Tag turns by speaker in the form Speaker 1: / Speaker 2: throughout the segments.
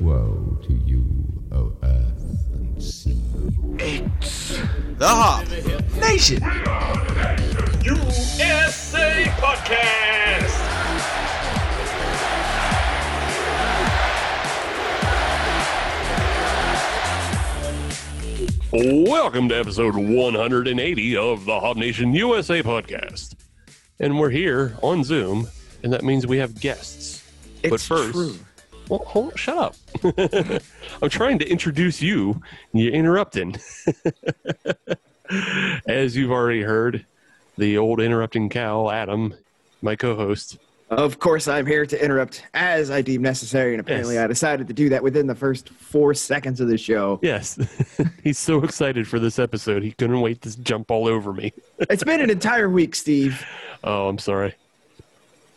Speaker 1: Woe to you, O earth and sea.
Speaker 2: The Hop
Speaker 3: Uh-huh.
Speaker 2: Nation.
Speaker 3: USA Podcast. Welcome to episode 180 of the Hob Nation USA podcast. And we're here on Zoom, and that means we have guests. but first, Well, hold, shut up. I'm trying to introduce you, and you're interrupting. As you've already heard, the old interrupting cow, Adam, my co host.
Speaker 4: Of course, I'm here to interrupt as I deem necessary, and apparently,
Speaker 3: Yes.
Speaker 4: I decided to do that within the first four seconds of the show.
Speaker 3: Yes, he's so excited for this episode. He couldn't wait to jump all over me.
Speaker 4: it's been an entire week, Steve.
Speaker 3: Oh, I'm sorry.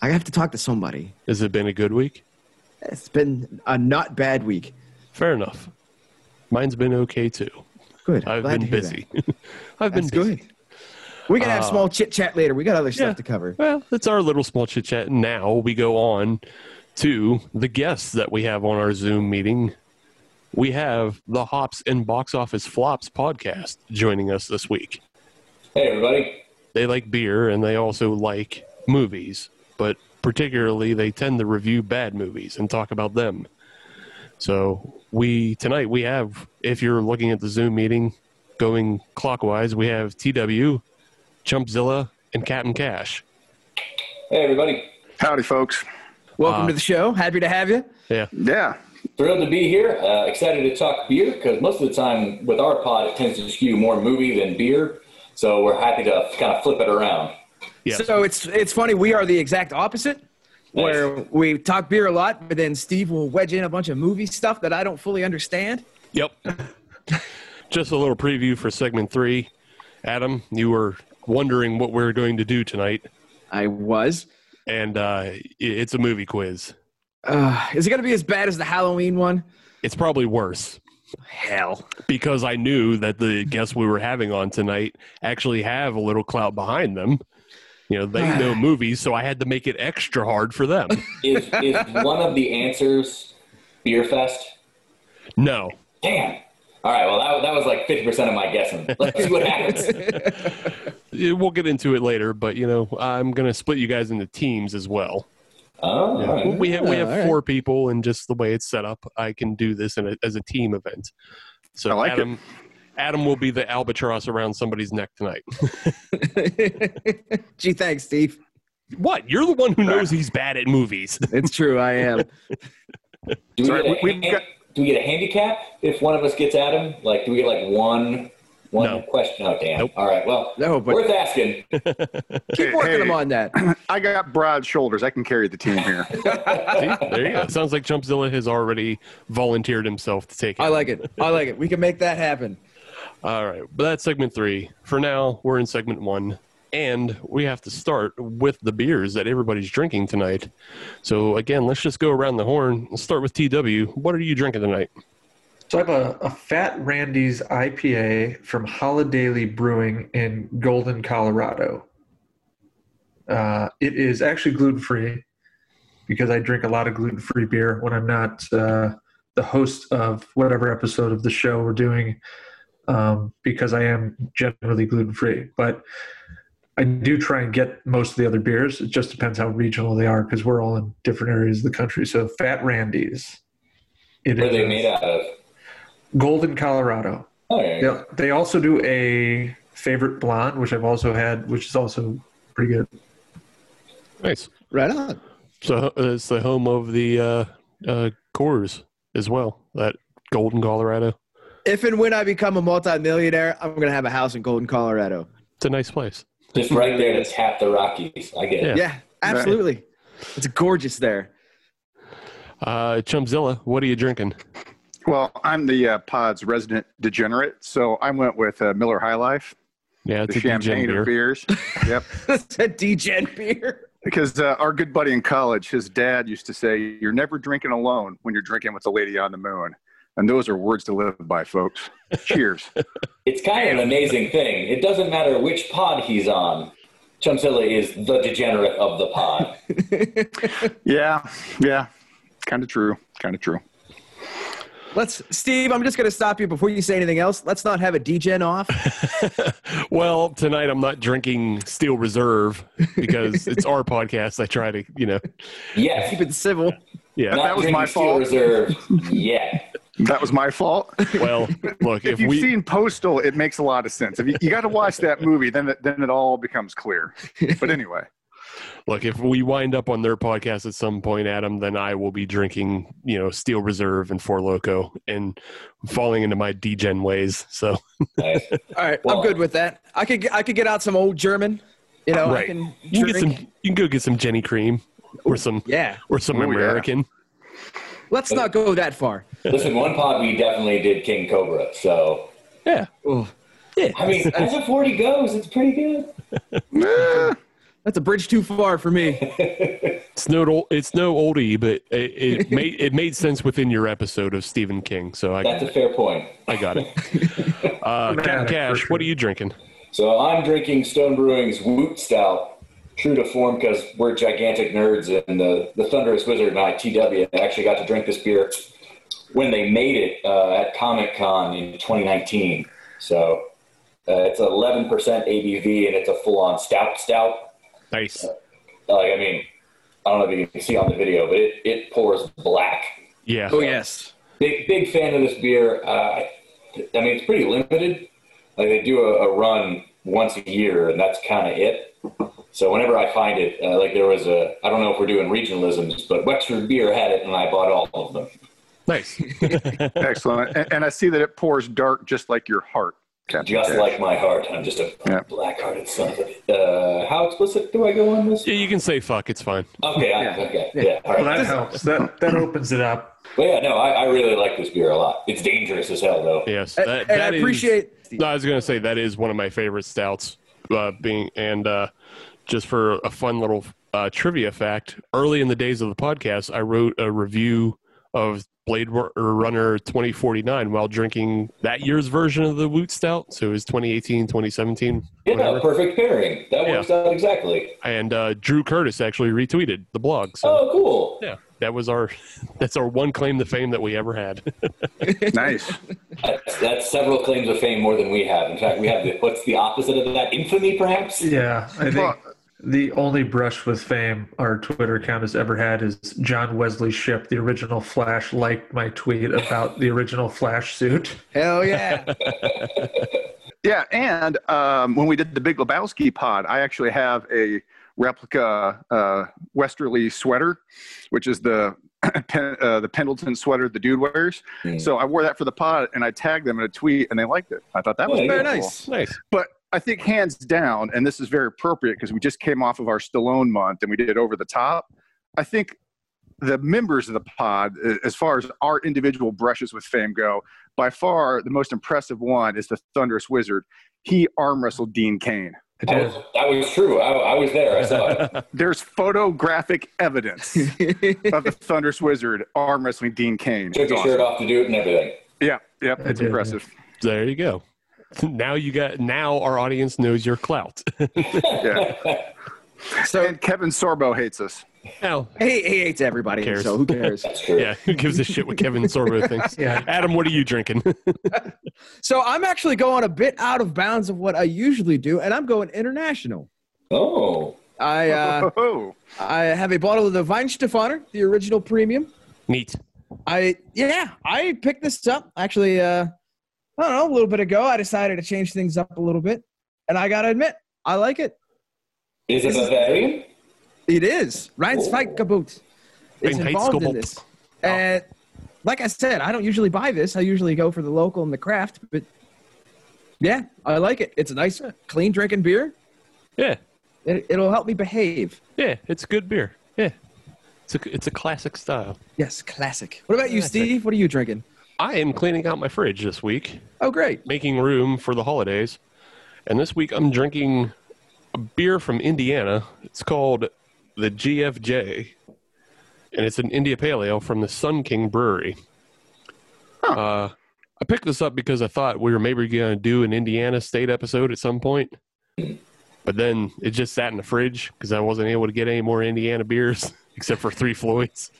Speaker 4: I have to talk to somebody.
Speaker 3: Has it been a good week?
Speaker 4: It's been a not bad week.
Speaker 3: Fair enough. Mine's been okay too.
Speaker 4: Good.
Speaker 3: I've
Speaker 4: Glad
Speaker 3: been
Speaker 4: to hear that.
Speaker 3: busy. I've been
Speaker 4: That's
Speaker 3: busy.
Speaker 4: good. We can have
Speaker 3: Uh,
Speaker 4: small chit chat later. We got other
Speaker 3: Yeah.
Speaker 4: stuff to cover.
Speaker 3: Well, it's our little small chit chat. Now we go on to the guests that we have on our Zoom meeting. We have the Hops and Box Office Flops podcast joining us this week.
Speaker 5: Hey, everybody.
Speaker 3: They like beer and they also like movies, but particularly they tend to review bad movies and talk about them. So we tonight we have, if you're looking at the Zoom meeting, going clockwise, we have TW, Chumpzilla, and Captain Cash.
Speaker 5: Hey, everybody.
Speaker 6: Howdy, folks.
Speaker 4: Welcome
Speaker 3: uh,
Speaker 4: to the show. Happy to have you.
Speaker 3: Yeah.
Speaker 6: Yeah.
Speaker 5: Thrilled to be here. Uh, excited to talk beer because most of the time with our pod, it tends to skew more movie than beer. So we're happy to kind of flip it around.
Speaker 3: Yeah.
Speaker 4: So it's it's funny. We are the exact opposite, where we talk beer a lot, but then Steve will wedge in a bunch of movie stuff that I don't fully understand.
Speaker 3: Yep. Just a little preview for segment three. Adam, you were wondering what we are going to do tonight,
Speaker 4: I was.
Speaker 3: and uh, i- it's a movie quiz.
Speaker 4: Uh, is it going to be as bad as the Halloween one?
Speaker 3: It's probably worse
Speaker 4: Hell.
Speaker 3: because I knew that the guests we were having on tonight actually have a little clout behind them. You know, they know movies, so I had to make it extra hard for them.
Speaker 5: Is, is one of the answers Beer Fest?
Speaker 3: No.
Speaker 5: Damn. All right. Well, that, that was like 50% of my guessing. Let's see what happens.
Speaker 3: Eh, We'll get into it later, but you know, I'm going to split you guys into teams as well.
Speaker 5: Oh, all right.
Speaker 3: we have we have
Speaker 4: all right.
Speaker 3: four people, and just the way it's set up, I can do this in a, as a team event. So
Speaker 6: I like it.
Speaker 3: Adam, Adam will be the albatross around somebody's neck tonight.
Speaker 4: Gee, thanks, Steve.
Speaker 3: what? You're the one who knows he's bad at movies.
Speaker 4: It's true. I am.
Speaker 5: Do we,
Speaker 6: Sorry,
Speaker 5: get a,
Speaker 6: we-
Speaker 5: hand-
Speaker 6: we've got-
Speaker 5: do we get a handicap if one of us gets Adam? Like, do we get like one one
Speaker 3: No.
Speaker 5: question? Oh, damn.
Speaker 3: Nope.
Speaker 5: All right. Well,
Speaker 4: No, but-
Speaker 5: worth asking.
Speaker 4: Keep working
Speaker 6: Hey.
Speaker 4: them on that.
Speaker 6: I got broad shoulders. I can carry the team here.
Speaker 3: See? There you go. Sounds like Jumpzilla has already volunteered himself to take it.
Speaker 4: I like it. I like it. We can make that happen.
Speaker 3: All right, but that's segment three. For now, we're in segment one, and we have to start with the beers that everybody's drinking tonight. So again, let's just go around the horn. Let's start with TW. What are you drinking tonight?
Speaker 7: So I have a, a Fat Randy's IPA from Holidaily Brewing in Golden, Colorado. Uh, it is actually gluten free because I drink a lot of gluten free beer when I'm not uh, the host of whatever episode of the show we're doing um, because I am generally gluten free. But I do try and get most of the other beers. It just depends how regional they are because we're all in different areas of the country. So Fat Randy's. It
Speaker 5: What are they
Speaker 7: is-
Speaker 5: made out of?
Speaker 7: Golden, Colorado.
Speaker 5: Oh, yeah.
Speaker 7: Yeah, they also do a favorite blonde, which I've also had, which is also pretty good.
Speaker 3: Nice.
Speaker 4: Right on.
Speaker 3: So uh, it's the home of the uh, uh, Coors as well. That Golden, Colorado.
Speaker 4: If and when I become a multimillionaire, I'm going to have a house in Golden, Colorado.
Speaker 3: It's a nice place.
Speaker 5: Just right there to tap the Rockies. I get
Speaker 3: Yeah.
Speaker 5: it.
Speaker 4: Yeah, absolutely. It's gorgeous there.
Speaker 3: Uh, Chumzilla, what are you drinking?
Speaker 6: Well, I'm the uh, pod's resident degenerate, so I went with uh, Miller High Life,
Speaker 3: Yeah, it's
Speaker 6: the
Speaker 3: a DGen
Speaker 6: champagne
Speaker 3: beer.
Speaker 6: of beers. yep.
Speaker 4: it's a degen beer.
Speaker 6: Because uh, our good buddy in college, his dad used to say, You're never drinking alone when you're drinking with the lady on the moon. And those are words to live by, folks. Cheers.
Speaker 5: It's kind of an amazing thing. It doesn't matter which pod he's on. Chumzilla is the degenerate of the pod.
Speaker 6: yeah. Yeah. Kind of true. Kind of true.
Speaker 4: Let's, Steve. I'm just going to stop you before you say anything else. Let's not have a degen off.
Speaker 3: Well, tonight I'm not drinking Steel Reserve because it's our podcast. I try to, you know,
Speaker 5: Yes.
Speaker 4: Keep it civil.
Speaker 3: yeah.
Speaker 5: Not
Speaker 6: that was my
Speaker 5: drinking Steel
Speaker 6: fault.
Speaker 5: Reserve. yeah.
Speaker 6: That was my fault.
Speaker 3: Well, look,
Speaker 6: if
Speaker 3: if
Speaker 6: you've
Speaker 3: we
Speaker 6: seen Postal, it makes a lot of sense. If you, you got to watch that movie, then it, then it all becomes clear. But anyway,
Speaker 3: look if we wind up on their podcast at some point, Adam, then I will be drinking, you know, Steel Reserve and Four Loco and falling into my degen ways. So
Speaker 5: Nice.
Speaker 4: All right,
Speaker 5: Well-
Speaker 4: I'm good with that. I could I could get out some old German. You know, I
Speaker 3: Right.
Speaker 4: can
Speaker 3: you
Speaker 4: drink.
Speaker 3: can get some, you can go get some Jenny Cream or some
Speaker 4: yeah,
Speaker 3: or some
Speaker 6: Oh, yeah.
Speaker 3: American.
Speaker 4: let's not go that far.
Speaker 5: Listen, one pod we definitely did King Cobra. So,
Speaker 3: Yeah.
Speaker 5: I mean, as a 40 goes, it's pretty good.
Speaker 4: That's a bridge too far for me.
Speaker 3: It's no old- it's no oldie, but it, it made it made sense within your episode of Stephen King, so I
Speaker 5: That's a fair point.
Speaker 3: I got it. Uh, Cap
Speaker 7: Dramatic,
Speaker 3: Cash,
Speaker 7: for
Speaker 3: what
Speaker 7: sure.
Speaker 3: are you drinking?
Speaker 5: So I'm drinking Stone Brewing's Woot Stout, true to form because we're gigantic nerds, and the, the Thunderous Wizard and I, TW, actually got to drink this beer when they made it uh, at Comic Con in 2019. So uh, it's 11% ABV, and it's a full-on stout stout.
Speaker 3: Nice.
Speaker 5: Like, I mean, I don't know if you can see on the video, but it, it pours black.
Speaker 3: Yeah.
Speaker 4: Oh yes,
Speaker 5: Big, big fan of this beer. Uh, I I mean, it's pretty limited. Like they do a, a run once a year, and that's kind of it. So whenever I find it, uh, like there was a, I don't know if we're doing regionalisms, but Wexford Beer had it, and I bought all of them.
Speaker 3: Nice.
Speaker 6: excellent. And, and I see that it pours dark just like your heart. Captain
Speaker 5: Just
Speaker 6: Jack.
Speaker 5: like my heart, I'm just a
Speaker 6: Yeah.
Speaker 5: black-hearted son of a. Uh, how explicit do I go on this?
Speaker 3: Yeah, you can say fuck. It's fine.
Speaker 5: Okay, I, okay, yeah, all
Speaker 7: Well,
Speaker 5: right.
Speaker 7: that helps. That that opens it up.
Speaker 5: But yeah, no, I, I really like this beer a lot. It's dangerous as hell, though.
Speaker 3: Yes.
Speaker 4: and, and
Speaker 3: that
Speaker 4: I
Speaker 3: is-
Speaker 4: appreciate.
Speaker 3: no, I was going to say that is one of my favorite stouts. Uh, being and uh, just for a fun little uh, trivia fact, early in the days of the podcast, I wrote a review of Blade Ru- or Runner 2049 while drinking that year's version of the Woot Stout. So it was 2018, 2017.
Speaker 5: Yeah, perfect pairing. That works out exactly.
Speaker 3: And uh, Drew Curtis actually retweeted the blog. So
Speaker 5: Oh, cool.
Speaker 3: yeah, that was our that's our one claim to fame that we ever had.
Speaker 6: nice.
Speaker 5: That's, that's several claims of fame more than we have. In fact, we have the, what's the opposite of that? Infamy, perhaps?
Speaker 7: Yeah, I think
Speaker 6: Well-
Speaker 7: the only brush with fame our Twitter account has ever had is John Wesley Ship, the original Flash, liked my tweet about the original Flash suit.
Speaker 4: Hell yeah!
Speaker 6: Yeah, and um, when we did the Big Lebowski pod, I actually have a replica uh, Westerly sweater, which is the Pen, uh, the Pendleton sweater the dude wears.
Speaker 5: Mm.
Speaker 6: So I wore that for the pod, and I tagged them in a tweet, and they liked it. I thought that was
Speaker 5: Oh, Yeah,
Speaker 6: pretty
Speaker 4: Very
Speaker 6: cool.
Speaker 4: nice.
Speaker 3: nice.
Speaker 6: But I think hands down, and this is very appropriate because we just came off of our Stallone month and we did Over the Top. I think the members of the pod, a- as far as our individual brushes with fame go, by far the most impressive one is the Thunderous Wizard. He arm wrestled Dean Kane.
Speaker 7: It
Speaker 5: That
Speaker 7: is.
Speaker 5: was, that was true. I, I was there. I saw it.
Speaker 6: There's photographic evidence of the Thunderous Wizard arm wrestling Dean Kane.
Speaker 5: Took
Speaker 6: It's
Speaker 5: your shirt
Speaker 6: awesome.
Speaker 5: off to do it and everything.
Speaker 6: Yeah, yeah, it's
Speaker 7: did, yeah.
Speaker 6: impressive.
Speaker 3: There you go. Now you got. Now our audience knows your clout.
Speaker 6: Yeah.
Speaker 4: So
Speaker 6: And Kevin Sorbo hates us.
Speaker 3: now,
Speaker 4: he, he hates everybody,
Speaker 3: Cares.
Speaker 4: so who cares?
Speaker 5: That's true.
Speaker 3: yeah, who gives a shit what Kevin Sorbo thinks?
Speaker 7: Yeah.
Speaker 3: Adam, what are you drinking?
Speaker 4: so I'm actually going a bit out of bounds of what I usually do, and I'm going international.
Speaker 5: Oh,
Speaker 4: I uh,
Speaker 6: Oh,
Speaker 4: I have a bottle of the Weinstefaner, the original premium.
Speaker 3: Neat.
Speaker 4: I yeah, I picked this up actually. Uh, I don't know, a little bit ago. I decided to change things up a little bit, and I gotta admit, I like it.
Speaker 5: is it Bavarian?
Speaker 4: It is Ryan's
Speaker 5: Ooh.
Speaker 3: Oh.
Speaker 4: fight kaboot. It's
Speaker 3: Rhein's
Speaker 4: involved in
Speaker 3: Kaboot.
Speaker 4: this, and like I said, I don't usually buy this. I usually go for the local and the craft, but yeah, I like it. It's a nice, clean drinking beer.
Speaker 3: Yeah,
Speaker 4: It, it'll help me behave.
Speaker 3: yeah, it's good beer. Yeah, it's a it's a classic style.
Speaker 4: Yes, classic. What about you,
Speaker 3: Classic.
Speaker 4: Steve? What are you drinking?
Speaker 3: I am cleaning out my fridge this week,
Speaker 4: Oh, great.
Speaker 3: making room for the holidays, and this week I'm drinking a beer from Indiana. It's called the GFJ, and it's an India Pale Ale from the Sun King Brewery. Uh, I picked this up because I thought we were maybe going to do an Indiana State episode at some point, but then it just sat in the fridge because I wasn't able to get any more Indiana beers except for Three Floyds.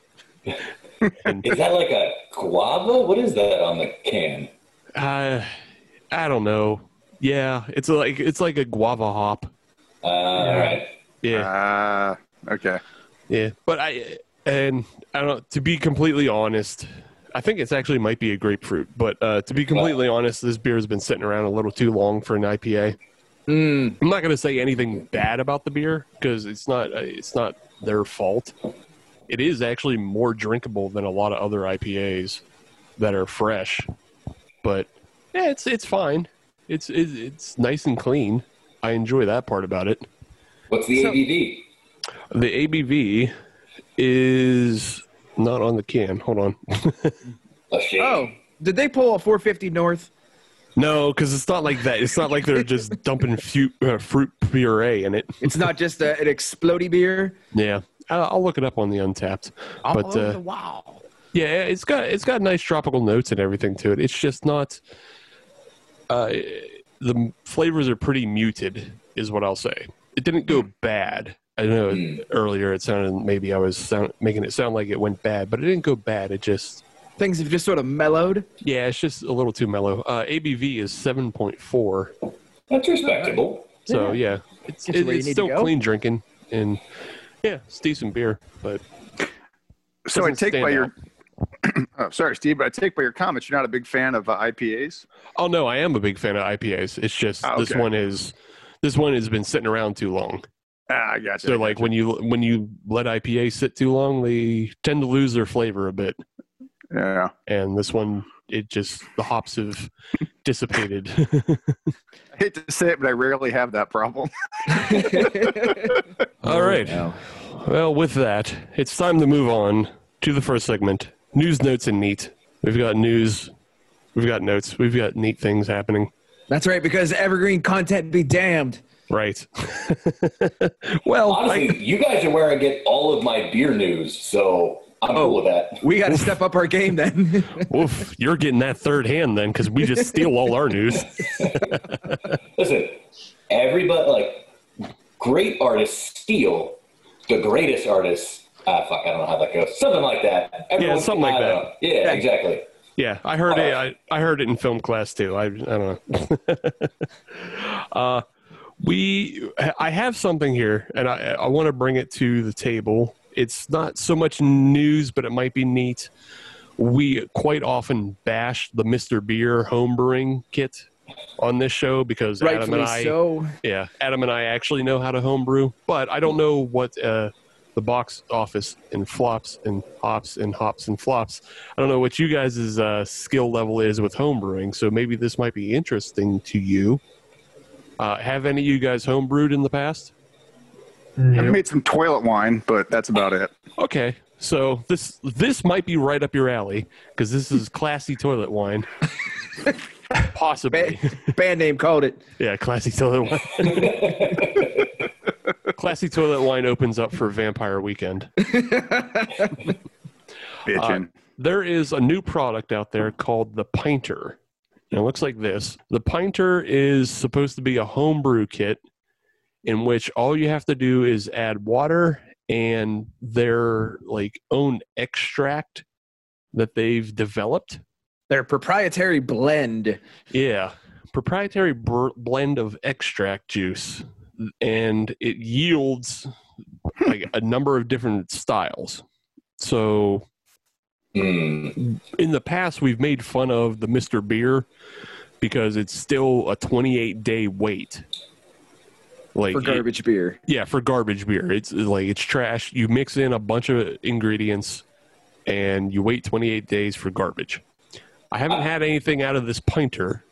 Speaker 5: Is that like a guava? What is that on the can?
Speaker 3: I, I don't know. Yeah, it's like it's like a guava hop.
Speaker 5: Uh, All right.
Speaker 3: Yeah,
Speaker 6: Ah, okay.
Speaker 3: yeah. But I and I don't. know, To be completely honest, I think it's actually might be a grapefruit. But uh, to be completely honest, this beer has been sitting around a little too long for an IPA.
Speaker 4: Mm,
Speaker 3: I'm not going to say anything bad about the beer because it's not uh, it's not their fault. It is actually more drinkable than a lot of other IPAs that are fresh, but yeah, it's it's fine. It's it's, it's nice and clean. I enjoy that part about it.
Speaker 5: What's the
Speaker 4: So-
Speaker 5: ABV?
Speaker 3: The ABV is not on the can. Hold on.
Speaker 5: A shade.
Speaker 4: oh, did they pull a 450 north?
Speaker 3: no, because it's not like that. It's not like they're just dumping fu- uh, fruit puree in it.
Speaker 4: It's not just a, an explodey beer.
Speaker 3: Yeah, I'll, I'll look it up on the Untapped. but uh,
Speaker 4: wow.
Speaker 3: Yeah, it's got it's got nice tropical notes and everything to it. It's just not. Uh, the m- flavors are pretty muted, is what I'll say. It didn't go bad. I know
Speaker 5: Mm.
Speaker 3: earlier it sounded maybe I was sound, making it sound like it went bad, but it didn't go bad. It just
Speaker 4: Things have just sort of mellowed.
Speaker 3: yeah, it's just a little too mellow. Uh, ABV is seven point four,
Speaker 5: That's respectable.
Speaker 3: so yeah, it's
Speaker 4: Gets you
Speaker 3: it,
Speaker 4: where you
Speaker 3: it's
Speaker 4: need to
Speaker 3: still
Speaker 4: go.
Speaker 3: clean drinking and yeah, it's decent beer, but
Speaker 6: So I
Speaker 3: Doesn't
Speaker 6: take by
Speaker 3: stand
Speaker 6: your. oh, sorry, Steve, but I take by your comments you're not a big fan of uh, IPAs.
Speaker 3: Oh no, I am a big fan of IPAs. It's just
Speaker 6: Ah,
Speaker 3: this
Speaker 6: okay.
Speaker 3: one is this one has been sitting around too long.
Speaker 6: Ah, I gotcha.
Speaker 3: So like when you when you let IPA sit too long, they tend to lose their flavor a bit.
Speaker 6: yeah.
Speaker 3: And this one, it just the hops have dissipated.
Speaker 6: I hate to say it, but I rarely have that problem.
Speaker 3: All right.
Speaker 2: no.
Speaker 3: Well, with that, it's time to move on to the first segment: news, notes, and neat. We've got news, we've got notes, we've got neat things happening.
Speaker 4: That's right, because evergreen content be damned.
Speaker 3: Right. well,
Speaker 5: Honestly,
Speaker 3: I,
Speaker 5: you guys are where I get all of my beer news, so I'm cool with that.
Speaker 4: We got to step up our game then.
Speaker 3: oof, you're getting that third hand then, because we just steal all our news.
Speaker 5: Listen, everybody, like, great artists steal the greatest artists. Ah, fuck, I don't know how that goes. Something like that.
Speaker 3: something like
Speaker 5: I don't
Speaker 3: that.
Speaker 5: know. Yeah, exactly.
Speaker 3: Yeah, I heard it. I, I heard it in film class too. I, I don't know. uh, we, I have something here, and I, I want to bring it to the table. It's not so much news, but it might be neat. We quite often bash the Mister Beer homebrewing kit on this show because Adam and
Speaker 4: Rightfully
Speaker 3: I,
Speaker 4: so.
Speaker 3: yeah, Adam and I actually know how to homebrew, but I don't know what uh, the box office and flops and hops and hops and flops. I don't know what you guys' uh, skill level is with homebrewing, so maybe this might be interesting to you. Uh, have any of you guys homebrewed in the past?
Speaker 6: I made some toilet wine, but that's about it.
Speaker 3: Okay, so this this might be right up your alley because this is classy toilet wine. Possibly.
Speaker 4: Band name called it.
Speaker 3: Yeah, classy toilet wine. classy toilet wine opens up for Vampire Weekend.
Speaker 6: Bitchin'.
Speaker 3: There is a new product out there called the Pinter. And it looks like this. The Pinter is supposed to be a homebrew kit in which all you have to do is add water and their like own extract that they've developed.
Speaker 4: Their proprietary blend.
Speaker 3: Yeah, proprietary br- blend of extract juice, and it yields like a number of different styles. So
Speaker 5: Hmm.
Speaker 3: in the past, we've made fun of the Mister Beer because it's still a 28 day wait. Like
Speaker 4: for
Speaker 3: it-
Speaker 4: garbage beer.
Speaker 3: yeah, for garbage beer. It's like it's trash. You mix in a bunch of ingredients and you wait 28 days for garbage. I haven't had anything out of this pinter.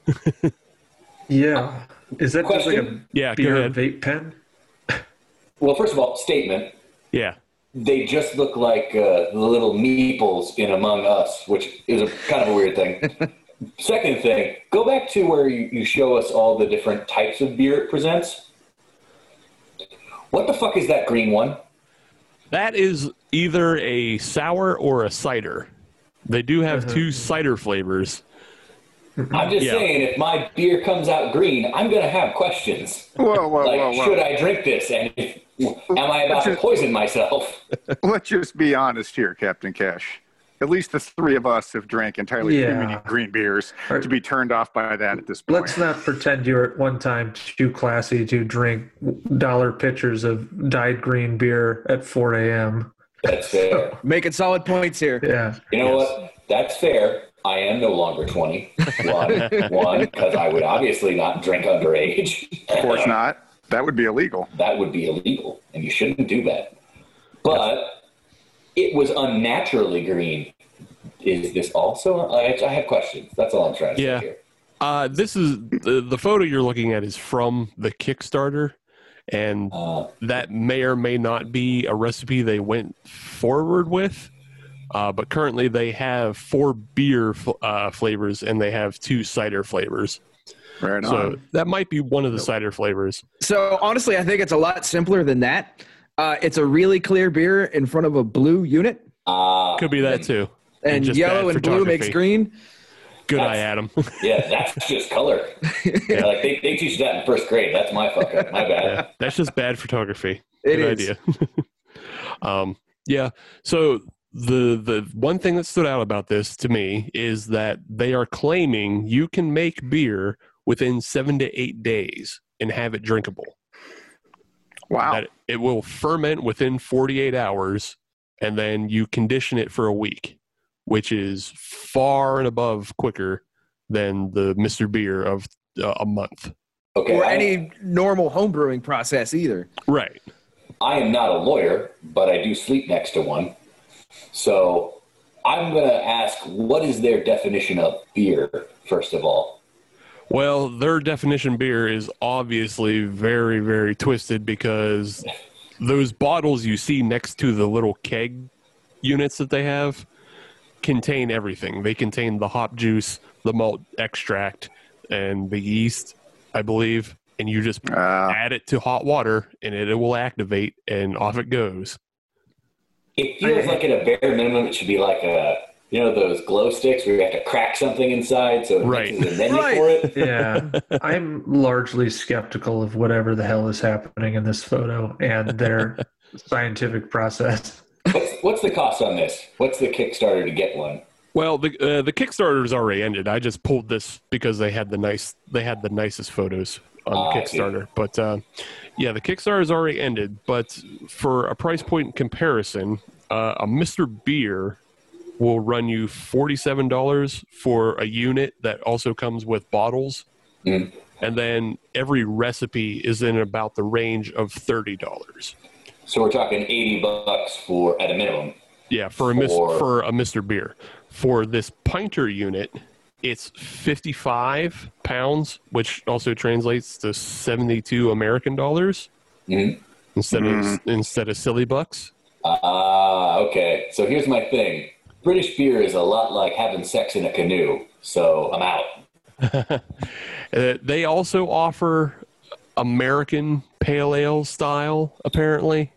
Speaker 7: Yeah. Is that just like a
Speaker 5: Question?
Speaker 3: Yeah, go
Speaker 7: beer
Speaker 3: ahead.
Speaker 7: vape pen?
Speaker 5: Well, first of all, statement.
Speaker 3: Yeah.
Speaker 5: They just look like uh, the little meeples in Among Us, which is a kind of a weird thing. Second thing, go back to where you, you show us all the different types of beer it presents. What the fuck is that green one?
Speaker 3: That is either a sour or a cider. They do have two cider flavors.
Speaker 5: I'm just
Speaker 3: Yeah.
Speaker 5: saying, if my beer comes out green, I'm gonna have questions.
Speaker 3: Uh,
Speaker 6: Whoa, whoa,
Speaker 5: Like,
Speaker 6: whoa,
Speaker 5: should
Speaker 6: whoa.
Speaker 5: I drink this? And am I about to
Speaker 6: Should-
Speaker 5: poison myself?
Speaker 6: Let's just be honest here, Captain Cash. at least the three of us have drank entirely too many
Speaker 7: Yeah.
Speaker 6: green beers
Speaker 7: Or-
Speaker 6: to be turned off by that at this point.
Speaker 7: Let's not pretend you were at one time too classy to drink dollar pitchers of dyed green beer at 4 a.m.
Speaker 5: That's fair.
Speaker 4: Making solid points here.
Speaker 7: Yeah.
Speaker 5: You know what? That's fair. I am no longer 20. One, one, because I would obviously not drink underage.
Speaker 6: of course not. That would be illegal.
Speaker 5: that would be illegal, and you shouldn't do that. But it was unnaturally green. Is this also? I, I have questions. That's all I'm trying to
Speaker 3: Yeah.
Speaker 5: say here.
Speaker 3: Uh, this is the, the photo you're looking at is from the Kickstarter, and
Speaker 5: Uh,
Speaker 3: that may or may not be a recipe they went forward with. Uh, but currently, they have four beer fl- uh, flavors and they have two cider flavors.
Speaker 6: Fair enough.
Speaker 3: So that might be one of the cider flavors.
Speaker 4: So honestly, I think it's a lot simpler than that. Uh, it's a really clear beer in front of a blue unit,
Speaker 5: uh,
Speaker 3: Could be that too.
Speaker 4: and
Speaker 3: just
Speaker 4: yellow
Speaker 3: bad
Speaker 4: and blue makes
Speaker 3: photography.
Speaker 4: green.
Speaker 3: Good
Speaker 5: That's-
Speaker 3: eye, Adam.
Speaker 5: yeah, that's just color. Yeah, like they, they teach that in first grade. That's my fuck up. My bad.
Speaker 3: yeah, that's just bad photography.
Speaker 4: It
Speaker 3: Good
Speaker 4: is.
Speaker 3: idea. um, yeah. So the the one thing that stood out about this to me is that they are claiming you can make beer within seven to eight days and have it drinkable.
Speaker 6: wow.
Speaker 3: That it will ferment within forty eight hours, and then you condition it for a week, which is far and above quicker than the Mister Beer of uh, a month.
Speaker 5: Okay.
Speaker 4: Or
Speaker 5: I-
Speaker 4: any normal home brewing process either.
Speaker 3: Right.
Speaker 5: I am not a lawyer, but I do sleep next to one. So I'm going to ask what is their definition of beer, first of all?
Speaker 3: Well, their definition beer is obviously very, very twisted because those bottles you see next to the little keg units that they have contain everything. They contain the hop juice, the malt extract, and the yeast, I believe. And you just
Speaker 6: Uh,
Speaker 3: add it to hot water and it, it will activate and off it goes.
Speaker 5: It feels like, at a bare minimum, it should be like a. You know those glow sticks where you have to crack something inside so it
Speaker 3: Right.
Speaker 5: mixes a menu
Speaker 4: Right.
Speaker 5: for it?
Speaker 7: Yeah. I'm largely skeptical of whatever the hell is happening in this photo and their scientific process.
Speaker 5: What's, what's the cost on this? What's the Kickstarter to get one?
Speaker 3: Well, the uh, the Kickstarter's already ended. I just pulled this because they had the nice they had the nicest photos on
Speaker 5: Ah,
Speaker 3: the
Speaker 5: I see.
Speaker 3: Kickstarter. But uh, yeah, the Kickstarter's already ended. But for a price point comparison, uh, a Mister Beer will run you forty seven dollars for a unit that also comes with bottles,
Speaker 5: Mm.
Speaker 3: and then every recipe is in about the range of thirty dollars.
Speaker 5: So we're talking eighty bucks for at a minimum.
Speaker 3: Yeah, for a mis-
Speaker 5: For-
Speaker 3: for a Mister Beer. For this pinter unit, it's fifty five pounds, which also translates to seventy two American dollars
Speaker 5: Mhm.
Speaker 3: instead of instead of silly bucks.
Speaker 5: Ah, okay. So here's my thing. British beer is a lot like having sex in a canoe. So I'm out.
Speaker 3: Uh, they also offer American pale ale style, apparently.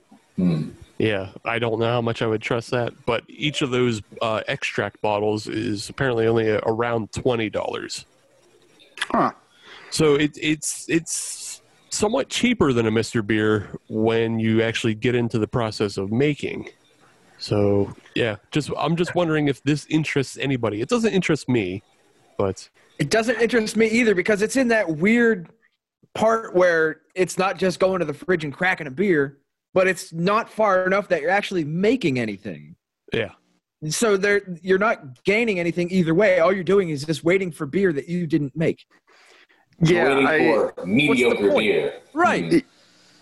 Speaker 3: Yeah, I don't know how much I would trust that, but each of those uh, extract bottles is apparently only uh, around twenty dollars.
Speaker 6: huh.
Speaker 3: So it, it's it's somewhat cheaper than a Mister Beer when you actually get into the process of making. So yeah, just I'm just wondering if this interests anybody. It doesn't interest me, but
Speaker 4: It doesn't interest me either because it's in that weird part where it's not just going to the fridge and cracking a beer, but it's not far enough that you're actually making anything.
Speaker 3: yeah,
Speaker 4: So there, you're not gaining anything either way. All you're doing is just waiting for beer that you didn't make.
Speaker 6: Yeah,
Speaker 5: waiting
Speaker 6: I-
Speaker 5: for mediocre
Speaker 4: point?
Speaker 5: beer.
Speaker 4: Right.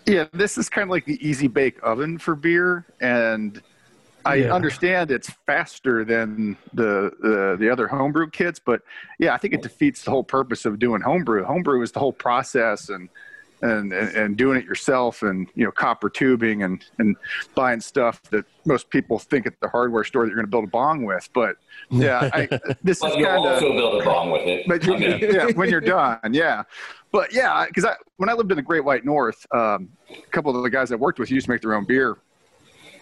Speaker 6: Yeah, this is kind of like the easy bake oven for beer, and I
Speaker 7: Yeah.
Speaker 6: understand it's faster than the, the the other homebrew kits, but yeah, I think it defeats the whole purpose of doing homebrew. Homebrew is the whole process and and and, and doing it yourself, and you know, copper tubing and and buying stuff that most people think at the hardware store that you're going to build a bong with. But yeah, I, this is
Speaker 5: But you'll
Speaker 6: kind of
Speaker 5: also build a bong with it.
Speaker 6: but you,
Speaker 5: I mean,
Speaker 6: yeah, when you're done, yeah. But yeah, because I, when I lived in the Great White North, um, a couple of the guys I worked with used to make their own beer,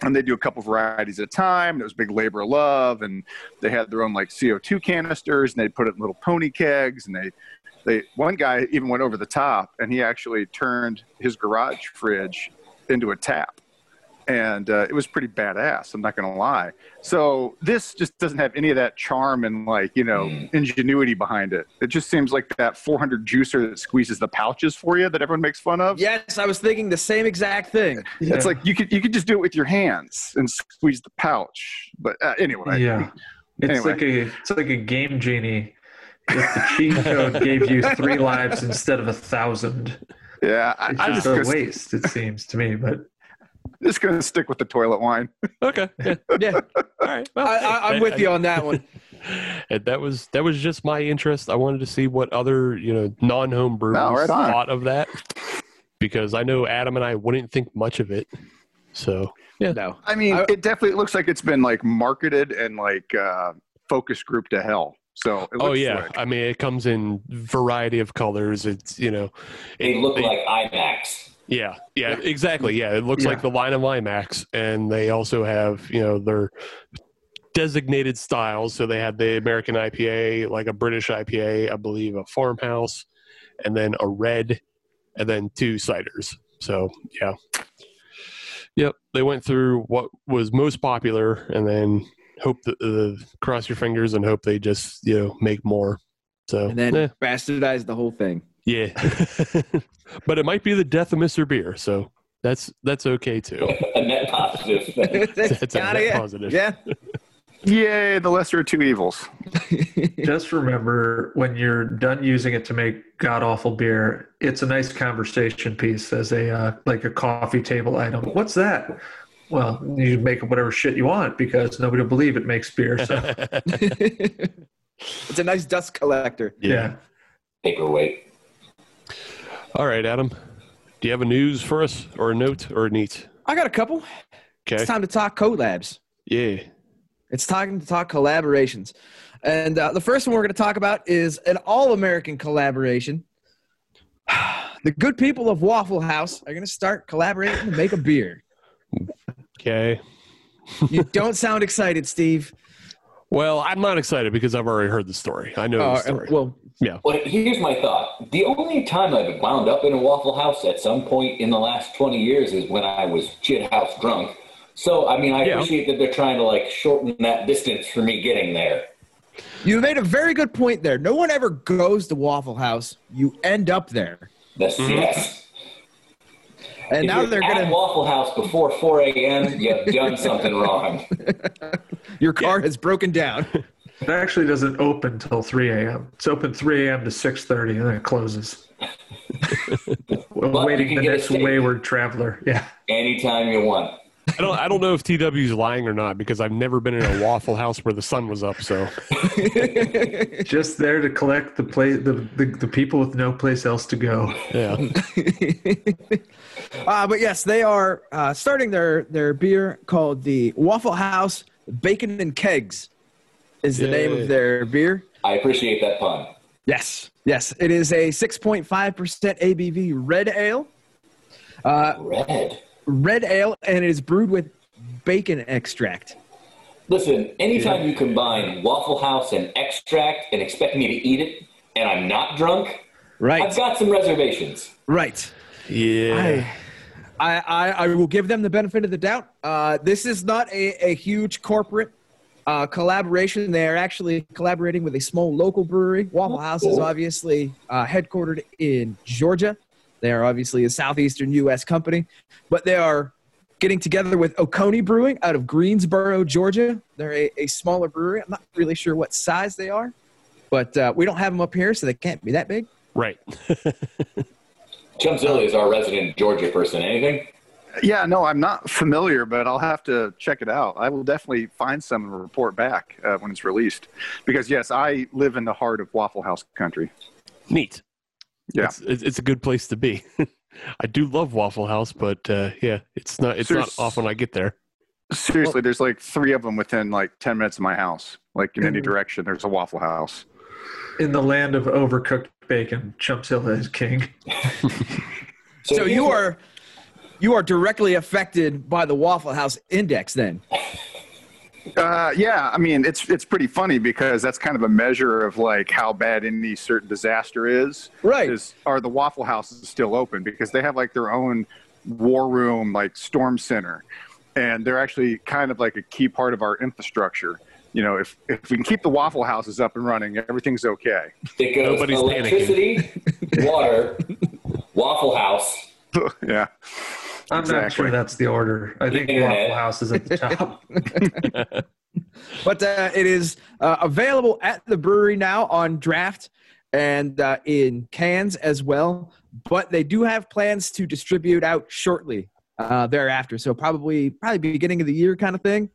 Speaker 6: and they do a couple varieties at a time. And it was a big labor of love, and they had their own like CO2 canisters, and they put it in little pony kegs, and they. They, one guy even went over the top and he actually turned his garage fridge into a tap and uh, it was pretty badass. I'm not going to lie. So this just doesn't have any of that charm and like you know
Speaker 7: Mm.
Speaker 6: ingenuity behind it. It just seems like that 400 juicer that squeezes the pouches for you that everyone makes fun of.
Speaker 4: Yes, I was thinking the same exact thing.
Speaker 6: It's like you could you could just do it with your hands and squeeze the pouch. But uh, anyway,
Speaker 7: yeah. It's
Speaker 6: Anyway.
Speaker 7: like a it's like a game genie. If the cheat code gave you three lives instead of a thousand,
Speaker 6: yeah, I,
Speaker 7: it's
Speaker 6: I'm
Speaker 7: just
Speaker 6: just
Speaker 7: a
Speaker 6: gonna,
Speaker 7: waste. It seems to me, but
Speaker 6: just gonna stick with the toilet wine.
Speaker 3: Okay. Yeah.
Speaker 4: Yeah,
Speaker 3: All right. Well,
Speaker 4: I, I, I'm with you on that one.
Speaker 3: And that was that was just my interest. I wanted to see what other you know non-home brewers
Speaker 6: No, right on.
Speaker 3: thought of that because I know Adam and I wouldn't think much of it. So
Speaker 4: No,
Speaker 6: I mean,
Speaker 4: I-
Speaker 6: it definitely looks like it's been like marketed and like uh, focus group to hell. So it looks
Speaker 3: oh yeah,
Speaker 6: slick.
Speaker 3: I mean it comes in variety of colors. It's you know
Speaker 5: They
Speaker 3: it-
Speaker 5: look
Speaker 3: they-
Speaker 5: like IMAX.
Speaker 3: yeah yeah exactly yeah. It looks
Speaker 7: Yeah.
Speaker 3: like the line of IMAX, and they also have you know their designated styles. So they had the American IPA, like a British IPA, I believe, a farmhouse, and then a red, and then two ciders. So yeah, yep. They went through what was most popular, and then hope that uh, cross your fingers and hope they just you know make more. So
Speaker 4: and then
Speaker 3: eh.
Speaker 4: bastardized the whole thing.
Speaker 3: Yeah. but it might be the death of Mr. Beer, so that's that's okay too.
Speaker 5: A net positive thing.
Speaker 3: That's a
Speaker 4: Gotta
Speaker 3: net
Speaker 4: get-
Speaker 3: positive.
Speaker 4: Yeah.
Speaker 6: Yay, the lesser of two evils.
Speaker 7: just remember when you're done using it to make god awful beer, it's a nice conversation piece as a uh, like a coffee table item. What's that? Well, you make up whatever shit you want because nobody will believe it makes beer. So
Speaker 4: it's a nice dust collector.
Speaker 7: yeah.
Speaker 5: Paperweight.
Speaker 3: All right, Adam. Do you have a news for us or a note or a neat?
Speaker 4: I got a couple.
Speaker 3: Okay.
Speaker 4: It's time to talk collabs.
Speaker 3: Yeah.
Speaker 4: It's time to talk collaborations. And uh, the first one we're going to talk about is an all American collaboration. The good people of Waffle House are going to start collaborating to make a beer.
Speaker 3: Okay.
Speaker 4: You don't sound excited, Steve.
Speaker 3: Well, I'm not excited because I've already heard the story. I know
Speaker 4: Uh,
Speaker 3: the story.
Speaker 4: well,
Speaker 5: Well, here's my thought. The only time I've wound up in a Waffle House at some point in the last 20 years is when I was shit house drunk. So, I mean, I
Speaker 3: Yeah.
Speaker 5: appreciate that they're trying to like shorten that distance for me getting there.
Speaker 4: you made a very good point there. No one ever goes to Waffle House, you end up there.
Speaker 5: That's
Speaker 6: Mm-hmm.
Speaker 5: yes.
Speaker 4: And
Speaker 5: If
Speaker 4: now
Speaker 5: you're
Speaker 4: they're
Speaker 5: at
Speaker 4: going to,
Speaker 5: Waffle House before 4 a.m. You've done something wrong.
Speaker 4: your car has broken down.
Speaker 7: It actually doesn't open till 3 a.m. It's open 3 a.m. to 6:30, and then it closes. Awaiting
Speaker 5: can
Speaker 7: the
Speaker 5: get a
Speaker 7: next
Speaker 5: steak.
Speaker 7: wayward traveler. Yeah,
Speaker 5: Anytime you want.
Speaker 3: I don't I don't know if TW's lying or not because I've never been in a waffle house where the sun was up, so
Speaker 7: just there to collect the play the, the the people with no place else to go.
Speaker 3: yeah.
Speaker 4: Uh, but yes, they are uh, starting their, their beer called the Waffle House Bacon and Kegs, is the name
Speaker 3: Yay.
Speaker 4: of their beer.
Speaker 5: I appreciate that pun.
Speaker 4: Yes, yes. It is a 6.5% ABV red ale.
Speaker 5: Red.
Speaker 4: Red ale, and it is brewed with bacon extract.
Speaker 5: Listen, anytime you combine Waffle House and extract and expect me to eat it and I'm not drunk, I've
Speaker 4: Right,
Speaker 5: got some reservations.
Speaker 4: right.
Speaker 3: Yeah.
Speaker 4: I, I, I I will give them the benefit of the doubt. Uh, this is not a, a huge corporate uh, collaboration. They are actually collaborating with a small local brewery. Waffle House is obviously uh, headquartered in Georgia. They are obviously a southeastern U.S. company, but they are getting together with Oconee Brewing out of Greensboro, Georgia. They're a, a smaller brewery. I'm not really sure what size they are, but uh, we don't have them up here, so they can't be that big.
Speaker 3: Right.
Speaker 5: Chumzilla is our resident Georgia person. Anything?
Speaker 6: Yeah, no, I'm not familiar, but I'll have to check it out. I will definitely find some and report back uh, when it's released. Because, yes, I live in the heart of Waffle House country.
Speaker 3: Neat.
Speaker 6: Yeah.
Speaker 3: It's, it's, it's a good place to be. I do love Waffle House, but uh, yeah, it's not it's not
Speaker 6: Serious-
Speaker 3: often I get there.
Speaker 6: Seriously, there's like three of them within like 10 minutes of my house. Like in any
Speaker 3: Mm-hmm.
Speaker 7: Mm.
Speaker 6: direction, there's a Waffle House.
Speaker 7: In the land of overcooked bacon, Chumpsilla is king.
Speaker 4: So
Speaker 5: here's
Speaker 4: you
Speaker 5: what-
Speaker 4: are you are directly affected by the Waffle House index then.
Speaker 6: Uh, yeah, I mean, it's, it's pretty funny because that's kind of a measure of like how bad any certain disaster is.
Speaker 4: Right.
Speaker 6: is are the Waffle Houses still open because they have like their own war room, like storm center, and they're actually kind of like a key part of our infrastructure. You know, if if we can keep the waffle houses up and running, everything's okay.
Speaker 5: It goes
Speaker 3: Nobody's
Speaker 5: electricity, water, Waffle House.
Speaker 6: yeah.
Speaker 7: I'm not
Speaker 6: Exactly.
Speaker 7: sure that's the order. I think
Speaker 5: Internet.
Speaker 7: Waffle House is at the top.
Speaker 4: But uh, it is uh, available at the brewery now on draft and uh, in cans as well. But they do have plans to distribute out shortly uh, thereafter. So probably probably beginning of the year kind of thing.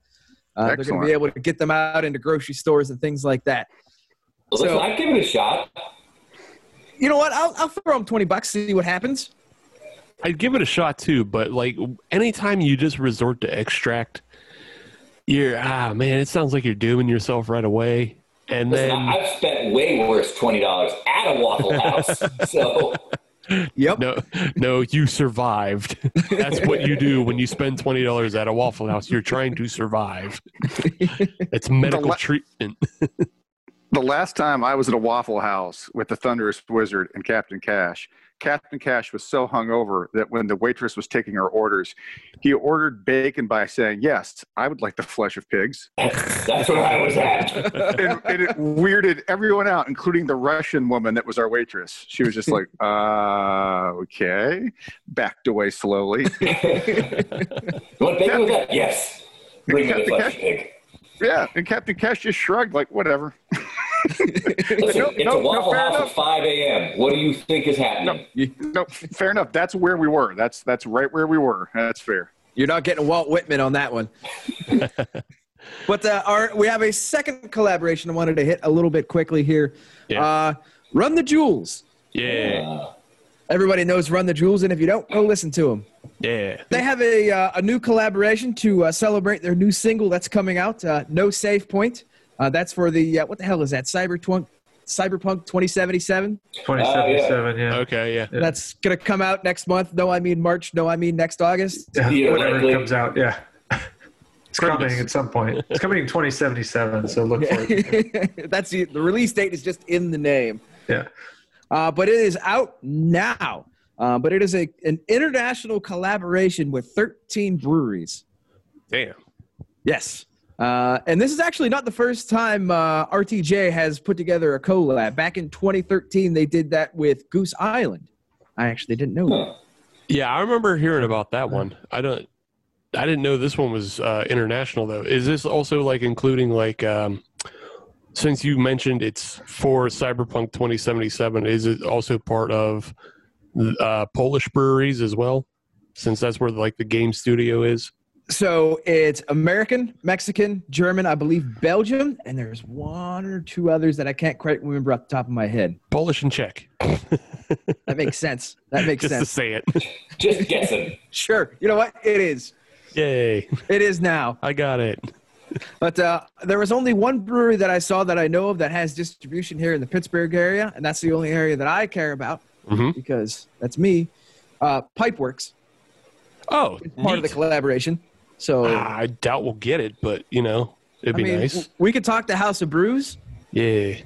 Speaker 4: Uh, they're going to
Speaker 6: Excellent.
Speaker 4: be able to get them out into grocery stores and things like that.
Speaker 5: Listen,
Speaker 4: So-
Speaker 5: I'd give it a shot.
Speaker 4: You know what? I'll, I'll throw them 20 bucks, see what happens.
Speaker 3: I'd give it a shot too, but like anytime you just resort to extract, you're ah man, it sounds like you're dooming yourself right away. And
Speaker 5: Listen,
Speaker 3: then
Speaker 5: I- I've spent way worse twenty dollars at a Waffle House. so
Speaker 4: Yep.
Speaker 3: no, no, you survived. That's what you do when you spend twenty dollars at a Waffle House. You're trying to survive. It's medical
Speaker 6: la-
Speaker 3: treatment.
Speaker 6: The last time I was at a Waffle House with the Thunderous Wizard and Captain Cash, Captain Cash was so hungover that when the waitress was taking her orders, he ordered bacon by saying, "Yes, I would like the flesh of pigs,"
Speaker 5: that's, that's where I was at.
Speaker 6: and, and it weirded everyone out, including the Russian woman that was our waitress. She was just like, "Uh, okay," backed away slowly.
Speaker 5: You want bacon with that? Yes. Bring me the flesh pig.
Speaker 6: Yeah, and Captain Cash just shrugged, like, "Whatever."
Speaker 5: Listen,
Speaker 6: No,
Speaker 5: it's
Speaker 6: no,
Speaker 5: a
Speaker 6: no,
Speaker 5: Waffle
Speaker 6: fair
Speaker 5: House
Speaker 6: enough.
Speaker 5: at 5 a.m. What do you think is happening?
Speaker 6: No, fair enough. That's where we were. That's that's right where we were. That's fair.
Speaker 4: You're not getting Walt Whitman on that one. but uh, our, we have a second collaboration I wanted to hit a little bit quickly here.
Speaker 3: Yeah.
Speaker 4: Uh, Run the Jewels.
Speaker 3: Yeah,
Speaker 5: Uh,
Speaker 4: Everybody knows Run the Jewels, and if you don't, go listen to them.
Speaker 3: yeah.
Speaker 4: They have a, uh, a new collaboration to uh, celebrate their new single that's coming out, uh, No Save Point. Uh, that's for the, uh, what the hell is that, Cyberpunk, Cyberpunk 2077?
Speaker 7: 2077, yeah.
Speaker 3: Okay, yeah.
Speaker 7: Yeah.
Speaker 4: That's going to come out next month. No, I mean March. No, I mean next August.
Speaker 7: yeah. Whenever
Speaker 5: Theoretically.
Speaker 7: it comes out, yeah. It's coming at some point. It's coming in 2077, so look for it.
Speaker 4: that's the, the release date is just in the name.
Speaker 7: Yeah.
Speaker 4: uh, but it is out now. Uh, but it is a, an international collaboration with 13 breweries.
Speaker 3: Damn.
Speaker 4: Yes. Uh, and this is actually not the first time uh, RTJ has put together a collab. Back in 2013, they did that with Goose Island. I actually didn't know that.
Speaker 3: Yeah, I remember hearing about that one. I don't. I didn't know this one was uh, international though. Is this also like including like um, since you mentioned it's for Cyberpunk 2077? Is it also part of uh, Polish breweries as well? Since that's where like the game studio is.
Speaker 4: So it's American, Mexican, German, I believe Belgium, and there's one or two others that I can't quite remember off the top of my head.
Speaker 3: Polish and Czech,
Speaker 4: That makes sense. That makes
Speaker 3: just to
Speaker 4: sense.
Speaker 3: say it.
Speaker 5: Just guessing.
Speaker 4: Sure. You know what? It is.
Speaker 3: Yay!
Speaker 4: It is now.
Speaker 3: I got it.
Speaker 4: But uh, there was only one brewery that I saw that I know of that has distribution here in the Pittsburgh area, and that's the only area that I care about
Speaker 3: Mhm.
Speaker 4: because that's me. Uh, Pipeworks,
Speaker 3: Oh,
Speaker 4: part of the
Speaker 3: neat.
Speaker 4: collaboration. So
Speaker 3: Ah, I doubt we'll get it, but you know it'd
Speaker 4: I
Speaker 3: be
Speaker 4: mean,
Speaker 3: nice.
Speaker 4: w- we could talk to House of Brews,
Speaker 3: Yeah.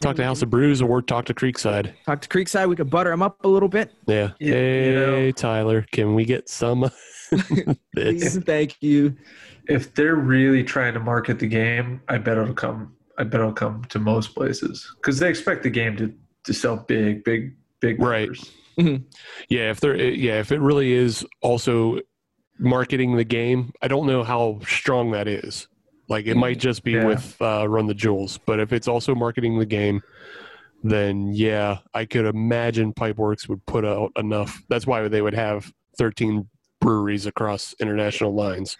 Speaker 3: Talk to House of Brews or talk to Creekside.
Speaker 4: talk to Creekside. We could butter them up a little bit.
Speaker 3: Yeah.
Speaker 7: You- you
Speaker 3: hey,
Speaker 7: know-
Speaker 3: Tyler, can we get some of
Speaker 4: Please,
Speaker 3: this?
Speaker 4: and thank you.
Speaker 7: If they're really trying to market the game, I bet it'll come. I bet it'll come to most places because they expect the game to, to sell big, big, big
Speaker 3: Right.
Speaker 7: numbers.
Speaker 3: yeah, if there, yeah, if it really is also marketing the game, I don't know how strong that is. Like, it might just be
Speaker 7: Yeah.
Speaker 3: with uh, Run the Jewels, but if it's also marketing the game, then yeah, I could imagine Pipeworks would put out enough. That's why they would have 13 breweries across international lines,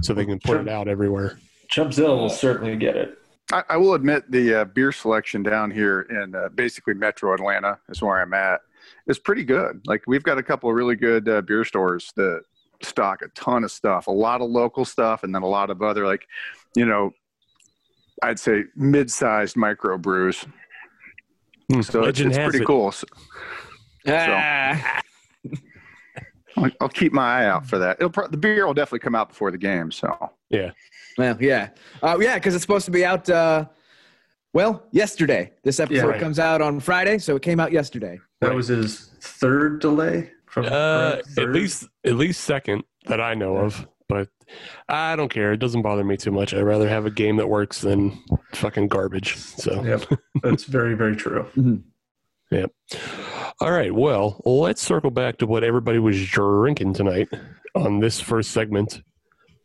Speaker 3: so they can put
Speaker 7: Sure.
Speaker 3: it out everywhere.
Speaker 7: Chubzilla will certainly get it.
Speaker 6: I, I will admit the uh, beer selection down here in uh, basically Metro Atlanta is where I'm at. is pretty good. Like we've got a couple of really good uh, beer stores that stock a ton of stuff, a lot of local stuff, and then a lot of other like, you know, I'd say mid-sized micro brews.
Speaker 3: Hmm,
Speaker 6: So it's,
Speaker 3: legend
Speaker 6: it's
Speaker 3: has
Speaker 6: pretty
Speaker 3: it.
Speaker 6: cool. So,
Speaker 4: Ah.
Speaker 6: I'll- I'll keep my eye out for that. It'll pro- the beer will definitely come out before the game. So
Speaker 3: Yeah.
Speaker 4: Well, yeah, uh, yeah, because it's supposed to be out. Uh, well, yesterday. This episode
Speaker 7: right.
Speaker 4: comes out on Friday, so it came out yesterday.
Speaker 7: That
Speaker 3: Right.
Speaker 7: was his third delay. From
Speaker 3: Uh, at
Speaker 7: third?
Speaker 3: least at least second that I know of, but I don't care. It doesn't bother me too much. I'd rather have a game that works than fucking garbage. So
Speaker 7: Yep, that's very very true.
Speaker 3: All right. Well, let's circle back to what everybody was drinking tonight on this first segment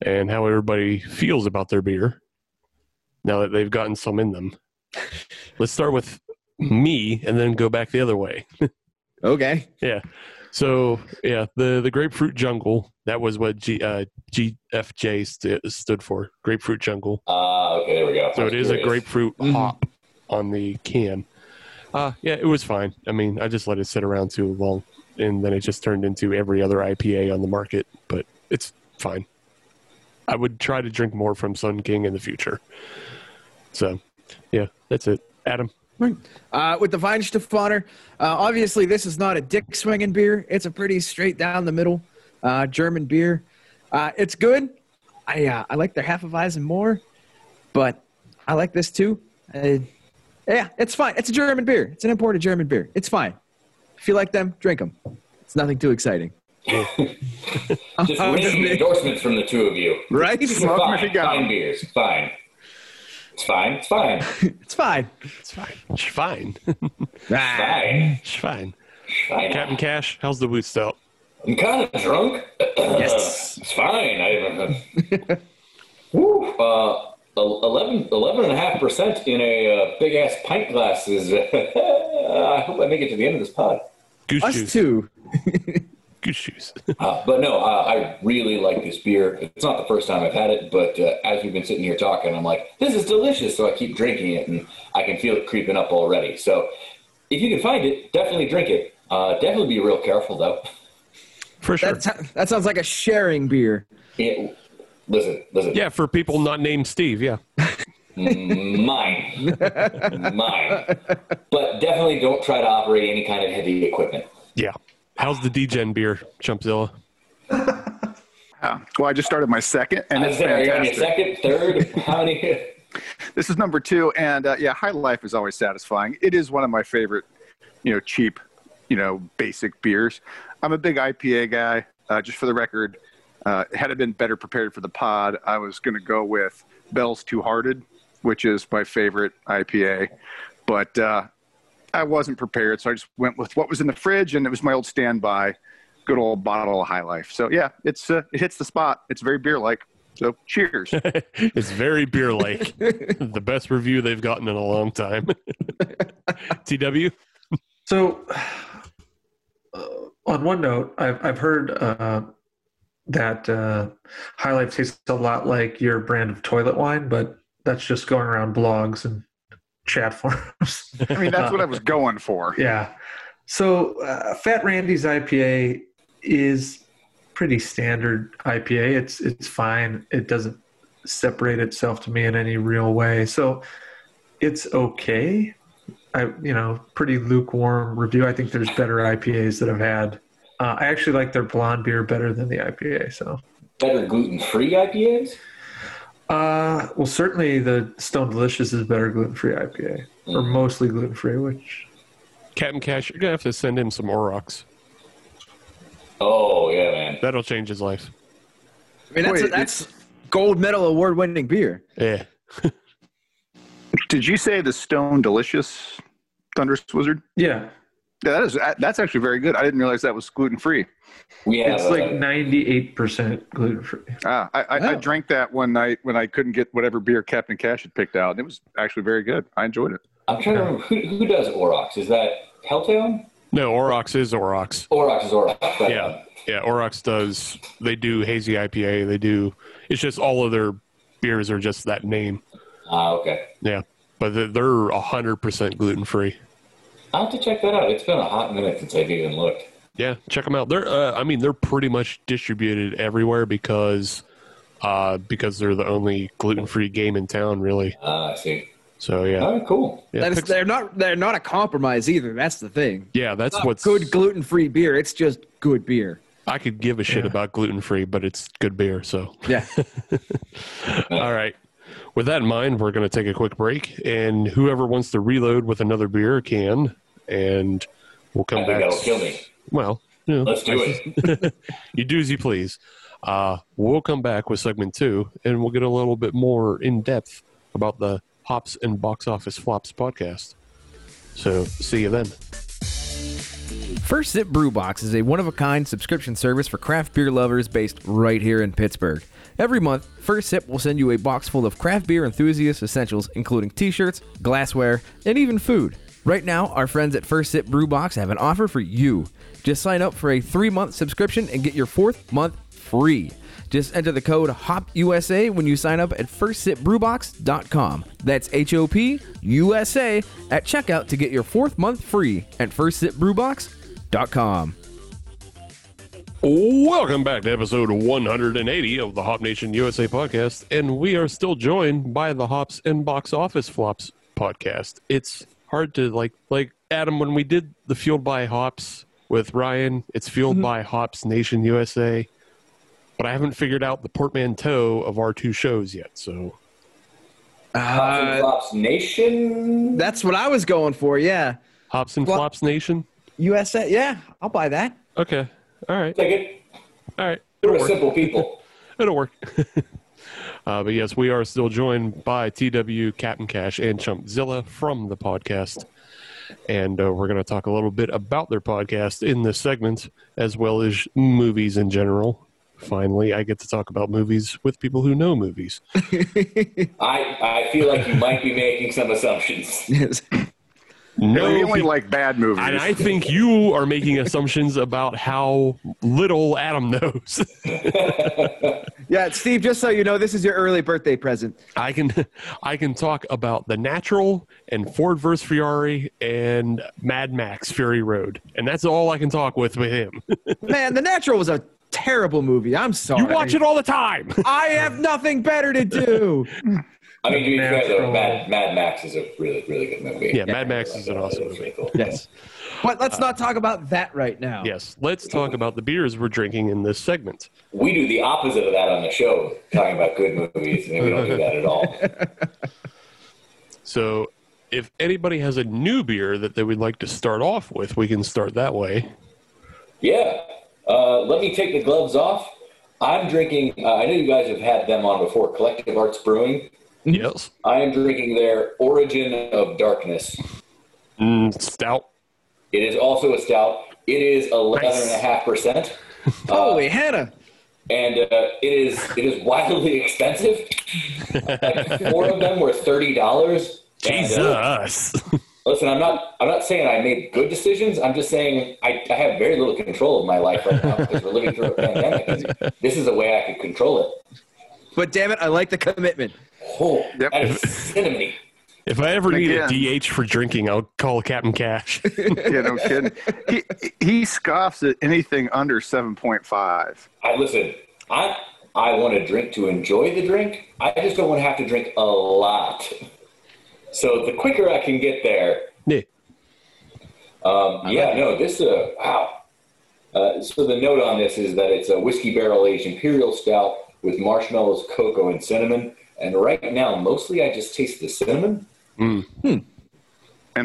Speaker 3: and how everybody feels about their beer now that they've gotten some in them. Let's start with me and then go back the other way.
Speaker 4: Okay.
Speaker 3: So, yeah, the, the grapefruit jungle, that was what G, uh, GFJ st- stood for grapefruit jungle.
Speaker 5: Ah, okay, there we go.
Speaker 3: So it is a
Speaker 5: Curious.
Speaker 3: grapefruit hop on the can. Uh, yeah, it was fine. I mean, I just let it sit around too long, and then it just turned into every other IPA on the market. But it's fine. I would try to drink more from Sun King in the future. So, yeah, that's it. Adam,
Speaker 4: Uh, with the Weinstefaner, uh, obviously this is not a dick swinging beer. It's a pretty straight down the middle uh, German beer. Uh, it's good. I uh, I like their half of eyes and more, but I like this too. Uh, yeah, it's fine. It's a German beer. It's an imported German beer. It's fine. If you like them, drink them. It's nothing too exciting,
Speaker 5: Just ringing endorsements from the two of you.
Speaker 4: right?
Speaker 6: Smoke 'em if
Speaker 5: Fine,
Speaker 6: you got 'em.
Speaker 5: fine beers. Fine. It's fine. It's fine.
Speaker 4: It's fine.
Speaker 3: it's fine. It's fine.
Speaker 4: Ah,
Speaker 5: Fine.
Speaker 3: it's fine. Captain
Speaker 5: fine.
Speaker 3: Cash, how's the Woot Stout?
Speaker 5: I'm kind of drunk.
Speaker 4: Yes.
Speaker 5: It's fine. I, woo, uh, el- 11, 11.5% in a uh, big ass pint glass is. I hope I make it to the end of this pod.
Speaker 3: Goose
Speaker 4: Us
Speaker 3: juice.
Speaker 4: too.
Speaker 3: Goose juice.
Speaker 5: Uh, but no, uh, I really like this beer. It's not the first time I've had it, but uh, as we've been sitting here talking, I'm like, this is delicious. So I keep drinking it, and I can feel it creeping up already. So if you can find it, definitely drink it. Uh, definitely be real careful, though.
Speaker 3: For sure.
Speaker 4: That, t- that sounds like a sharing beer.
Speaker 5: It, listen, listen.
Speaker 3: yeah, for people not named Steve. Yeah.
Speaker 5: Mine. Mine. But definitely don't try to operate any kind of heavy equipment.
Speaker 3: Yeah. How's the DGen beer, Chumpzilla?
Speaker 6: Yeah. Well, I just started my second, and
Speaker 5: I
Speaker 6: it's
Speaker 5: said, are you on your
Speaker 6: fantastic.
Speaker 5: second, third? How many?
Speaker 6: This is number two, and uh, yeah, High Life is always satisfying. It is one of my favorite, you know, cheap, you know, basic beers. I'm a big IPA guy. Uh, just for the record, uh, had I been better prepared for the pod, I was going to go with Bell's Two Hearted, which is my favorite IPA, but uh, I wasn't prepared, so I just went with what was in the fridge, and it was my old standby, good old bottle of High Life. So yeah, it's uh, it hits the spot. It's very beer-like. So cheers.
Speaker 3: It's very beer like. the best review they've gotten in a long time. TW?
Speaker 7: So, uh, on one note, I've I've heard uh, that uh, High Life tastes a lot like your brand of toilet wine, but that's just going around blogs and chat forums.
Speaker 6: I mean, that's what I was going for.
Speaker 7: Yeah. So uh, Fat Randy's IPA is pretty standard IPA. It's it's fine. It doesn't separate itself to me in any real way. So it's okay. I you know pretty lukewarm review. I think there's better IPAs that I've had. Uh, I actually like their blonde beer better than the IPA. So
Speaker 5: Better gluten free IPAs?
Speaker 7: uh, well, certainly the Stone Delicious is better gluten free IPA or mostly gluten free, which
Speaker 3: Captain Cash, you're going to have to send him some Orox.
Speaker 5: Oh, yeah, man.
Speaker 3: That'll change his life.
Speaker 4: I mean, that's,
Speaker 6: Wait,
Speaker 4: that's gold medal award winning beer.
Speaker 3: Yeah.
Speaker 6: Did you say the Stone Delicious Thunderous Wizard?
Speaker 7: yeah,
Speaker 6: Yeah, that is that's actually very good. I didn't realize that was gluten free.
Speaker 5: We have.
Speaker 7: It's
Speaker 5: uh,
Speaker 7: like ninety eight percent gluten free.
Speaker 6: Ah, I, I, I
Speaker 4: Oh.
Speaker 6: drank that one night when I couldn't get whatever beer Captain Cash had picked out. and It was actually very good. I enjoyed it.
Speaker 5: I'm trying to remember who, who does Orox. Is that Helltown?
Speaker 3: No, Orox is Orox.
Speaker 5: Orox is Orox. but-
Speaker 3: Yeah. Yeah. Orox does, they do hazy IPA. They do, it's just all of their beers are just that name.
Speaker 5: Ah, okay.
Speaker 3: Yeah. But they're- they're 100% gluten free.
Speaker 5: I'll have to check that out. It's been a hot minute since I've even looked.
Speaker 3: Yeah, check them out. They're, uh, I mean, they're pretty much distributed everywhere because, uh, because they're the only gluten-free game in town, really.
Speaker 5: Ah, I see.
Speaker 3: So yeah,
Speaker 5: All right, cool.
Speaker 3: yeah,
Speaker 4: That is,
Speaker 3: pick-
Speaker 4: they're not they're not a compromise either. That's the thing.
Speaker 3: yeah, that's
Speaker 4: Not
Speaker 3: what's
Speaker 4: good
Speaker 3: good.
Speaker 4: gluten free beer. It's just good beer.
Speaker 3: I could give a shit
Speaker 7: Yeah.
Speaker 3: about gluten-free, but it's good beer. So
Speaker 4: Yeah.
Speaker 3: all right. With that in mind, we're going to take a quick break, and whoever wants to reload with another beer can, and we'll come
Speaker 5: I think
Speaker 3: back.
Speaker 5: that'll kill me.
Speaker 3: Well, You know,
Speaker 5: Let's do it.
Speaker 3: you doozy please. Uh, we'll come back with segment two, and we'll get a little bit more in depth about the Hops and Box Office Flops podcast. So, see you then.
Speaker 8: First Sip Brew Box is a one of a kind subscription service for craft beer lovers based right here in Pittsburgh. Every month, First Sip will send you a box full of craft beer enthusiast essentials, including t shirts, glassware, and even food. Right now, our friends at First Sip Brew Box have an offer for you. Just sign up for a three month subscription and get your fourth month free. Just enter the code HOPUSA when you sign up at firstsipbrewbox.com. That's H O P U S A at checkout to get your fourth month free at firstsipbrewbox.com.
Speaker 3: Welcome back to episode 180 of the Hop Nation USA podcast, and we are still joined by the Hops and Box Office Flops podcast. It's hard to like like Adam when we did the Fueled by Hops with Ryan. It's Fueled by Hops Nation USA, but I haven't figured out the portmanteau of our two shows yet. So
Speaker 5: Hops and Flops Nation.
Speaker 4: That's what I was going for. Yeah.
Speaker 3: Hops and
Speaker 4: Well-
Speaker 3: Flops Nation.
Speaker 4: USA. Yeah, I'll buy that.
Speaker 3: Okay, all right,
Speaker 5: Take it.
Speaker 3: all right.
Speaker 5: We're a simple people.
Speaker 3: It'll work. uh, but yes, we are still joined by TW, Captain Cash, and Chumpzilla from the podcast. And uh, we're going to talk a little bit about their podcast in this segment, as well as movies in general. Finally, I get to talk about movies with people who know movies.
Speaker 5: I, I feel like you might be making some assumptions.
Speaker 4: Yes.
Speaker 3: No,
Speaker 6: we only
Speaker 3: pe-
Speaker 6: like bad movies.
Speaker 3: and I think you are making assumptions about how little Adam knows.
Speaker 4: yeah, Steve. Just so you know, this is your early birthday present.
Speaker 3: I can I can talk about The Natural and Ford vs Ferrari and Mad Max Fury Road, and that's all I can talk with with him.
Speaker 4: Man, The Natural was a terrible movie. I'm sorry.
Speaker 3: You watch it all the time.
Speaker 4: I have nothing better to do.
Speaker 5: I mean, to be fair though,
Speaker 7: Natural.
Speaker 5: Mad, Mad Max is a really, really good movie.
Speaker 3: Yeah, Mad Max is an awesome movie.
Speaker 5: Cool.
Speaker 4: yes. But let's not talk about that right now.
Speaker 3: Yes, let's talk about the beers we're drinking in this segment.
Speaker 5: We do the opposite of that on the show, talking about good movies, and we don't do that at all.
Speaker 3: So, if anybody has a new beer that they would like to start off with, we can start that way.
Speaker 5: Yeah. Uh, let me take the gloves off. I'm drinking, uh, I know you guys have had them on before, Collective Arts Brewing.
Speaker 3: Yes,
Speaker 5: I am drinking their Origin of Darkness.
Speaker 3: mm, stout.
Speaker 5: It is also a stout. It is 11.5%.
Speaker 3: Nice.
Speaker 4: Holy Hannah.
Speaker 5: and uh, it is it is wildly expensive. like four of them were thirty dollars. uh,
Speaker 3: Jesus.
Speaker 5: listen, I'm not I'm not saying I made good decisions. I'm just saying I, I have very little control of my life right now because we're living through a pandemic. And this is a way I could control it.
Speaker 4: But damn it, I like the commitment.
Speaker 5: Oh,
Speaker 6: Yep.
Speaker 5: that is cinnamony.
Speaker 3: If I ever need
Speaker 6: Again.
Speaker 3: a DH for drinking, I'll call Captain Cash.
Speaker 6: yeah, no kidding. He, he scoffs at anything under 7.5.
Speaker 5: I listen. I I want to drink to enjoy the drink. I just don't want to have to drink a lot. So the quicker I can get there,
Speaker 3: Yeah.
Speaker 5: Um, yeah, no, this uh, wow. Uh, so the note on this is that it's a whiskey barrel aged imperial stout with marshmallows, cocoa, and cinnamon. And right now, mostly I just taste the cinnamon.
Speaker 6: And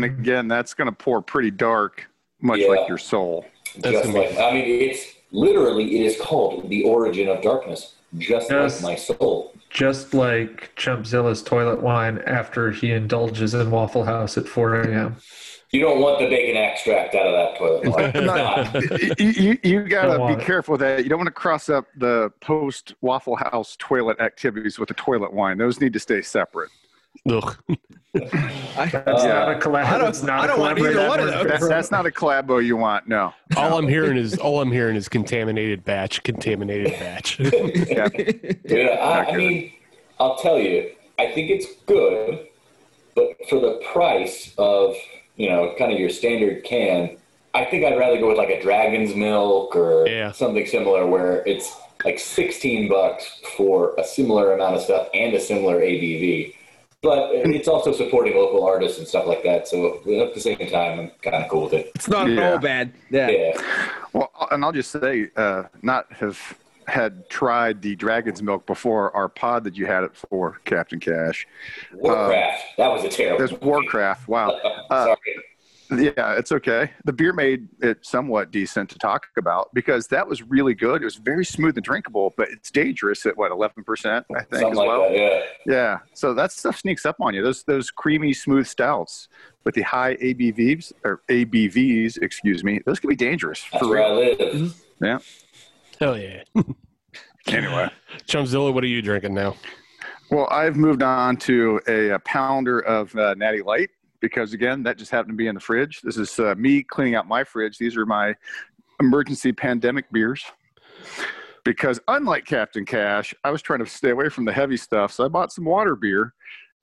Speaker 6: again, that's going to pour pretty dark, much
Speaker 5: Yeah.
Speaker 6: like your soul.
Speaker 3: That's
Speaker 5: just
Speaker 3: amazing.
Speaker 5: like I mean, it's literally it is called the origin of darkness, just
Speaker 7: Yes.
Speaker 5: like my soul.
Speaker 7: Just like Chumpzilla's toilet wine after he indulges in Waffle House at 4 a.m.
Speaker 5: You don't want the bacon extract out of that toilet. Wine. It's not.
Speaker 6: you you, you got
Speaker 7: Don't
Speaker 6: to
Speaker 7: want
Speaker 6: be
Speaker 7: it.
Speaker 6: careful with that. You don't want to cross up the post Waffle House toilet activities with the toilet wine. Those need to stay separate.
Speaker 3: Ugh.
Speaker 7: That's not a collab.
Speaker 4: I don't-
Speaker 7: it's not
Speaker 4: I
Speaker 7: a
Speaker 4: don't want either
Speaker 7: collaborative
Speaker 4: one of
Speaker 7: effort.
Speaker 6: That, that's not a collabo you want. No.
Speaker 3: All I'm hearing is all I'm hearing is contaminated batch, contaminated batch.
Speaker 6: Yeah.
Speaker 5: Dude, I,
Speaker 6: Not
Speaker 5: I
Speaker 6: good.
Speaker 5: mean, I'll tell you, I think it's good, but for the price of, you know, kind of your standard can, I think I'd rather go with like a Dragon's Milk or
Speaker 3: Yeah.
Speaker 5: something similar where it's like 16 bucks for a similar amount of stuff and a similar ABV. But it's also supporting local artists and stuff like that. So at the same time, I'm kind of cool with it.
Speaker 4: It's not at
Speaker 6: Yeah.
Speaker 4: all bad. Oh, Yeah.
Speaker 5: Yeah.
Speaker 6: Uh, Well, and I'll just say, uh, not have had tried the dragon's milk before our pod that you had it for, Captain Cash.
Speaker 5: Warcraft. that was a terrible
Speaker 6: There's Warcraft. Wow. Uh,
Speaker 5: Sorry.
Speaker 6: Yeah, it's okay. The beer made it somewhat decent to talk about because that was really good. It was very smooth and drinkable, but it's dangerous at what eleven percent, I think,
Speaker 5: Something
Speaker 6: as
Speaker 5: like
Speaker 6: well.
Speaker 5: that, yeah.
Speaker 6: Yeah, so that stuff sneaks up on you. Those those creamy, smooth stouts with the high ABVs or ABVs, excuse me, those can be dangerous.
Speaker 5: That's
Speaker 6: For
Speaker 5: where I
Speaker 6: real.
Speaker 5: live.
Speaker 6: Yeah.
Speaker 3: Hell yeah.
Speaker 6: Anyway,
Speaker 3: Chumzilla, what are you drinking now?
Speaker 6: well, I've moved on to a, a pounder of uh, Natty Light because again, that just happened to be in the fridge. This is uh, me cleaning out my fridge. These are my emergency pandemic beers. Because unlike Captain Cash, I was trying to stay away from the heavy stuff, so I bought some water beer.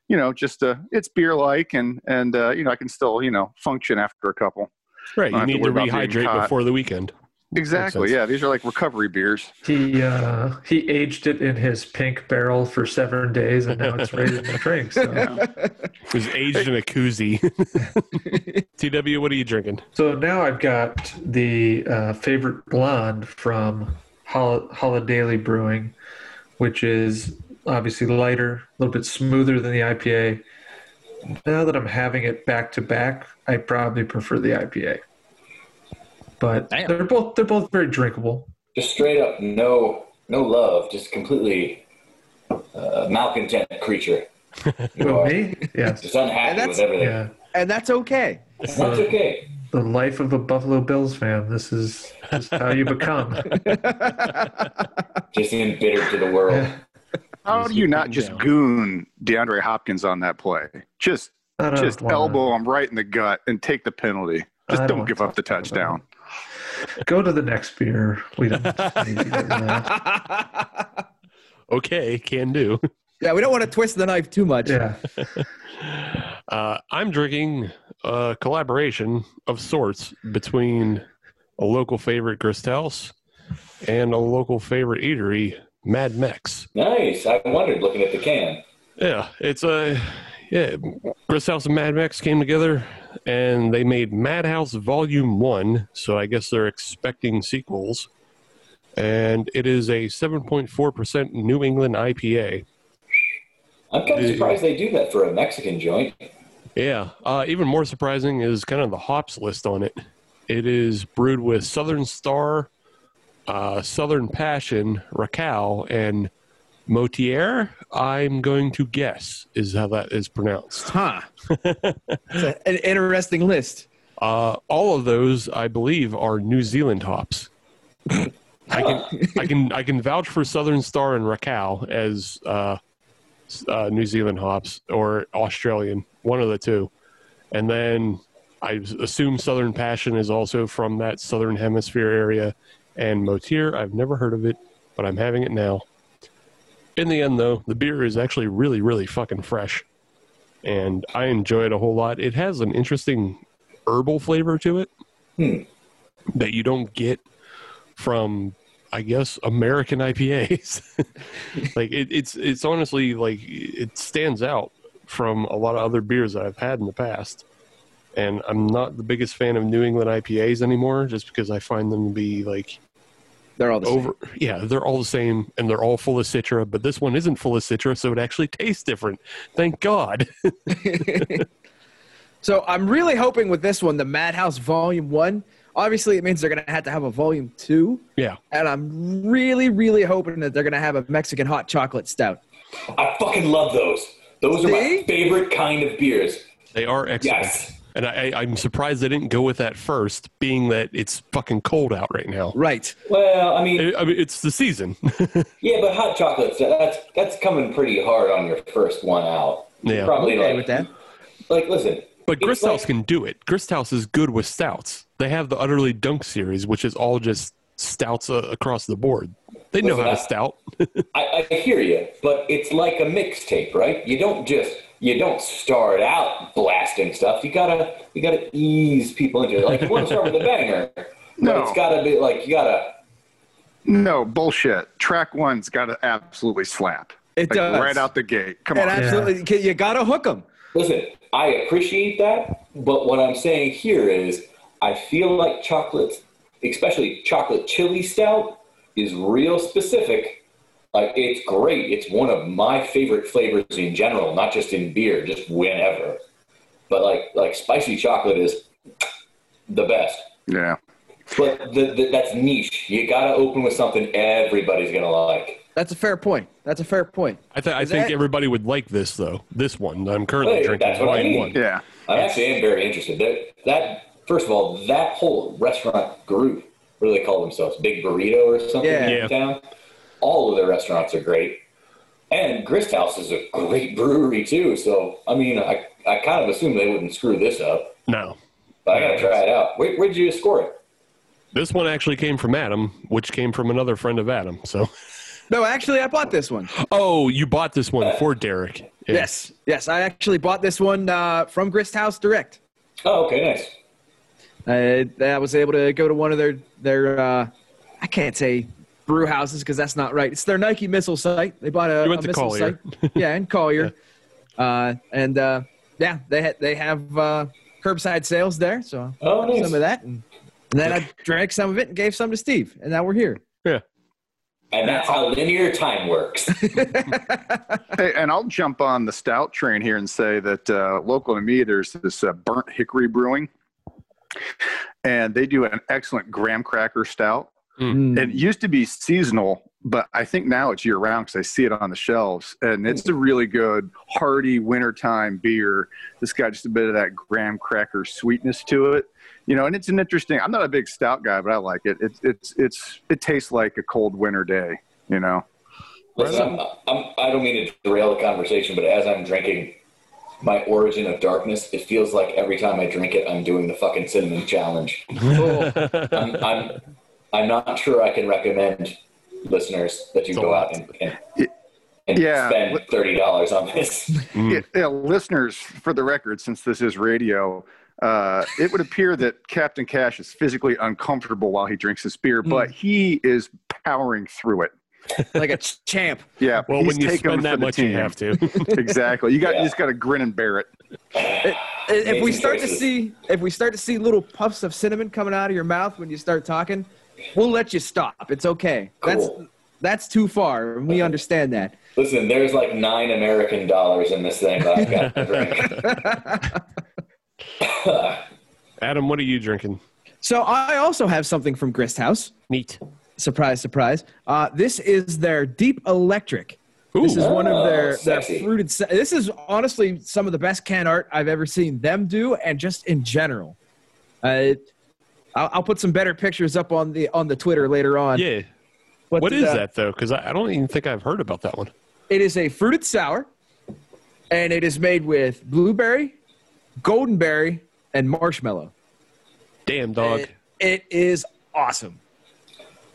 Speaker 6: You know, just uh, it's beer like, and and uh, you know I can still you know function after a couple.
Speaker 3: Right, you
Speaker 6: I have to
Speaker 3: need to
Speaker 6: worry about being
Speaker 3: rehydrate
Speaker 6: caught.
Speaker 3: before the weekend.
Speaker 6: Exactly.
Speaker 3: sense.
Speaker 6: Yeah, these are like recovery beers.
Speaker 7: He uh, he aged it in his pink barrel for seven days, and now it's ready to drink. So,
Speaker 3: It was aged in a koozie. TW, what are you drinking?
Speaker 7: so now I've got the uh, favorite blonde from Hol- Holidaily Brewing, which is obviously lighter, a little bit smoother than the IPA. Now that I'm having it back to back, I probably prefer the IPA. But
Speaker 8: Damn.
Speaker 7: they're both they're both very drinkable.
Speaker 5: Just straight up, no, no love. Just completely uh, malcontent creature. You
Speaker 7: With
Speaker 5: are
Speaker 7: me, yes,
Speaker 5: just unhappy
Speaker 4: And
Speaker 5: with
Speaker 4: that's-
Speaker 5: everything.
Speaker 7: yeah.
Speaker 4: and that's okay.
Speaker 5: That's okay.
Speaker 7: the life of a Buffalo Bills fan. This is, this is how you become.
Speaker 5: Just embittered to the world.
Speaker 6: How do you not just
Speaker 3: down.
Speaker 6: goon DeAndre Hopkins on that play? Just
Speaker 7: I don't
Speaker 6: just
Speaker 7: wanna-
Speaker 6: elbow him right in the gut and take the penalty. Just don't,
Speaker 7: I don't want
Speaker 6: give
Speaker 7: to
Speaker 6: up the touchdown.
Speaker 7: Go to the next beer. We don't need to get into that.
Speaker 3: Okay, can do.
Speaker 4: Yeah, we don't want to twist the knife too much.
Speaker 7: Yeah.
Speaker 3: Uh, I'm drinking a collaboration of sorts between a local favorite Gristels and a local favorite eatery, Mad Mex.
Speaker 5: Nice. I wondered looking at the can.
Speaker 3: Yeah, it's a yeah. Gristels and Mad Mex came together, and they made Madhouse Volume One. So I guess they're expecting sequels. And it is a 7.4% New England IPA.
Speaker 5: I'm kind of surprised they do that for a Mexican joint.
Speaker 3: Yeah. Uh, even more surprising is kind of the hops list on it. It is brewed with Southern Star, uh, Southern Passion, Racal, and Motier. I'm going to guess is how that is pronounced.
Speaker 4: Huh. it's a- an interesting list.
Speaker 3: Uh, all of those, I believe, are New Zealand hops. I can I can I can vouch for Southern Star and Racal as uh, s- uh, New Zealand hops or Australian, one of the two. And then I s- assume Southern Passion is also from that Southern Hemisphere area. And Motir, I've never heard of it, but I'm having it now. In the end, though, the beer is actually really, really fucking fresh. And I enjoy it a whole lot. It has an interesting herbal flavor to it that you don't get from I guess American IPAs. like it, it's it's honestly like it stands out from a lot of other beers that I've had in the past. And I'm not the biggest fan of New England IPAs anymore just because I find them to be like
Speaker 4: They're all the same.
Speaker 3: over yeah, they're all the same and they're all full of citra, but this one isn't full of citra, so it actually tastes different. Thank God.
Speaker 4: So I'm really hoping with this one, the Madhouse Volume One. Obviously, it means they're gonna have to have a Volume Two,
Speaker 3: yeah.
Speaker 4: and I'm really, really hoping that they're gonna have a Mexican hot chocolate stout.
Speaker 5: I fucking love those. Those are
Speaker 4: See?
Speaker 5: my favorite kind of beers.
Speaker 3: They are excellent.
Speaker 5: Yes.
Speaker 3: And I, I- I'm surprised they didn't go with that first, being that it's fucking cold out right now.
Speaker 4: Right.
Speaker 5: Well, I mean,
Speaker 3: I I mean, it's the season.
Speaker 5: yeah, but hot chocolates, that's that's coming pretty hard on your first one out.
Speaker 3: Yeah.
Speaker 5: Probably
Speaker 4: Okay
Speaker 5: like,
Speaker 4: with that.
Speaker 5: Like, listen.
Speaker 3: But
Speaker 5: it's
Speaker 3: Gristhouse
Speaker 5: like-
Speaker 3: can do it. Gristhouse is good with stouts. They have the Utterly Dunk series, which is all just stouts uh, across the board. They know
Speaker 5: Listen,
Speaker 3: how to
Speaker 5: I-
Speaker 3: stout.
Speaker 5: I, I hear you, but it's like a mixtape, right? You don't just you don't start out blasting stuff. You gotta you gotta ease people into it. Like you want to start with a banger, but
Speaker 6: No.
Speaker 5: it's gotta be like you gotta.
Speaker 6: No bullshit. Track one's got to absolutely slap.
Speaker 4: It
Speaker 6: Like,
Speaker 4: does.
Speaker 6: right out the gate. Come
Speaker 4: And
Speaker 6: on.
Speaker 4: absolutely, you- you gotta hook them.
Speaker 5: Listen, I appreciate that, but what I'm saying here is, I feel like chocolate, especially chocolate chili stout, is real specific. Like it's great. It's one of my favorite flavors in general, not just in beer, just whenever. But like like spicy chocolate is the best.
Speaker 6: Yeah.
Speaker 5: But the, the, that's niche. You got to open with something everybody's going to like.
Speaker 4: That's a fair point. That's a fair point.
Speaker 3: I, th- I
Speaker 4: Is
Speaker 3: think
Speaker 4: that-
Speaker 3: everybody would like this though. This one I'm currently
Speaker 5: Hey,
Speaker 3: drinking
Speaker 5: that's
Speaker 3: is
Speaker 5: what I
Speaker 3: wine
Speaker 5: mean.
Speaker 3: one.
Speaker 6: Yeah.
Speaker 5: I actually am very interested. That, that first of all, that whole restaurant group, what do they call themselves? Big Burrito or something
Speaker 4: Yeah.
Speaker 5: in
Speaker 3: Yeah.
Speaker 5: town. All of their restaurants are great, and Grist House is a great brewery too. So I mean, I, I kind of assume they wouldn't screw this up,
Speaker 3: No,
Speaker 5: but I gotta try it out. Where, where did you score it?
Speaker 3: this one actually came from Adam, which came from another friend of Adam. So,
Speaker 4: No, actually, I bought this one.
Speaker 3: oh, you bought this
Speaker 5: Uh,
Speaker 3: one for Derek? Yeah.
Speaker 4: Yes, yes, I actually bought this one uh, from Grist House Direct.
Speaker 5: Oh, okay, nice.
Speaker 4: I, Uh, I was able to go to one of their their uh, I can't say brew houses because that's not right. It's their Nike missile site. They bought a,
Speaker 3: You went
Speaker 4: a
Speaker 3: to
Speaker 4: missile
Speaker 3: Collier.
Speaker 4: site. Yeah, and Collier. Uh, and uh, yeah, they ha- they have uh, curbside sales there. So I
Speaker 5: Oh,
Speaker 4: bought
Speaker 5: nice.
Speaker 4: some of that, and, and then I drank some of it and gave some to Steve, and now we're here.
Speaker 3: Yeah.
Speaker 5: And that's how linear time works.
Speaker 6: Hey, and I'll jump on the stout train here and say that uh, local to me, there's this uh, Burnt Hickory Brewing, and they do an excellent graham cracker stout.
Speaker 4: Mm.
Speaker 6: It used to be seasonal, but I think now it's year round because I see it on the shelves. And it's a really good, hearty wintertime beer. It's got just a bit of that graham cracker sweetness to it. You know, and it's an interesting. I'm not a big stout guy, but I like it. It's it's it's it tastes like a cold winter day. You know,
Speaker 5: Listen, I'm, I'm, I don't mean to derail the conversation, but as I'm drinking my origin of darkness, it feels like every time I drink it, I'm doing the fucking cinnamon challenge. I'm, I'm, I'm not sure I can recommend listeners that you
Speaker 3: It's a
Speaker 5: go
Speaker 3: lot.
Speaker 5: out and, and, and
Speaker 6: Yeah.
Speaker 5: spend thirty dollars on this.
Speaker 3: Mm.
Speaker 6: It- yeah, listeners, for the record, since this is radio, uh, it would appear that Captain Cash is physically uncomfortable while he drinks his beer,
Speaker 3: Mm.
Speaker 6: but he is powering through it.
Speaker 4: like a ch- champ.
Speaker 6: Yeah,
Speaker 3: Well,
Speaker 6: he's
Speaker 3: when you
Speaker 6: taking
Speaker 3: spend
Speaker 6: for
Speaker 3: that
Speaker 6: the
Speaker 3: much, you
Speaker 6: team.
Speaker 3: have to.
Speaker 6: exactly. You got
Speaker 5: Yeah.
Speaker 6: you just got to grin and bear it.
Speaker 4: if we
Speaker 5: Amazing
Speaker 4: start to
Speaker 5: choices.
Speaker 4: see if we start to see little puffs of cinnamon coming out of your mouth when you start talking, we'll let you stop. It's okay.
Speaker 5: Cool.
Speaker 4: That's that's too far. and We understand that.
Speaker 5: Listen, there's like nine American dollars in this thing that I've got to drink.
Speaker 3: Adam, what are you drinking?
Speaker 4: So I also have something from Grist House.
Speaker 3: Neat.
Speaker 4: Surprise, surprise. Uh, this is their Deep Electric.
Speaker 3: Ooh.
Speaker 4: This is one of
Speaker 5: Oh,
Speaker 4: their, their
Speaker 5: sexy.
Speaker 4: fruited. se- This is honestly some of the best can art I've ever seen them do, and just in general. Uh, I'll, I'll put some better pictures up on the on the Twitter later on.
Speaker 3: Yeah.
Speaker 4: But,
Speaker 3: What is
Speaker 4: uh,
Speaker 3: that though? Because I, I don't even think I've heard about that one.
Speaker 4: It is a fruited sour, and it is made with blueberry, goldenberry, and marshmallow.
Speaker 3: Damn dog.
Speaker 4: It- it is awesome.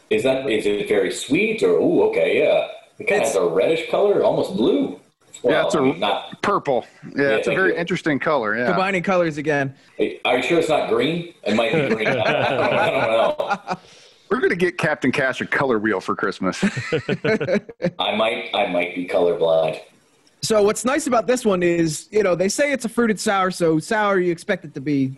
Speaker 5: Is that is it very sweet or ooh okay yeah? It kind of
Speaker 4: It's-
Speaker 5: has a reddish color, almost blue. Well,
Speaker 6: Yeah, it's
Speaker 5: I
Speaker 6: a-
Speaker 5: mean, not.
Speaker 6: Purple. Yeah, it's a
Speaker 5: thank
Speaker 6: very
Speaker 5: you.
Speaker 6: interesting color. Yeah.
Speaker 4: Combining colors again.
Speaker 5: Are you sure it's not green? It might be green. I don't know.
Speaker 6: We're gonna get Captain Cash a color wheel for Christmas.
Speaker 5: I might I might be colorblind.
Speaker 4: So what's nice about this one is, you know, they say it's a fruited sour, so sour you expect it to be,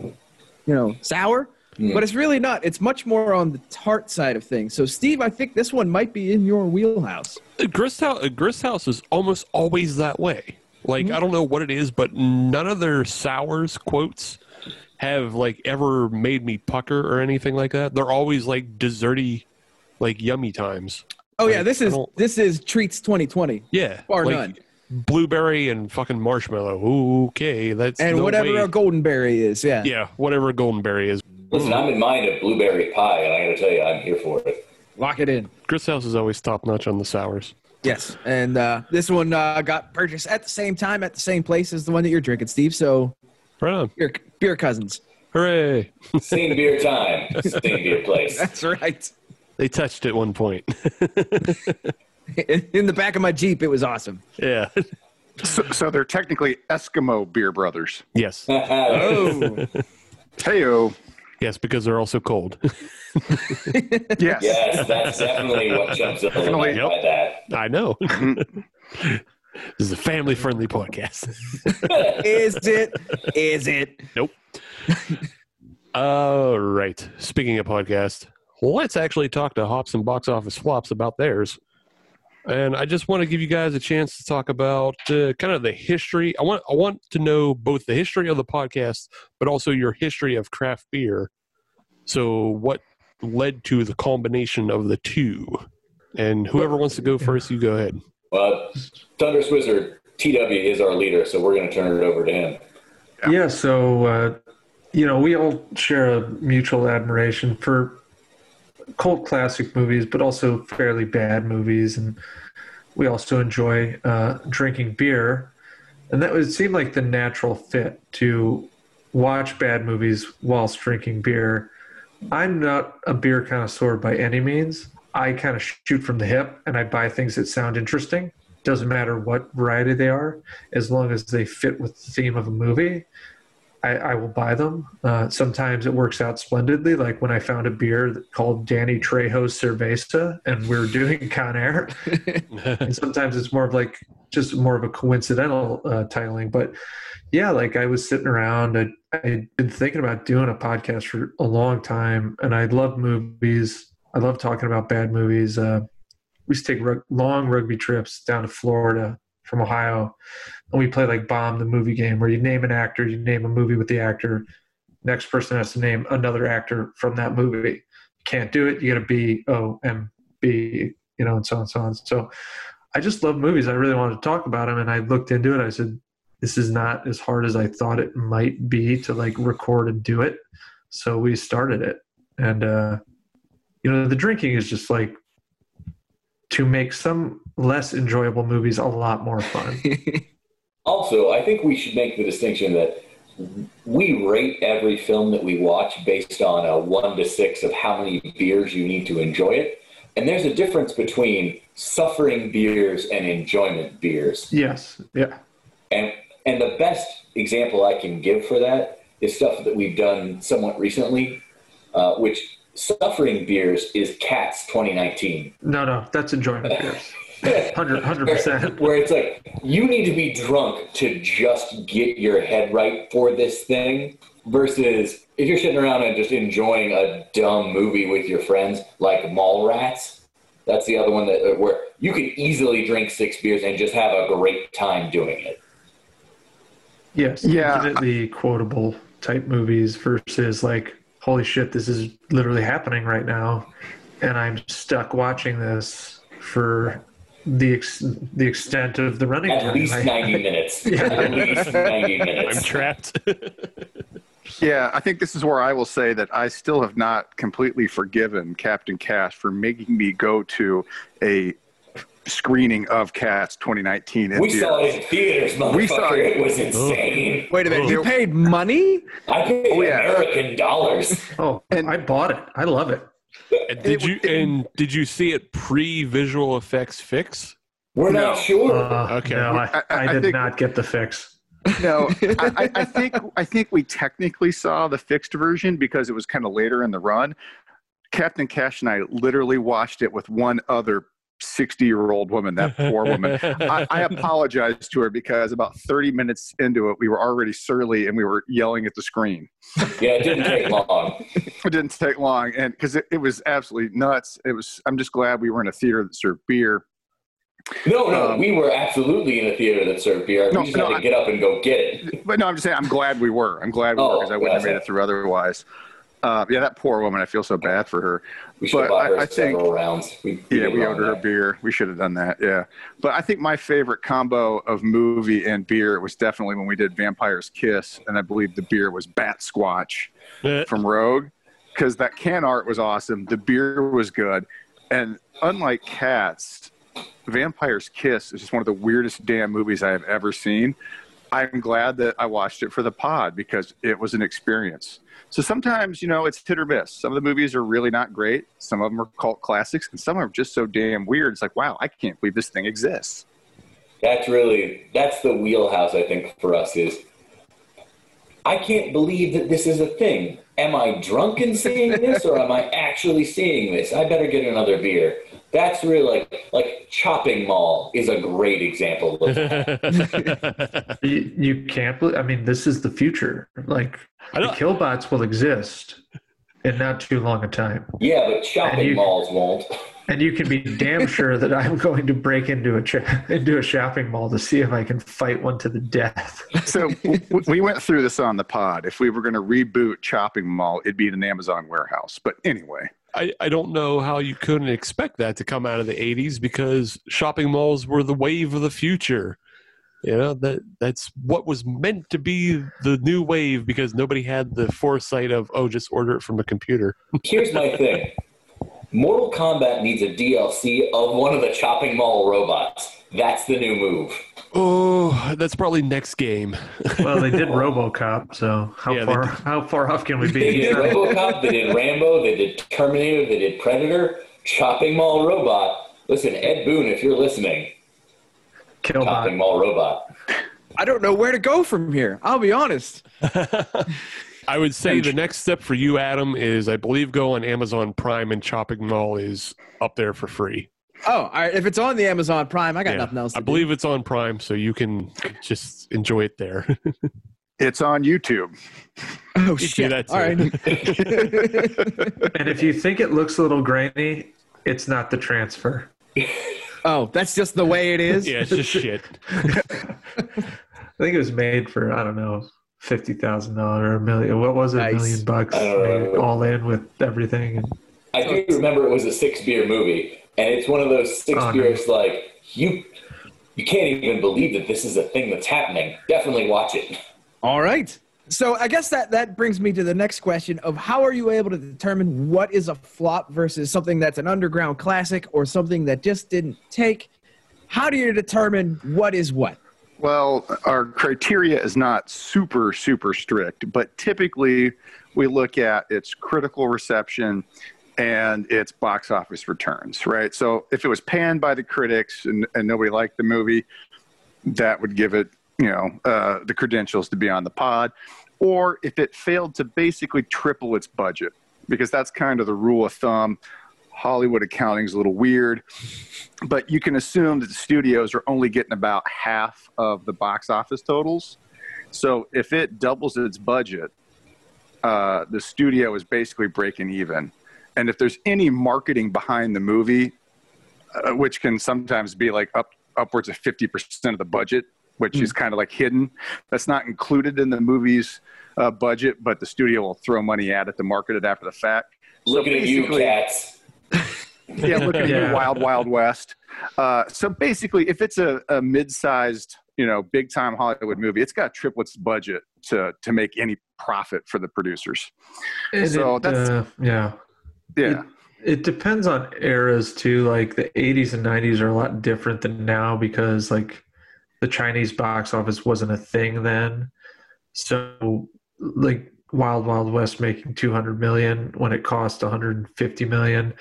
Speaker 4: you know, sour, but it's really not. It's much more on the tart side of things. So Steve, I think this one might be in your wheelhouse.
Speaker 3: Uh, Grist House, Grist House is almost always that way. Like I don't know what it is, but none of their sours quotes have like ever made me pucker or anything like that. They're always like desserty, like yummy times.
Speaker 4: Oh yeah, this
Speaker 3: I
Speaker 4: is
Speaker 3: don't-
Speaker 4: this is treats 2020.
Speaker 3: Yeah,
Speaker 4: Bar
Speaker 3: like,
Speaker 4: none.
Speaker 3: Blueberry and fucking marshmallow. Ooh, okay, that's
Speaker 4: And
Speaker 3: no
Speaker 4: whatever
Speaker 3: way-
Speaker 4: a goldenberry is, yeah.
Speaker 3: yeah, whatever goldenberry is.
Speaker 5: Listen, I'm in mind of blueberry pie, and I got to tell you, I'm here for it.
Speaker 4: Lock it in.
Speaker 3: Grist House is always top notch on the sours.
Speaker 4: Yes, and uh, this one uh, got purchased at the same time at the same place as the one that you're drinking, Steve. So
Speaker 3: Right on.
Speaker 4: beer, beer cousins.
Speaker 3: Hooray!
Speaker 5: Same beer time, same beer place.
Speaker 4: That's right.
Speaker 3: They touched at one point.
Speaker 4: in the back of my Jeep, it was awesome.
Speaker 3: yeah.
Speaker 6: so, so they're technically Eskimo beer brothers.
Speaker 3: Yes.
Speaker 4: Oh,
Speaker 6: Heyo.
Speaker 3: Yes, because they're also cold.
Speaker 6: Yes.
Speaker 5: yes, that's definitely what jumps up in my
Speaker 6: Definitely,
Speaker 5: mind by that.
Speaker 3: I know. this is a family friendly podcast.
Speaker 4: is it? Is it?
Speaker 3: nope. All right. Speaking of podcast, let's actually talk to Hops and Box Office Flops about theirs. and I just want to give you guys a chance to talk about uh, kind of the history. I want I want to know both the history of the podcast, but also your history of craft beer. So, what led to the combination of the two? And whoever wants to go first, you go ahead.
Speaker 5: Well, Thunderous Wizard TW is our leader, so we're going to turn it over to him.
Speaker 7: Yeah, so uh, you know, we all share a mutual admiration for cult classic movies, but also fairly bad movies, and we also enjoy uh, drinking beer, and that would seem like the natural fit to watch bad movies whilst drinking beer. I'm not a beer connoisseur by any means. I kind of shoot from the hip, and I buy things that sound interesting. Doesn't matter what variety they are, as long as they fit with the theme of a movie. I, I will buy them. Uh, sometimes it works out splendidly, like when I found a beer that called Danny Trejo's Cerveza, and we were doing Con Air. and sometimes it's more of like just more of a coincidental uh, titling. But yeah, like I was sitting around, I, I'd been thinking about doing a podcast for a long time, and I love movies. I love talking about bad movies. Uh, we used to take rug- long rugby trips down to Florida from Ohio and we play like bomb the movie game where you name an actor you name a movie with the actor next person has to name another actor from that movie you can't do it you gotta be o m b you know and so on and so on so i just love movies i really wanted to talk about them and i looked into it i said this is not as hard as i thought it might be to like record and do it so we started it and uh you know the drinking is just like to make some less enjoyable movies a lot more fun
Speaker 5: Also, I think we should make the distinction that we rate every film that we watch based on a one to six of how many beers you need to enjoy it. And there's a difference between suffering beers and enjoyment beers.
Speaker 7: Yes. Yeah.
Speaker 5: And and the best example I can give for that is stuff that we've done somewhat recently, uh, which suffering beers is Cats 2019.
Speaker 7: No, no, that's enjoyment beers. 100
Speaker 5: where,
Speaker 7: percent.
Speaker 5: where it's like you need to be drunk to just get your head right for this thing versus if you're sitting around and just enjoying a dumb movie with your friends like Mallrats that's the other one that uh, where you can easily drink six beers and just have a great time doing it
Speaker 7: Yes.
Speaker 6: Yeah.
Speaker 7: Definitely quotable type movies versus like, holy shit, this is literally happening right now, and I'm stuck watching this for the ex- the extent of the running
Speaker 5: at
Speaker 7: time.
Speaker 5: least
Speaker 7: I-
Speaker 5: 90 minutes at least 90 minutes
Speaker 3: I'm trapped.
Speaker 6: Yeah, I think this is where I will say that I still have not completely forgiven Captain Cash for making me go to a screening of Cats 2019. in
Speaker 5: we
Speaker 6: theaters.
Speaker 5: saw it in theaters motherfucker
Speaker 6: We saw it.
Speaker 5: it was insane
Speaker 4: Wait a minute. You
Speaker 6: Oh.
Speaker 4: paid money?
Speaker 5: I paid
Speaker 6: Oh, yeah.
Speaker 5: American dollars
Speaker 7: Oh,
Speaker 6: And-
Speaker 7: I bought it. I love it.
Speaker 3: And did you and did you see it pre visual effects fix?
Speaker 5: we're not
Speaker 6: No.
Speaker 5: sure
Speaker 7: Uh,
Speaker 3: Okay.
Speaker 7: No,
Speaker 6: I-
Speaker 7: I,
Speaker 6: I-
Speaker 7: I
Speaker 6: I
Speaker 7: did
Speaker 6: think-
Speaker 7: not get the fix.
Speaker 6: No, I, I, I think I think we technically saw the fixed version because it was kind of later in the run. Captain Cash and I literally watched it with one other 60 year old woman, that poor woman. I, I apologized to her because about 30 minutes into it, we were already surly and we were yelling at the screen.
Speaker 5: yeah it didn't take long
Speaker 6: It didn't take long, and because it, it was absolutely nuts. It was. I'm just glad we were in a theater that served beer.
Speaker 5: No, no,
Speaker 6: Um,
Speaker 5: we were absolutely in a theater that served beer.
Speaker 6: No,
Speaker 5: we just
Speaker 6: no,
Speaker 5: had to
Speaker 6: I-
Speaker 5: get up and go get it.
Speaker 6: But no, I'm just saying. I'm glad we were. I'm glad we were
Speaker 5: Oh,
Speaker 6: because I wouldn't have
Speaker 5: gotcha.
Speaker 6: made it through otherwise. Uh, yeah, that poor woman. I feel so bad for her.
Speaker 5: We should
Speaker 6: But
Speaker 5: have bought
Speaker 6: I-
Speaker 5: her
Speaker 6: I think-
Speaker 5: several rounds. We,
Speaker 6: Yeah,
Speaker 5: didn't
Speaker 6: we
Speaker 5: want
Speaker 6: owed her a
Speaker 5: that.
Speaker 6: beer. We should have done that. Yeah. But I think my favorite combo of movie and beer was definitely when we did Vampire's Kiss, and I believe the beer was Bat Squatch from Rogue, because that can art was awesome. The beer was good. And unlike Cats, Vampire's Kiss is just one of the weirdest damn movies I have ever seen. I'm glad that I watched it for the pod because it was an experience. So sometimes, you know, it's hit or miss. Some of the movies are really not great. Some of them are cult classics, and some are just so damn weird. It's like, wow, I can't believe this thing exists.
Speaker 5: That's really that's the wheelhouse I think for us is. I can't believe that this is a thing. Am I drunk in seeing this, or am I actually seeing this? I better get another beer. That's really like like Chopping Mall is a great example of that.
Speaker 7: You, you can't. bel- I mean, this is the future. Like
Speaker 3: I
Speaker 7: the
Speaker 3: don't-
Speaker 7: killbots will exist, in not too long a time.
Speaker 5: Yeah, but
Speaker 7: And
Speaker 5: shopping
Speaker 7: you-
Speaker 5: malls won't.
Speaker 7: And you can be damn sure that I'm going to break into a cha- into a shopping mall to see if I can fight one to the death.
Speaker 6: So w- w- we went through this on the pod. If we were going to reboot Chopping Mall, it'd be in an Amazon warehouse. But anyway,
Speaker 3: I, I don't know how you couldn't expect that to come out of the 80s because shopping malls were the wave of the future. You know, that that's what was meant to be the new wave because nobody had the foresight of, oh, just order it from a computer.
Speaker 5: Here's my thing Mortal Kombat needs a DLC of one of the chopping mall robots. That's the new move.
Speaker 3: Oh, that's probably next game.
Speaker 7: Well, they did RoboCop, so how
Speaker 3: Yeah, they
Speaker 7: far
Speaker 3: did.
Speaker 7: how far off can we
Speaker 5: They
Speaker 7: be?
Speaker 5: did Robocop, they did Rambo, they did Terminator, they did Predator, Chopping Mall Robot. Listen, Ed Boone, if you're listening, Chopping
Speaker 7: Killbot.
Speaker 5: Mall Robot.
Speaker 4: I don't know where to go from here. I'll be honest.
Speaker 3: I would say the next step for you, Adam, is I believe go on Amazon Prime and Chopping Mall is up there for free.
Speaker 4: Oh, all right. If it's on the Amazon Prime, I got
Speaker 3: Yeah.
Speaker 4: nothing else. To
Speaker 3: I believe it's on Prime, so you can just enjoy it there.
Speaker 6: it's on YouTube.
Speaker 4: Do. Oh
Speaker 3: do
Speaker 4: shit!
Speaker 3: that
Speaker 4: all right.
Speaker 7: And if you think it looks a little grainy, it's not the transfer.
Speaker 4: oh, that's just the way it is.
Speaker 3: yeah, it's just shit.
Speaker 7: I think it was made for I don't know fifty thousand dollar or a million. What was it? A
Speaker 4: Nice.
Speaker 7: million bucks
Speaker 5: I don't
Speaker 7: made
Speaker 5: know.
Speaker 7: all in with everything. And
Speaker 5: I do remember it was a six beer movie, and it's one of those six
Speaker 7: Oh, no.
Speaker 5: beers like you you can't even believe that this is a thing that's happening. Definitely watch it.
Speaker 4: All right. So I guess that that brings me to the next question of how are you able to determine what is a flop versus something that's an underground classic or something that just didn't take? How do you determine what is what?
Speaker 6: Well, our criteria is not super, super strict, but typically we look at its critical reception and its box office returns, right? So if it was panned by the critics and, and nobody liked the movie, that would give it, you know, uh, the credentials to be on the pod. Or if it failed to basically triple its budget, because that's kind of the rule of thumb. Hollywood accounting's a little weird but you can assume that the studios are only getting about half of the box office totals. So if it doubles its budget, uh, the studio is basically breaking even. And if there's any marketing behind the movie, uh, which can sometimes be like up upwards of 50% of the budget, which is kind of like hidden, that's not included in the movie's uh, budget, but the studio will throw money at it to market it after the fact. So
Speaker 5: Looking at you,
Speaker 6: basically-
Speaker 5: cats.
Speaker 6: yeah, look at
Speaker 7: Yeah.
Speaker 6: you, Wild Wild West. Uh, so basically, if it's a, a mid-sized, you know, big-time Hollywood movie, it's got triple its budget to to make any profit for the producers.
Speaker 7: and
Speaker 6: So
Speaker 7: it,
Speaker 6: that's-
Speaker 7: uh, yeah. Mm-hmm.
Speaker 6: Yeah,
Speaker 7: It depends on eras too. Like the 80s and 90s are a lot different than now because like the Chinese box office wasn't a thing then. So like Wild Wild West making 200 million when it cost 150 million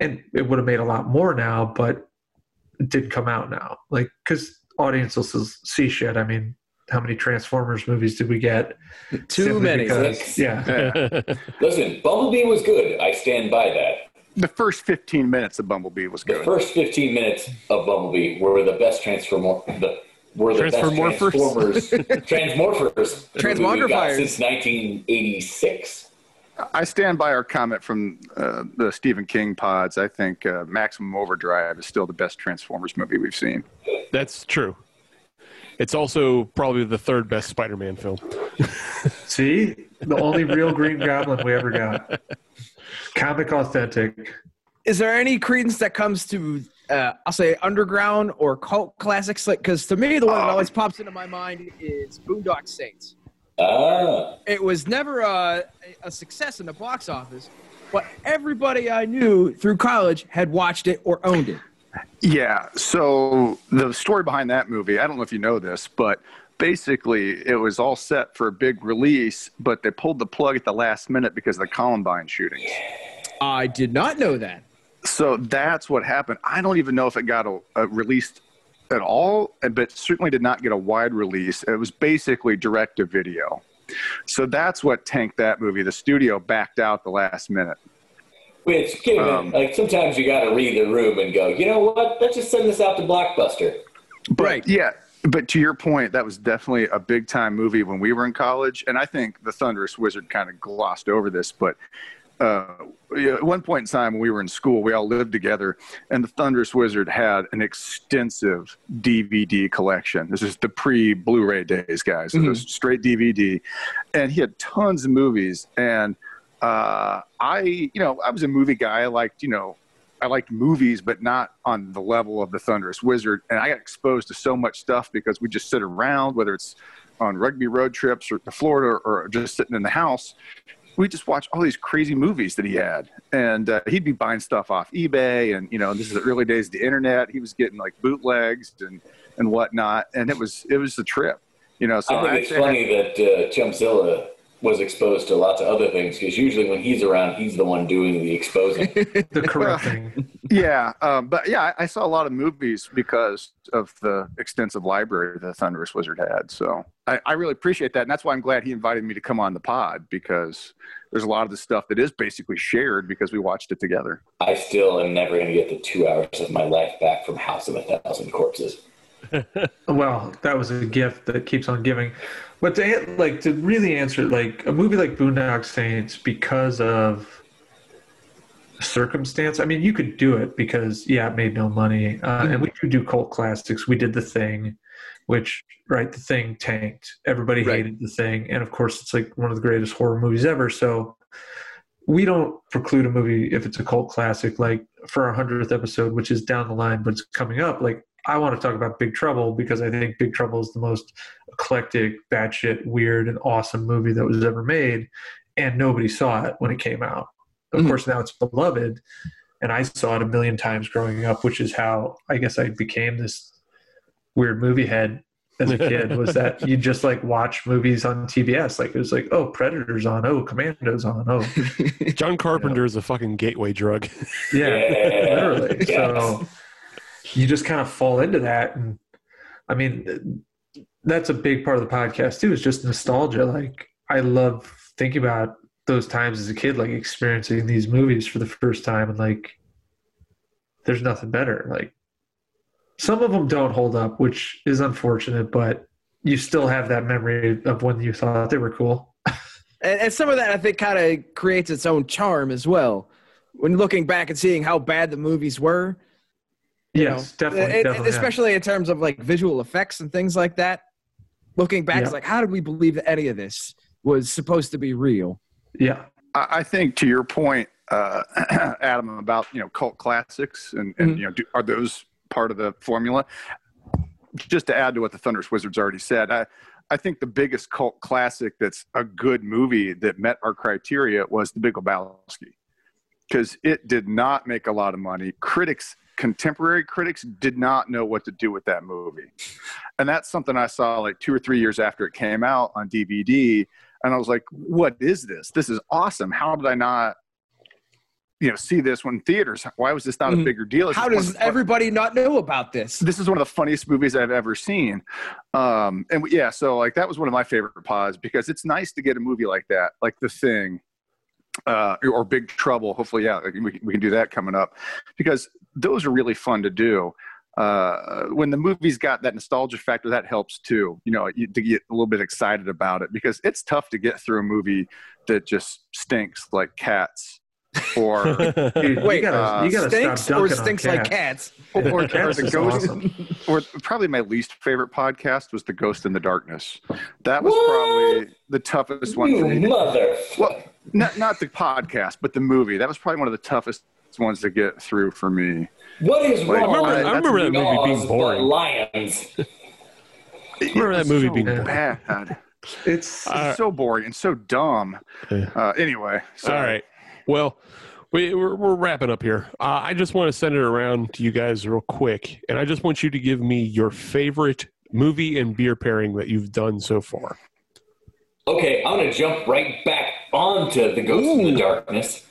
Speaker 7: and it would have made a lot more now but it did come out now. Like cuz audiences will see shit. I mean, how many Transformers movies did we get?
Speaker 4: Too
Speaker 7: Simply
Speaker 4: many.
Speaker 7: because- uh, yeah.
Speaker 5: Listen, Bumblebee was good. I stand by that.
Speaker 6: the first 15 minutes of Bumblebee was
Speaker 5: The
Speaker 6: good.
Speaker 5: first 15 minutes of Bumblebee were the best transformer. The, were the best
Speaker 3: Transformorphers?
Speaker 5: Transformers. Transmorphers. movie we got
Speaker 4: Transmogrifiers.
Speaker 5: Since 1986.
Speaker 6: I stand by our comment from uh, the Stephen King pods. I think uh, Maximum Overdrive is still the best Transformers movie we've seen.
Speaker 3: That's true. It's also probably the third best Spider-Man film.
Speaker 7: See, the only real Green Goblin we ever got. Comic authentic.
Speaker 4: Is there any credence that comes to uh, I'll say underground or cult classics? Like, because to me, the one
Speaker 3: Um,
Speaker 4: that always pops into my mind is Boondock Saints.
Speaker 5: Ah,
Speaker 4: it was never a, a success in the box office, but everybody I knew through college had watched it or owned it.
Speaker 6: Yeah. So the story behind that movie, I don't know if you know this, but basically it was all set for a big release, but they pulled the plug at the last minute because of the Columbine shootings.
Speaker 4: I did not know that.
Speaker 6: So that's what happened. I don't even know if it got a, a released at all, but certainly did not get a wide release. It was basically direct to video. So that's what tanked that movie. The studio backed out the last minute.
Speaker 5: which given like sometimes you got to read the room and go, you know what? Let's just send this out to Blockbuster.
Speaker 4: right.
Speaker 6: Yeah, but to your point, that was definitely a big time movie when we were in college, and I think the Thunderous Wizard kind of glossed over this, but uh, yeah, at one point in time when we were in school, we all lived together, and the Thunderous Wizard had an extensive DVD collection. This is the pre Blu ray days, guys. So It was straight DVD. And he had tons of movies. And uh, I, you know, I was a movie guy. I liked, you know, I liked movies, but not on the level of the Thunderous Wizard. And I got exposed to so much stuff because we just sit around, whether it's on rugby road trips or to Florida or just sitting in the house we just watch all these crazy movies that he had, and uh, he'd be buying stuff off eBay, and you know, this is the early days of the internet. He was getting like bootlegs and and whatnot, and it was it was a trip, you know. So
Speaker 5: I think
Speaker 6: I
Speaker 5: it's
Speaker 6: Oh, actually-
Speaker 5: funny that uh, Chumzilla was exposed to lots of other things because usually when he's around, he's the one doing the exposing.
Speaker 7: The correct thing.
Speaker 6: yeah, um, but yeah, I, I saw a lot of movies because of the extensive library the Thunderous Wizard had. So I, I really appreciate that, and that's why I'm glad he invited me to come on the pod because there's a lot of the stuff that is basically shared because we watched it together.
Speaker 5: I still am never going to get the two hours of my life back from House of a Thousand Corpses.
Speaker 7: Well, that was a gift that keeps on giving. But to an- like to really answer it, like a movie like Boondock Saints, because of circumstance, I mean, you could do it because yeah, it made no money, uh, and we do do cult classics. We did The Thing, which right, The Thing tanked. Everybody
Speaker 6: Right.
Speaker 7: hated The Thing, and of course, it's like one of the greatest horror movies ever. So we don't preclude a movie if it's a cult classic like for our 100th episode which is down the line but it's coming up like i want to talk about big trouble because i think big trouble is the most eclectic batshit weird and awesome movie that was ever made and nobody saw it when it came out of course now it's beloved and i saw it a million times growing up which is how i guess i became this weird movie head as a kid was that you just like watch movies on tbs like it was like oh predators on oh commandos on oh
Speaker 3: John Carpenter is a fucking gateway drug.
Speaker 7: yeah,
Speaker 5: Yeah.
Speaker 7: literally.
Speaker 5: Yes.
Speaker 7: So you just kind of fall into that, and I mean, that's a big part of the podcast too. Is just nostalgia. Like I love thinking about those times as a kid, like experiencing these movies for the first time, and like there's nothing better. Like some of them don't hold up, which is unfortunate, but you still have that memory of when you thought they were cool.
Speaker 4: And, and some of that I think kind of creates its own charm as well. When looking back and seeing how bad the movies were,
Speaker 7: Yes,
Speaker 4: know,
Speaker 7: definitely,
Speaker 4: and- and
Speaker 7: definitely.
Speaker 4: especially in terms of like visual effects and things like that. Looking back, it's
Speaker 7: Yeah.
Speaker 4: like, how did we believe that any of this was supposed to be real?
Speaker 7: yeah.
Speaker 6: I I think to your point, uh, Adam, about you know cult classics and, and you know do, are those part of the formula? Just to add to what the Thunderous Wizards already said, I I think the biggest cult classic that's a good movie that met our criteria was The Big Lebowski, because it did not make a lot of money. Critics, contemporary critics, did not know what to do with that movie, and that's something I saw like two or three years after it came out on DVD and I was like, "What is this? This is awesome! How did I not, you know, see this when theaters? Why was this not a
Speaker 4: Mhm.
Speaker 6: bigger deal?" This
Speaker 4: How
Speaker 6: is one
Speaker 4: does
Speaker 6: of the fun-
Speaker 4: everybody not know about this?
Speaker 6: this is one of the funniest movies I've ever seen. Um, and we- yeah, so like that was one of my favorite pods because it's nice to get a movie like that, like The Thing, uh, or Big Trouble. Hopefully, yeah, like, we, can- we can do that coming up because those are really fun to do. Uh, when the movie's got that nostalgia factor, that helps too. You know, you, to get a little bit excited about it because it's tough to get through a movie that just stinks like Cats or
Speaker 7: Dude,
Speaker 4: Wait, uh,
Speaker 7: you gotta, you gotta
Speaker 4: Stinks
Speaker 7: stop
Speaker 4: or
Speaker 7: dunking on
Speaker 4: stinks like cats?
Speaker 6: or, or,
Speaker 7: Cats
Speaker 6: the
Speaker 7: is
Speaker 6: ghost
Speaker 7: awesome.
Speaker 6: or probably my least favorite podcast was the Ghost in the Darkness. That was probably the toughest one
Speaker 5: You
Speaker 6: for me.
Speaker 5: mother.
Speaker 6: Well, not not the podcast, but the movie. That was probably one of the toughest ones to get through for me.
Speaker 5: What is
Speaker 6: Wait,
Speaker 5: wrong?
Speaker 6: I remember-
Speaker 5: with
Speaker 6: I
Speaker 3: remember that movie being
Speaker 5: dogs but
Speaker 3: boring.
Speaker 5: Lions.
Speaker 3: Remember that movie being boring.
Speaker 6: bad.
Speaker 7: It's
Speaker 3: Uh,
Speaker 6: so boring and so dumb.
Speaker 3: Yeah.
Speaker 6: Uh, anyway, so
Speaker 3: All right. Well, we, we're, we're wrapping up here. Uh, I just want to send it around to you guys real quick, and I just want you to give me your favorite movie and beer pairing that you've done so far.
Speaker 5: Okay, I'm going to jump right back onto The Ghost in the Darkness,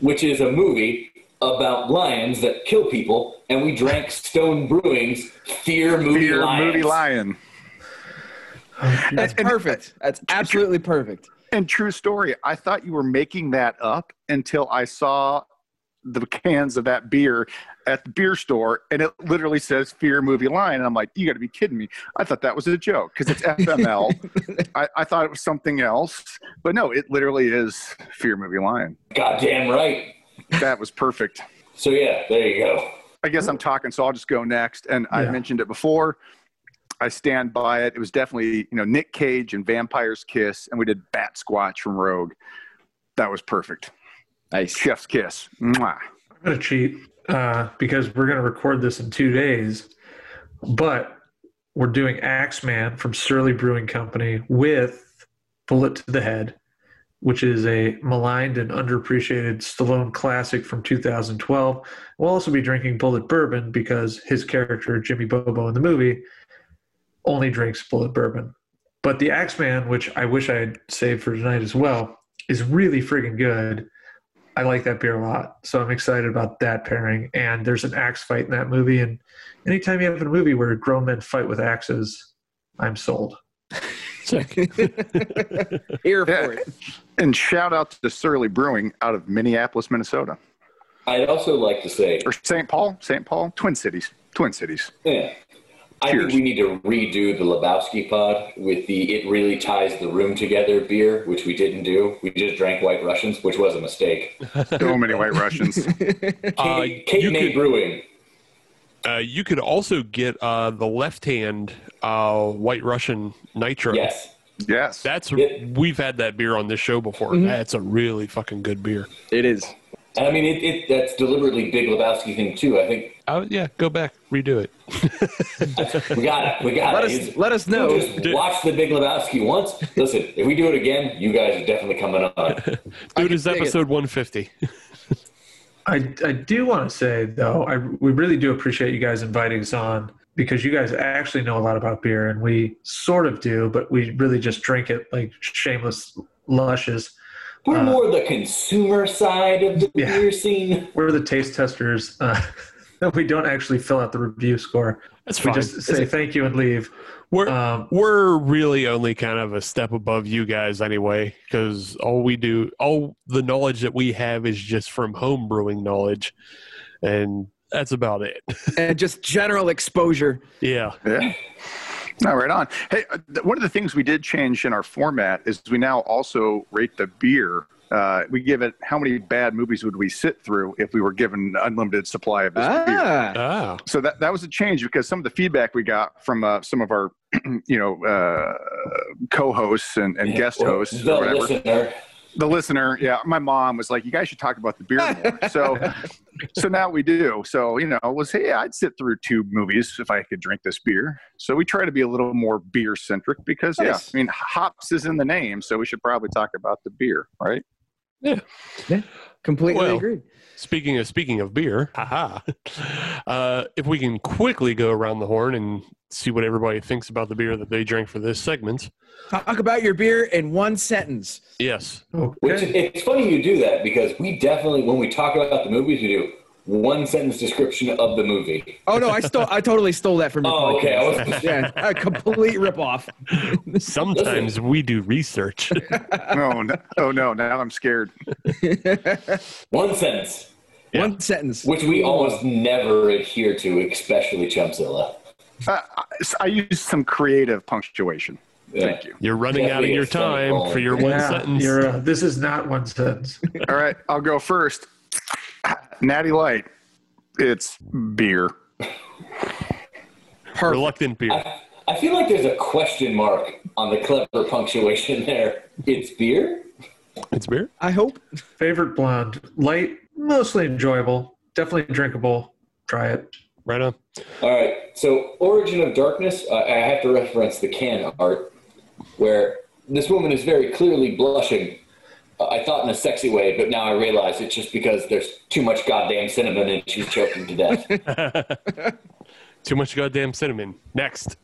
Speaker 5: which is a movie about lions that kill people, and we drank Stone Brewing's Fear Movie
Speaker 6: Beer
Speaker 5: Lions.
Speaker 6: Moody Lion.
Speaker 4: That's perfect. That's absolutely perfect.
Speaker 6: And true story, I thought you were making that up until I saw the cans of that beer at the beer store, and it literally says "Fear Movie Line," and I'm like, "You got to be kidding me!" I thought that was a joke because it's FML. I, I thought it was something else, but no, it literally is "Fear Movie Line."
Speaker 5: Goddamn right.
Speaker 6: That was perfect.
Speaker 5: So yeah, there you go.
Speaker 6: I guess I'm talking, so I'll just go next. And I
Speaker 7: Yeah.
Speaker 6: mentioned it before. I stand by it. It was definitely, you know, Nick Cage and Vampire's Kiss, and we did Bat Squatch from Rogue. That was perfect.
Speaker 9: Nice.
Speaker 6: Chef's Kiss. Mwah.
Speaker 7: I'm gonna cheat uh, because we're gonna record this in two days, but we're doing Axeman from Surly Brewing Company with Bullet to the Head, which is a maligned and underappreciated Stallone classic from 2012. We'll also be drinking Bullet Bourbon because his character Jimmy Bobo in the movie only drinks Bullet Bourbon. But the Axeman, which I wish I had saved for tonight as well, is really friggin' good. I like that beer a lot, so I'm excited about that pairing. And there's an axe fight in that movie, and anytime you have a movie where grown men fight with axes, I'm sold.
Speaker 9: Here for it.
Speaker 6: And shout out to Surly Brewing out of Minneapolis, Minnesota.
Speaker 5: I'd also like to say,
Speaker 6: Or St. Paul, St. Paul, Twin Cities, Twin Cities.
Speaker 5: yeah, I
Speaker 6: Cheers.
Speaker 5: think we need to redo the Lebowski pod with the "It really ties the room together" beer, which we didn't do. We just drank White Russians, which was a mistake.
Speaker 6: So many White Russians.
Speaker 3: Uh,
Speaker 5: Kate, Kate
Speaker 3: you
Speaker 5: May
Speaker 3: could-
Speaker 5: Brewing.
Speaker 3: Uh, you could also get uh, the left hand uh, White Russian Nitro.
Speaker 5: Yes.
Speaker 6: Yes.
Speaker 3: That's
Speaker 5: Yeah.
Speaker 3: we've had that beer on this show before. That's a really fucking good beer.
Speaker 9: It is.
Speaker 5: And I mean, it, it, that's deliberately big Lebowski thing too. I think
Speaker 3: Oh yeah, go back, redo it.
Speaker 5: we got it. We got
Speaker 9: Let
Speaker 5: it.
Speaker 9: us
Speaker 5: It's-
Speaker 9: let us know.
Speaker 5: You Just watch the Big Lebowski once. Listen, if we do it again, you guys are definitely coming on.
Speaker 3: Dude, is episode 150.
Speaker 7: I, I do want to say though, I we really do appreciate you guys inviting us on because you guys actually know a lot about beer, and we sort of do, but we really just drink it like shameless lushes.
Speaker 5: We're
Speaker 7: Uh,
Speaker 5: more the consumer side of the
Speaker 7: Yeah.
Speaker 5: beer scene.
Speaker 7: We're the taste testers. Uh, we don't actually fill out the review score.
Speaker 3: That's
Speaker 7: We
Speaker 3: fine.
Speaker 7: just say thank you and leave.
Speaker 3: we're
Speaker 7: Um,
Speaker 3: we're really only kind of a step above you guys anyway, because all we do, all the knowledge that we have is just from home brewing knowledge, and that's about it.
Speaker 4: and just general exposure.
Speaker 3: yeah,
Speaker 6: Yeah. No, right on. Hey, uh, th- one of the things we did change in our format is we now also rate the beer. Uh, we give it how many bad movies would we sit through if we were given an unlimited supply of this beer.
Speaker 4: Ah,
Speaker 3: ah,
Speaker 6: So that, that was a change because some of the feedback we got from uh, some of our, you know, uh, co-hosts and, and guest
Speaker 5: Or
Speaker 6: hosts
Speaker 5: the
Speaker 6: or whatever
Speaker 5: listener.
Speaker 6: the listener, yeah, my mom was like, "You guys should talk about the beer more." So, so now we do. So you know, was hey, I'd sit through two movies if I could drink this beer. So we try to be a little more beer centric because
Speaker 9: Nice.
Speaker 6: yeah, I mean, hops is in the name, so we should probably talk about the beer, right?
Speaker 4: completely
Speaker 3: well.
Speaker 4: agreed.
Speaker 3: Speaking of speaking of beer, haha. Uh, if we can quickly go around the horn and see what everybody thinks about the beer that they drank for this segment.
Speaker 4: Talk about your beer in one sentence.
Speaker 3: Yes,
Speaker 5: Which
Speaker 7: Okay.
Speaker 5: it's funny you do that because we definitely, when we talk about the movies, we do one sentence description of the movie.
Speaker 4: Oh no, I stole. I totally stole that from your
Speaker 5: Oh,
Speaker 4: podcast.
Speaker 5: okay. I was,
Speaker 4: Yeah, a complete ripoff.
Speaker 3: sometimes we do research.
Speaker 6: oh, no, oh no, now I'm scared.
Speaker 5: one sentence,
Speaker 4: One sentence.
Speaker 5: which we almost never adhere to, especially Chumpzilla.
Speaker 6: Uh, I, I used some creative punctuation. Thank you.
Speaker 3: You're running out of
Speaker 5: Definitely
Speaker 3: your
Speaker 5: a phone
Speaker 3: time
Speaker 5: call.
Speaker 3: for your one
Speaker 7: Yeah,
Speaker 3: sentence.
Speaker 7: You're, uh, this is not one sentence.
Speaker 6: All right, I'll go first. Natty Light, it's beer.
Speaker 3: Reluctant beer.
Speaker 5: I feel like there's a question mark on the clever punctuation there. It's beer?
Speaker 3: It's beer.
Speaker 4: I hope.
Speaker 7: Favorite blonde, light, mostly enjoyable, definitely drinkable. Try it.
Speaker 3: Right on.
Speaker 5: All right. So, Origin of Darkness, uh, I have to reference the can art where this woman is very clearly blushing. Uh, I thought in a sexy way, but now I realize it's just because there's too much goddamn cinnamon and she's choking to death.
Speaker 3: Too much goddamn cinnamon. Next,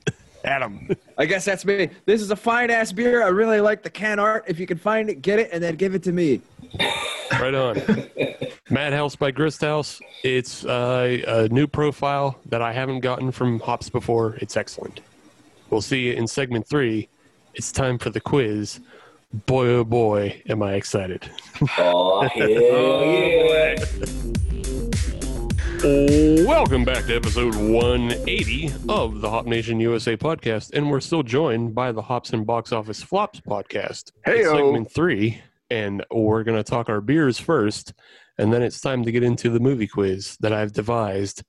Speaker 3: Adam.
Speaker 4: I guess that's me. This is a fine ass beer. I really like the can art. If you can find it, get it, and then give it to me.
Speaker 3: Right on. Madhouse by Gristhouse. It's uh, a new profile that I haven't gotten from Hops before. It's excellent. We'll see you in segment three. It's time for the quiz. Boy, oh boy, am I excited.
Speaker 5: oh, hell yeah.
Speaker 3: Welcome back to episode 180 of the Hop Nation USA podcast, and we're still joined by the Hops and Box Office Flops podcast. It's
Speaker 6: Heyo.
Speaker 3: segment three, and we're going to talk our beers first, and then it's time to get into the movie quiz that I've devised.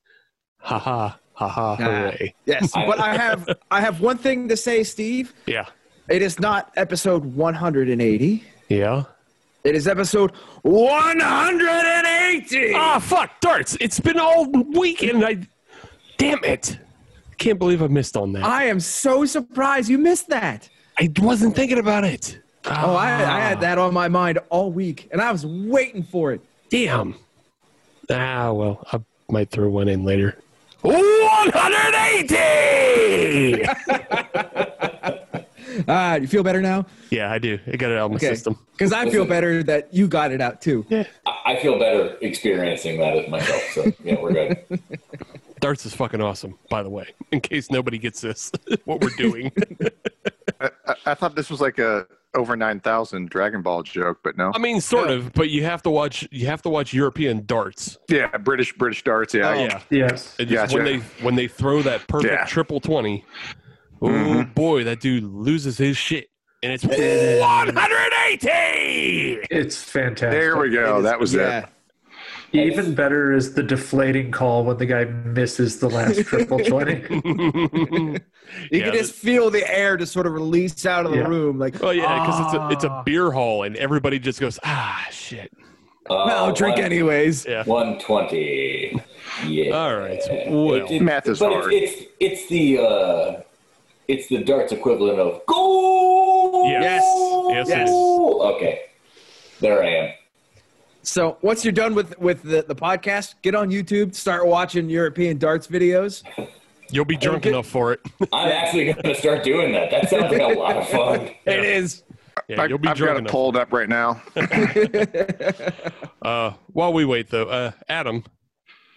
Speaker 3: Ha ha ha ha! Hooray!
Speaker 4: Yes, but I have I have one thing to say, Steve.
Speaker 3: Yeah,
Speaker 4: It is not episode 180.
Speaker 3: yeah.
Speaker 4: It is episode 180.
Speaker 3: Ah, fuck darts! It's been all week, and I, damn it, can't believe I missed on that.
Speaker 4: I am so surprised you missed that.
Speaker 3: I wasn't thinking about it.
Speaker 4: Oh, I, I had that on my mind all week, and I was waiting for it.
Speaker 3: Damn. Ah, well, I might throw one in later. 180!
Speaker 4: Ah, you feel better now?
Speaker 3: yeah, I do. I got it out of my system.
Speaker 4: Because I feel
Speaker 5: Listen.
Speaker 4: better that you got it out too.
Speaker 5: I I feel better experiencing that as myself. So yeah, we're good.
Speaker 3: Darts is fucking awesome, by the way, in case nobody gets this, what we're doing.
Speaker 6: I, I thought this was like a over 9,000 Dragon Ball joke, but no.
Speaker 3: I mean, sort of, but you have to watch you have to watch European darts.
Speaker 6: yeah, British British darts. Yeah.
Speaker 3: yeah.
Speaker 7: Yes.
Speaker 3: It just-
Speaker 6: Oh, Gotcha.
Speaker 3: When they when they throw that perfect
Speaker 6: Yeah. Mm-hmm.
Speaker 3: triple 20, oh boy, that dude loses his shit. And it's 180!
Speaker 7: It's fantastic.
Speaker 6: There we go.
Speaker 4: It is-
Speaker 6: that was
Speaker 4: yeah.
Speaker 6: it.
Speaker 7: Even better is the deflating call when the guy misses the last triple 20.
Speaker 4: You
Speaker 3: Yeah,
Speaker 4: can just feel the air just sort of release out of the
Speaker 7: Yeah.
Speaker 4: room, like,
Speaker 3: Oh yeah, because it's a it's a
Speaker 7: Ah.
Speaker 3: beer hall, and everybody just goes ah shit.
Speaker 5: Uh,
Speaker 4: "Well, I'll drink
Speaker 5: one-
Speaker 4: anyways."
Speaker 3: Yeah.
Speaker 5: 120. Yeah.
Speaker 3: All right. Well,
Speaker 5: It- it-
Speaker 6: Math is
Speaker 5: but
Speaker 6: hard.
Speaker 5: It's, it's it's the uh, it's the darts equivalent of goal.
Speaker 3: Yes. Yes, it is.
Speaker 5: Okay. There I am.
Speaker 4: So once you're done with with the, the podcast, get on YouTube, start watching European darts videos.
Speaker 3: you'll be drunk enough for it.
Speaker 5: I'm actually going to start doing that. That sounds like a lot of fun.
Speaker 4: It is.
Speaker 3: Yeah,
Speaker 6: I,
Speaker 3: you'll be
Speaker 6: I've got
Speaker 3: drunk
Speaker 6: it
Speaker 3: enough.
Speaker 6: pulled up right now.
Speaker 3: Uh, while we wait, though, uh, Adam,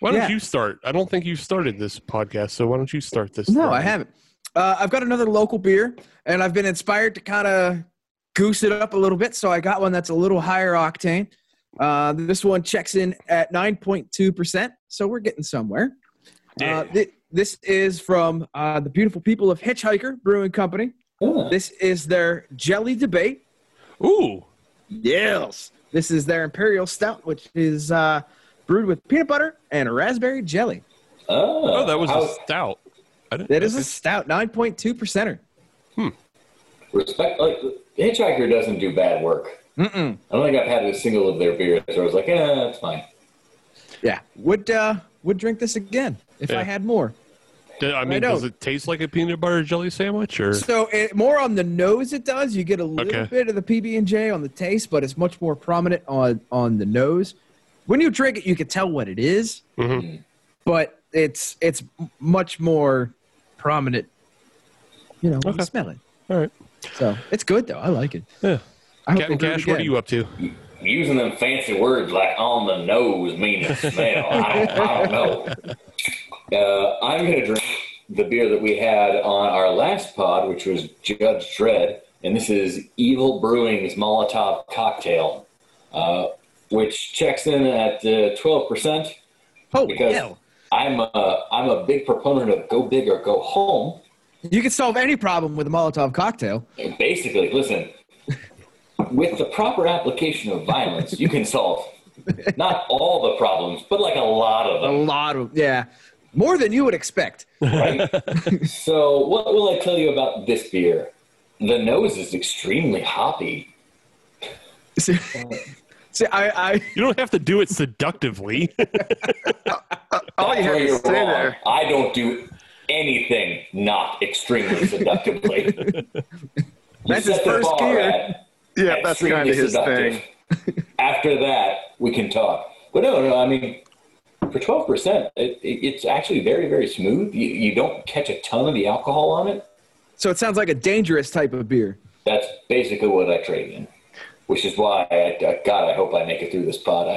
Speaker 3: why don't
Speaker 4: Yeah.
Speaker 3: you start? I don't think you started this podcast, so why don't you start this?
Speaker 4: No,
Speaker 3: thing?
Speaker 4: Oh, I haven't. Uh, I've got another local beer, and I've been inspired to kind of goose it up a little bit. So I got one that's a little higher octane. Uh, this one checks in at 9.2%. So we're getting somewhere. Uh, thi- this is from uh, the beautiful people of Hitchhiker Brewing Company. This is their Jelly Debate.
Speaker 3: Ooh,
Speaker 4: Yes. This is their Imperial Stout, which is uh, brewed with peanut butter and raspberry jelly.
Speaker 3: oh, that was
Speaker 5: I
Speaker 3: a
Speaker 5: was-
Speaker 3: stout. I didn't-
Speaker 4: That is a stout, 9.2 percenter.
Speaker 5: respect. Like Hitchhiker doesn't do bad work.
Speaker 4: Mm-mm.
Speaker 5: I don't think I've had a single of their beers. where I was like, eh, that's fine.
Speaker 4: Yeah. Would uh, would drink this again if
Speaker 3: Yeah.
Speaker 4: I had more.
Speaker 3: Did- uh, I mean,
Speaker 4: don't.
Speaker 3: does it taste like a peanut butter jelly sandwich, or
Speaker 4: So it, more on the nose it does. You get a little
Speaker 3: Okay.
Speaker 4: bit of the PB and J on the taste, but it's much more prominent on on the nose. When you drink it, you can tell what it is,
Speaker 3: Mhm.
Speaker 4: but it's it's m- much more prominent. You know, when
Speaker 3: Okay.
Speaker 4: you smell it.
Speaker 3: all right?
Speaker 4: So it's good though. I like it.
Speaker 3: Yeah.
Speaker 4: I hope
Speaker 3: Captain
Speaker 4: they do it
Speaker 3: Cash, what are
Speaker 4: again.
Speaker 3: you up to?
Speaker 5: Using them fancy words like on the nose mean the smell. I don't, I don't know. Uh, I'm going to drink the beer that we had on our last pod, which was Judge Dredd, and this is Evil Brewing's Molotov Cocktail, uh, which checks in at uh, 12%.
Speaker 4: Holy
Speaker 5: because
Speaker 4: hell!
Speaker 5: I'm a, I'm a big proponent of go big or go home.
Speaker 4: You can solve any problem with a Molotov cocktail.
Speaker 5: Basically, listen, with the proper application of violence, you can solve not all the problems, but like a lot of
Speaker 4: A
Speaker 5: them.
Speaker 4: lot of yeah, more than you would expect.
Speaker 5: Right? so, what will I tell you about this beer? The nose is extremely hoppy.
Speaker 4: See, see, I, I
Speaker 3: You don't have to do it seductively.
Speaker 6: All you
Speaker 5: That's
Speaker 6: have
Speaker 5: where
Speaker 6: to
Speaker 5: you're
Speaker 6: say
Speaker 5: wrong.
Speaker 6: there.
Speaker 5: I don't do anything not extremely seductively.
Speaker 4: That's his first
Speaker 5: gear.
Speaker 4: gear.
Speaker 6: Yeah, that's kind of his thing.
Speaker 5: After that, we can talk. But no, no, I mean, for twelve percent, it, it, it's actually very, very smooth. You, you don't catch a ton of the alcohol on it.
Speaker 4: so it sounds like a dangerous type of beer.
Speaker 5: That's basically what I trade in, which is why, I, I, God, I hope I make it through this pod.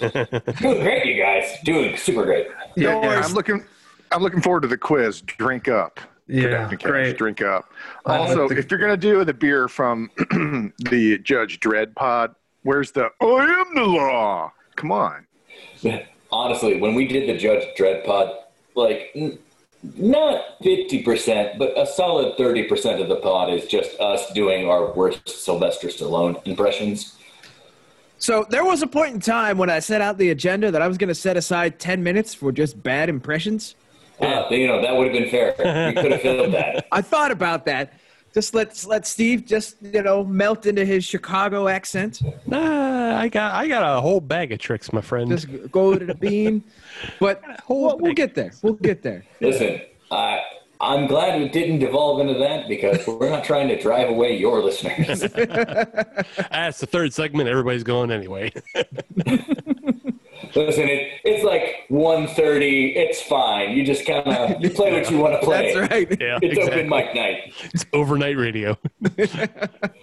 Speaker 5: I'm doing great, you guys. Doing super great.
Speaker 6: Yeah,
Speaker 7: worry.
Speaker 6: I'm looking. I'm looking forward to the quiz. Drink up.
Speaker 7: Yeah,
Speaker 6: Captain Cash,
Speaker 7: great.
Speaker 6: Drink up.
Speaker 7: I like
Speaker 6: Also,
Speaker 7: the-
Speaker 6: if you're gonna do the beer from the Judge Dread Pod, where's the I am the law? Come on.
Speaker 5: honestly, when we did the Judge Dredd pod, like n- not fifty percent, but a solid thirty percent of the pod is just us doing our worst Sylvester Stallone impressions.
Speaker 4: So there was a point in time when I set out the agenda that I was going to set aside 10 minutes for just bad impressions.
Speaker 5: Uh, you know that would have been fair. We could have filled that.
Speaker 4: I thought about that. Just let let Steve just you know melt into his Chicago accent.
Speaker 3: Nah, I got I got a whole bag of tricks, my friend.
Speaker 4: Just go to the bean. But we'll, we'll get there. We'll get there.
Speaker 5: Listen, I I'm glad we didn't devolve into that because we're not trying to drive away your listeners.
Speaker 3: That's Ah, the third segment. Everybody's going anyway.
Speaker 5: Listen, it, it's like 1.30. It's fine. You just kind of you play what you want to play.
Speaker 4: That's right.
Speaker 3: yeah,
Speaker 5: It's
Speaker 3: exactly.
Speaker 5: open mic night.
Speaker 3: It's overnight radio.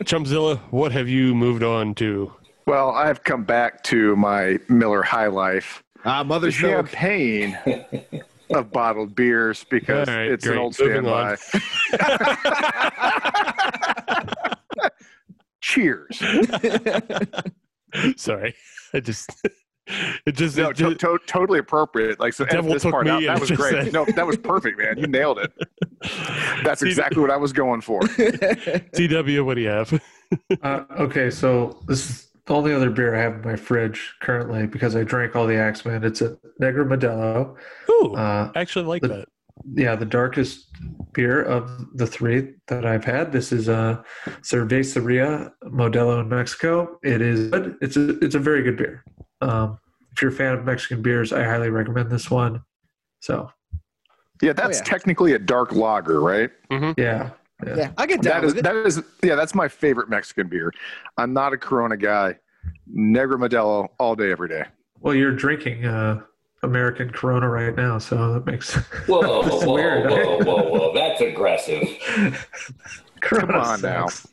Speaker 3: Chumzilla, what have you moved on to?
Speaker 6: Well, I've come back to my Miller High Life,
Speaker 2: Ah,
Speaker 6: the
Speaker 2: mother's milk.
Speaker 6: champagne of bottled beers, because
Speaker 3: All right,
Speaker 6: it's
Speaker 3: great.
Speaker 6: an old
Speaker 3: Moving
Speaker 6: standby. Cheers.
Speaker 3: Sorry, I just it just,
Speaker 6: No,
Speaker 3: it
Speaker 6: to-
Speaker 3: just
Speaker 6: to- totally appropriate. Like so, edit
Speaker 3: Devil
Speaker 6: this
Speaker 3: took
Speaker 6: part out.
Speaker 3: me, I
Speaker 6: That was
Speaker 3: just
Speaker 6: great.
Speaker 3: said.
Speaker 6: No, that was perfect, man. You nailed it. That's exactly what I was going for.
Speaker 3: TW. What do you have?
Speaker 7: Uh, okay, so this is the only other beer I have in my fridge currently because I drank all the Axeman. It's a Negro Modelo.
Speaker 3: Ooh,
Speaker 7: Uh,
Speaker 3: I actually like
Speaker 7: the-
Speaker 3: that.
Speaker 7: yeah, the darkest beer of the three that I've had. This is a uh, Cerveceria Modelo in Mexico. It is good. It's a it's a very good beer. Um, if you're a fan of Mexican beers, I highly recommend this one. So
Speaker 6: Yeah, that's
Speaker 4: yeah.
Speaker 6: technically a dark lager, right?
Speaker 7: yeah,
Speaker 4: Yeah, I get down
Speaker 6: That is
Speaker 4: with it.
Speaker 6: that is yeah, that's my favorite Mexican beer. I'm not a Corona guy. Negra Modelo all day, every day.
Speaker 7: well, you're drinking uh, American Corona right now, so that makes
Speaker 5: Whoa, whoa,
Speaker 7: This is
Speaker 5: whoa,
Speaker 7: weird.
Speaker 5: whoa, whoa, whoa. That's aggressive.
Speaker 7: Corona
Speaker 6: Come on now.
Speaker 7: sucks.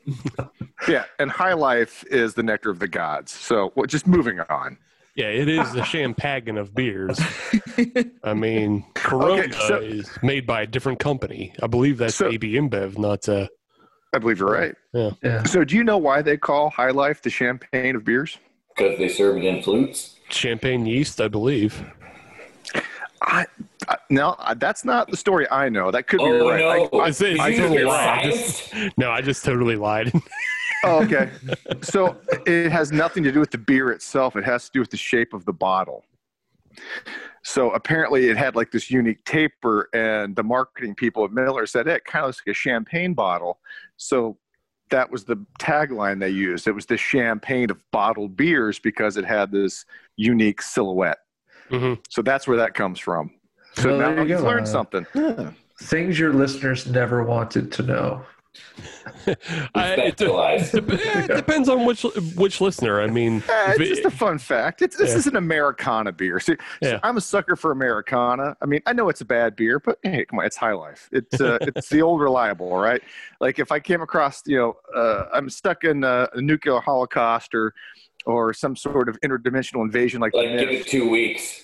Speaker 6: Yeah, and High Life is the nectar of the gods. So well, just moving on.
Speaker 3: Yeah, it is the champagne of beers. I mean, Corona
Speaker 6: Okay, so-
Speaker 3: is made by a different company. I believe that's
Speaker 6: So-
Speaker 3: AB InBev, not uh,
Speaker 6: I believe you're right.
Speaker 7: Yeah.
Speaker 6: So do you know why they call High Life the champagne of beers?
Speaker 5: Because they serve it in flutes.
Speaker 3: champagne yeast, I believe.
Speaker 6: I, I no, I- that's not the story I know. That could be
Speaker 5: Oh,
Speaker 6: right. I-
Speaker 5: no.
Speaker 6: I-
Speaker 3: It's, it's
Speaker 5: I
Speaker 3: totally
Speaker 5: think it's
Speaker 3: lied. I
Speaker 5: science.
Speaker 3: just- no, I just totally lied.
Speaker 6: Oh, okay. so it has nothing to do with the beer itself. It has to do with the shape of the bottle. So apparently, it had like this unique taper, and the marketing people at Miller said "Hey, it kind of looks like a champagne bottle. So that was the tagline they used. It was the champagne of bottled beers because it had this unique silhouette.
Speaker 3: Mhm.
Speaker 6: So that's where that comes from. So
Speaker 7: Well, there
Speaker 6: now
Speaker 7: you
Speaker 6: you've
Speaker 7: go.
Speaker 6: learned something.
Speaker 7: Things your listeners never wanted to know.
Speaker 3: I, it, de-
Speaker 5: Respectalized.
Speaker 3: yeah, it depends on which which listener. I mean,
Speaker 4: Uh,
Speaker 6: Eh,
Speaker 3: vi-
Speaker 6: it's just a fun fact. It's, this
Speaker 3: Yeah.
Speaker 6: is an Americana beer. See, so
Speaker 3: Yeah.
Speaker 6: I'm a sucker for Americana. I mean, I know it's a bad beer, but hey, come on, it's High Life. It's uh, it's the old reliable, right? Like if I came across, you know, uh, I'm stuck in a, a nuclear holocaust or or some sort of interdimensional invasion like,
Speaker 5: Like,
Speaker 6: the
Speaker 5: give
Speaker 6: Mist.
Speaker 5: it two weeks.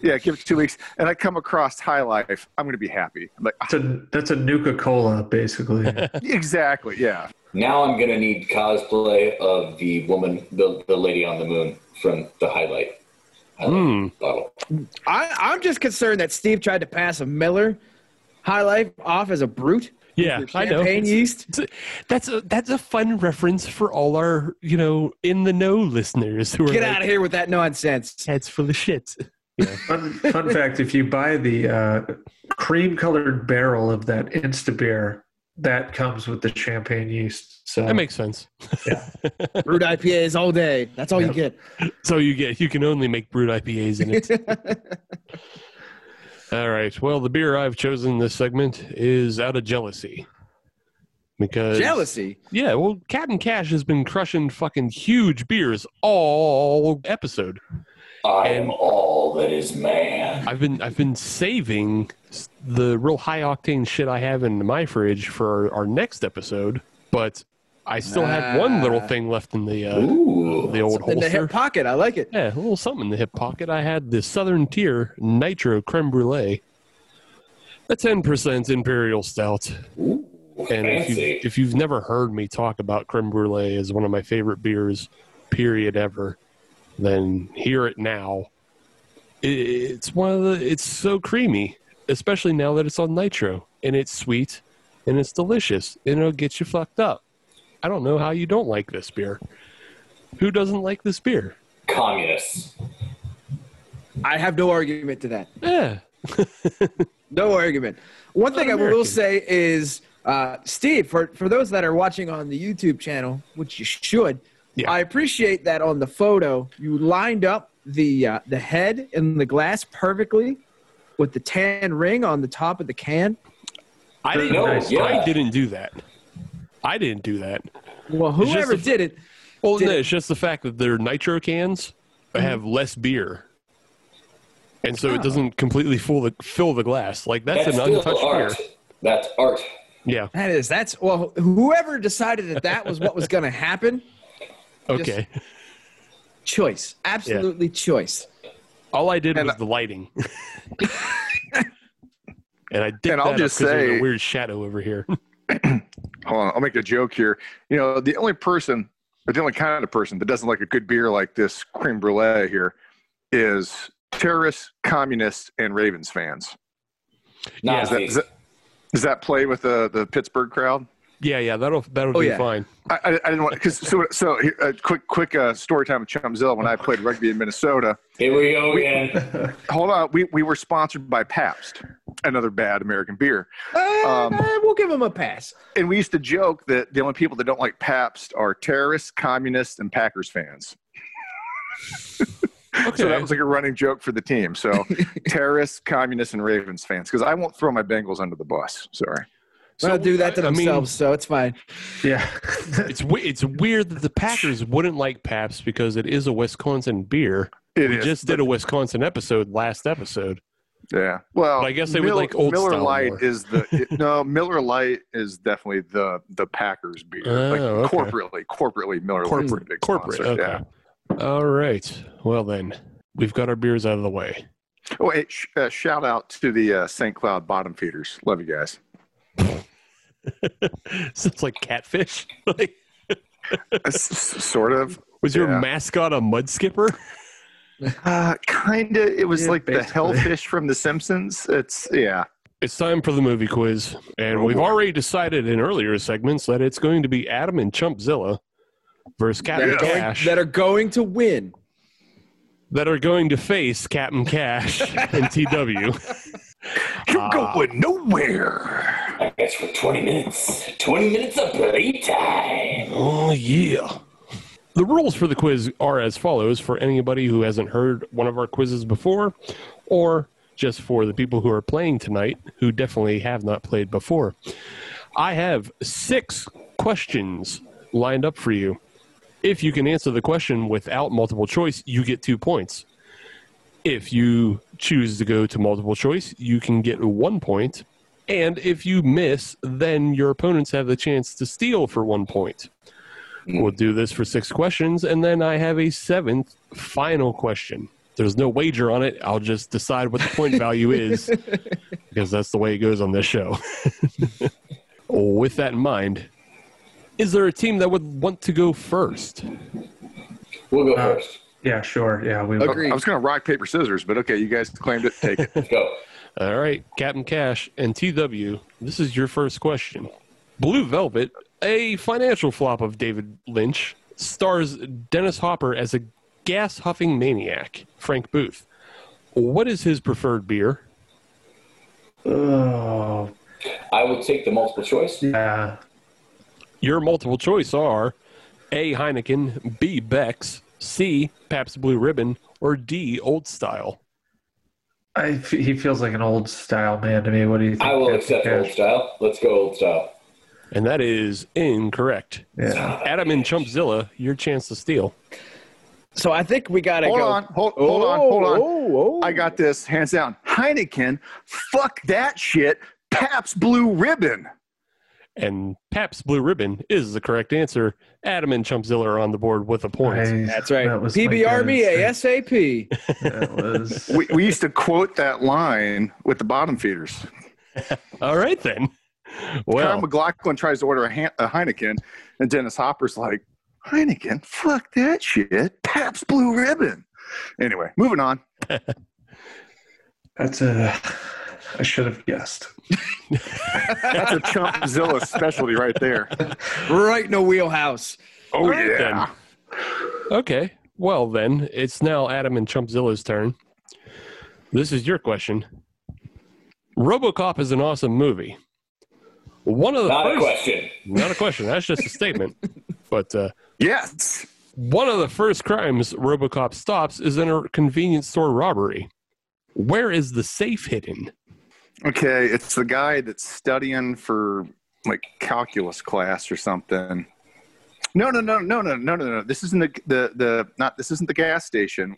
Speaker 6: yeah, give it two weeks, and I come across High Life, I'm gonna be happy. I'm like
Speaker 7: That's a, that's a Nuka Cola, basically.
Speaker 6: exactly, yeah.
Speaker 5: Now I'm gonna need cosplay of the woman, the, the lady on the moon from the highlight. highlight bottle.
Speaker 4: I, I'm just concerned that Steve tried to pass a Miller High Life off as a brute.
Speaker 3: yeah, I know.
Speaker 4: Champagne yeast.
Speaker 3: It's a- that's a that's a fun reference for all our you know in the know listeners who are
Speaker 4: Get
Speaker 3: like,
Speaker 4: out of here with that nonsense.
Speaker 3: heads full of shit.
Speaker 7: Fun, fun fact: If you buy the uh, cream-colored barrel of that Insta beer, that comes with the champagne yeast. So
Speaker 3: That makes sense.
Speaker 4: Brute IPAs all day. That's all you get.
Speaker 3: So you get you can only make brewed IPAs in it. All right. Well, the beer I've chosen this segment is out of jealousy. Because
Speaker 4: Jealousy.
Speaker 3: Yeah, well, Captain Cash has been crushing fucking huge beers all episode.
Speaker 5: I am all that is man.
Speaker 3: I've been I've been saving s- the real high octane shit I have in my fridge for our, our next episode, but I still had one little thing left in the uh,
Speaker 5: Ooh.
Speaker 3: the old
Speaker 4: In
Speaker 3: holster.
Speaker 4: the hip pocket. I like it.
Speaker 3: Yeah, a little something in the hip pocket. I had the Southern Tier Nitro Creme Brulee, a ten percent Imperial Stout. And if you
Speaker 5: fancy.
Speaker 3: if you've never heard me talk about creme brulee as one of my favorite beers, period ever, then hear it now. It, it's one of the. It's so creamy, especially now that it's on nitro, and it's sweet, and it's delicious, and it'll get you fucked up. I don't know how you don't like this beer. Who doesn't like this beer?
Speaker 5: Communists.
Speaker 4: I have no argument to that.
Speaker 3: Yeah.
Speaker 4: No argument. One thing I will
Speaker 3: American.
Speaker 4: say is, uh, Steve, for, for those that are watching on the YouTube channel, which you should,
Speaker 3: Yeah.
Speaker 4: I appreciate that on the photo you lined up the uh, the head and the glass perfectly with the tan ring on the top of the can.
Speaker 3: I didn't.
Speaker 5: No,
Speaker 3: I
Speaker 5: yeah.
Speaker 3: didn't do that. I didn't do that.
Speaker 4: Well,
Speaker 3: It's just
Speaker 4: whoever
Speaker 3: the-
Speaker 4: did it,
Speaker 3: Well,
Speaker 4: Did
Speaker 3: no,
Speaker 4: it-
Speaker 3: it's just the fact that their nitro cans have less beer, and so it doesn't completely fill the fill the glass. Like Oh. that's,
Speaker 5: That's
Speaker 3: an
Speaker 5: still
Speaker 3: untouched
Speaker 5: art.
Speaker 3: beer.
Speaker 5: That's art.
Speaker 3: Yeah.
Speaker 4: that is that's well, whoever decided that that was what was going to happen,
Speaker 3: Okay.
Speaker 4: choice, absolutely choice.
Speaker 3: All I did
Speaker 6: And
Speaker 3: was
Speaker 6: I-
Speaker 3: the lighting. and I did
Speaker 6: And I'll
Speaker 3: that
Speaker 6: just
Speaker 3: just say
Speaker 6: say-
Speaker 3: a weird shadow over here.
Speaker 6: hold on, I'll make a joke here. You know, the only person, or the only kind of person that doesn't like a good beer like this creme brulee here is terrorists, communists, and Ravens fans. Does that,
Speaker 5: Nazis.
Speaker 6: does that, does that play with the, the Pittsburgh crowd?
Speaker 3: yeah, yeah, that'll that'll
Speaker 4: Oh,
Speaker 3: be
Speaker 4: yeah.
Speaker 3: fine.
Speaker 6: I, I, I didn't want because so so here, uh, quick quick uh, story time with Chumzilla when I played rugby in Minnesota.
Speaker 5: Here we go again.
Speaker 6: Hold on, we, we were sponsored by Pabst, another bad American beer.
Speaker 4: Uh,
Speaker 6: Um,
Speaker 4: eh, we'll give him a pass.
Speaker 6: and we used to joke that the only people that don't like Pabst are terrorists, communists, and Packers fans.
Speaker 3: Okay.
Speaker 6: So that was like a running joke for the team. So terrorists, communists, and Ravens fans. Because I won't throw my Bengals under the bus. Sorry.
Speaker 4: They'll do that to
Speaker 3: I mean,
Speaker 4: themselves, so it's fine.
Speaker 7: Yeah.
Speaker 3: it's we- it's weird that the Packers wouldn't like Pabst because it is a Wisconsin beer.
Speaker 6: It
Speaker 3: we
Speaker 6: is,
Speaker 3: just did a Wisconsin episode last episode.
Speaker 6: Yeah. Well,
Speaker 3: But I guess they would like old
Speaker 6: Miller
Speaker 3: style
Speaker 6: Lite
Speaker 3: more.
Speaker 6: is the it- no Miller Lite is definitely the the Packers beer. like
Speaker 3: Oh, okay.
Speaker 6: corporately, corporately Miller Lite's the
Speaker 3: Corporate,
Speaker 6: big
Speaker 3: corporate.
Speaker 6: sponsor,
Speaker 3: Okay.
Speaker 6: Yeah.
Speaker 3: All right. Well then, we've got our beers out of the way.
Speaker 6: Oh, hey, sh- uh, shout out to the uh, St. Cloud bottom feeders. Love you guys.
Speaker 3: Sounds like catfish. like,
Speaker 6: S- s- sort of.
Speaker 3: was
Speaker 6: Yeah.
Speaker 3: your mascot a mud skipper?
Speaker 6: Uh, kinda. It was
Speaker 7: Yeah,
Speaker 6: like the
Speaker 7: basically.
Speaker 6: hellfish from The Simpsons. It's yeah.
Speaker 3: It's time for the movie quiz, and
Speaker 6: Oh,
Speaker 3: we've
Speaker 6: boy.
Speaker 3: already decided in earlier segments that it's going to be Adam and Chumpzilla versus Captain
Speaker 4: That are, going,
Speaker 3: Cash
Speaker 4: that are going to win.
Speaker 3: that are going to face Captain Cash and TW.
Speaker 6: You're going nowhere.
Speaker 5: I guess for 20 minutes. 20 minutes of playtime.
Speaker 3: Oh yeah. The rules for the quiz are as follows for anybody who hasn't heard one of our quizzes before, or just for the people who are playing tonight who definitely have not played before. I have six questions lined up for you. If you can answer the question without multiple choice, you get two points. If you choose to go to multiple choice, you can get one point. And if you miss, then your opponents have the chance to steal for one point. We'll do this for six questions, and then I have a seventh final question. There's no wager on it. I'll just decide what the point value is because that's the way it goes on this show. With that in mind, is there a team that would want to go first?
Speaker 5: We'll go first.
Speaker 7: yeah, sure. Yeah, we will.
Speaker 4: Agreed.
Speaker 6: I was gonna rock paper scissors, but okay, you guys claimed it. Take it.
Speaker 5: Let's go.
Speaker 3: All right, Captain Cash and TW, this is your first question. Blue Velvet, a financial flop of David Lynch, stars Dennis Hopper as a gas huffing maniac, Frank Booth. What is his preferred beer?
Speaker 7: Oh,
Speaker 5: I will take the multiple choice.
Speaker 7: yeah.
Speaker 3: Your multiple choice are A. Heineken, B. Beck's, C. Pabst Blue Ribbon, or D. Old Style.
Speaker 7: I f- he feels like an old style man to me. What do you think?
Speaker 5: I will
Speaker 7: Captain
Speaker 5: accept
Speaker 7: Cash?
Speaker 5: old style. Let's go old style.
Speaker 3: And that is incorrect.
Speaker 7: Yeah.
Speaker 3: Adam and Chumpzilla, your chance to steal.
Speaker 4: So I think we gotta
Speaker 6: Hold
Speaker 4: go.
Speaker 6: on, hold, hold on, hold on.
Speaker 4: Oh, oh.
Speaker 6: I got this hands down. Heineken, fuck that shit. Pabst Blue Ribbon.
Speaker 3: And Pabst Blue Ribbon is the correct answer. Adam and Chumpzilla are on the board with a point.
Speaker 7: I-
Speaker 4: That's right.
Speaker 7: That was my
Speaker 4: PBR me
Speaker 7: guess.
Speaker 4: ASAP.
Speaker 7: That was.
Speaker 6: We, we used to quote that line with the bottom feeders.
Speaker 3: All right then.
Speaker 6: Kyle
Speaker 3: Well,
Speaker 6: McLaughlin tries to order a, Han- a Heineken, and Dennis Hopper's like, Heineken, fuck that shit. Pabst Blue Ribbon. Anyway, moving on.
Speaker 7: That's a. I should have guessed.
Speaker 6: That's a Chumpzilla specialty right there.
Speaker 4: Right in the wheelhouse.
Speaker 6: Oh
Speaker 3: then.
Speaker 6: yeah.
Speaker 3: Okay. Well, then it's now Adam and Chumpzilla's turn. This is your question. RoboCop is an awesome movie. One of the
Speaker 5: Not a
Speaker 3: first,
Speaker 5: question.
Speaker 3: not a question. That's just a statement. But uh,
Speaker 6: Yes.
Speaker 3: one of the first crimes RoboCop stops is in a convenience store robbery. Where is the safe hidden?
Speaker 6: Okay, it's the guy that's studying for like calculus class or something. No, no, no, no, no, no, no, no. This isn't the the, the not this isn't the gas station.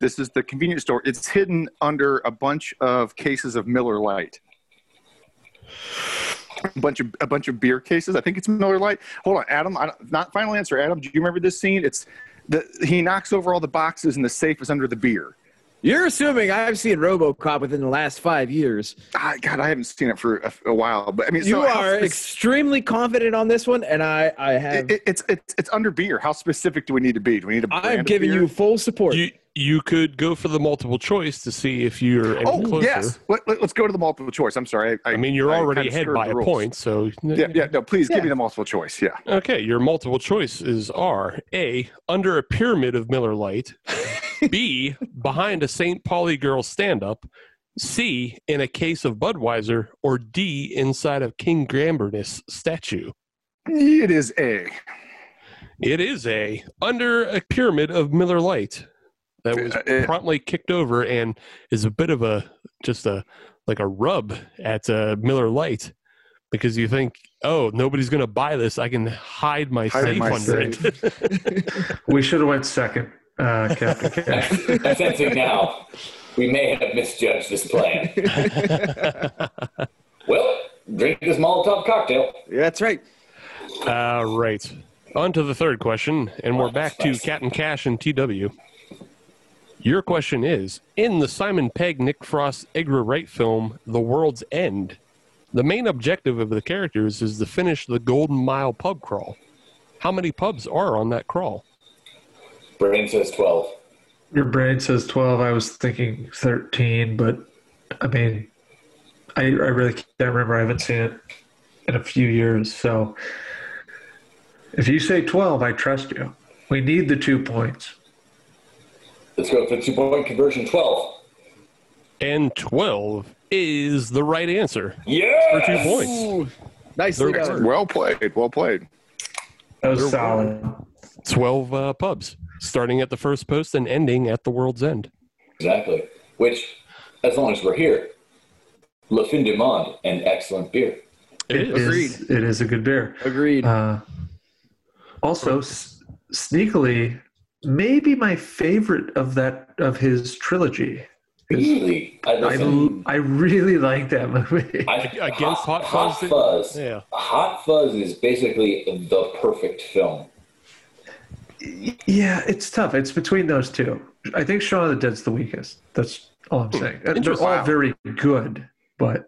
Speaker 6: This is the convenience store. It's hidden under a bunch of cases of Miller Lite. A bunch of a bunch of beer cases. I think it's Miller Lite. Hold on, Adam. I, don't- not final answer, Adam. Do you remember this scene? It's the he knocks over all the boxes and the safe is under the beer.
Speaker 4: You're assuming I've seen RoboCop within the last five years.
Speaker 6: I, God, I haven't seen it for a, a while, but I mean,
Speaker 4: you
Speaker 6: so how
Speaker 4: are
Speaker 6: spec-
Speaker 4: extremely confident on this one, and I, I have.
Speaker 6: It- it- it's it's it's under beer. How specific do we need to be? Do we need a brand
Speaker 4: I'm
Speaker 6: of
Speaker 4: giving
Speaker 6: beer?
Speaker 4: you full support.
Speaker 3: You you could go for the multiple choice to see if you're any
Speaker 6: Oh
Speaker 3: closer.
Speaker 6: yes. Let, let, us go to the multiple choice. I'm sorry. I,
Speaker 3: I mean, you're
Speaker 6: I
Speaker 3: already
Speaker 6: kinda
Speaker 3: ahead
Speaker 6: skirted
Speaker 3: by
Speaker 6: the
Speaker 3: a
Speaker 6: rules.
Speaker 3: point, so
Speaker 6: Yeah, yeah. No, please
Speaker 4: Yeah.
Speaker 6: give me the multiple choice. Yeah.
Speaker 3: Okay, your multiple choices are A, under a pyramid of Miller Lite, B, behind a St. Pauli girl stand up, C, in a case of Budweiser, or D, inside of King Gambrinus statue.
Speaker 6: It is a.
Speaker 3: It is A, under a pyramid of Miller Lite that was
Speaker 6: Uh, uh,
Speaker 3: promptly kicked over and is a bit of a just a like a rub at uh, Miller Lite because you think, oh, nobody's going to buy this. I can hide my
Speaker 6: Hide
Speaker 3: safe
Speaker 6: my
Speaker 3: under
Speaker 6: safe.
Speaker 3: it.
Speaker 7: We should have went second, uh, Captain Cash.
Speaker 5: I'm sensing now we may have misjudged this plan. well, drink this Molotov cocktail.
Speaker 4: Yeah, That's right.
Speaker 3: Uh, right. On to the third question, and we're back to
Speaker 5: nice.
Speaker 3: Captain Cash and TW. Your question is In the Simon Pegg, Nick Frost, Edgar Wright film, The World's End, the main objective of the characters is to finish the Golden Mile pub crawl. How many pubs are on that crawl?
Speaker 5: Brain says 12.
Speaker 7: Your brain says 12. I was thinking 13, but I mean, I, I really can't remember. I haven't seen it in a few years. So if you say 12, I trust you. We need the two points.
Speaker 5: Let's go for the two point conversion 12.
Speaker 3: And 12 is the right answer for
Speaker 5: Yeah!
Speaker 3: two points.
Speaker 4: Ooh, nicely
Speaker 3: Third
Speaker 4: done.
Speaker 6: Well played. Well played.
Speaker 7: That was solid.
Speaker 3: 12 uh, pubs, starting at the first post and ending at the world's end.
Speaker 5: Exactly. Which, as long as we're here, Le Fin du Monde, an excellent beer.
Speaker 7: It is. It is a good beer.
Speaker 4: Agreed.
Speaker 7: Uh, also, s- sneakily, maybe my favorite of that of his trilogy.
Speaker 5: Really? I,
Speaker 7: I, l-
Speaker 5: listen,
Speaker 7: I really like that movie.
Speaker 5: I,
Speaker 3: Against Hot Fuzz that-
Speaker 5: Fuzz.
Speaker 3: yeah.
Speaker 5: Hot Fuzz is basically the perfect film.
Speaker 7: Yeah, it's tough. It's between those two. I think Shaun of the Dead's the weakest. That's all I'm saying. They're all very good, but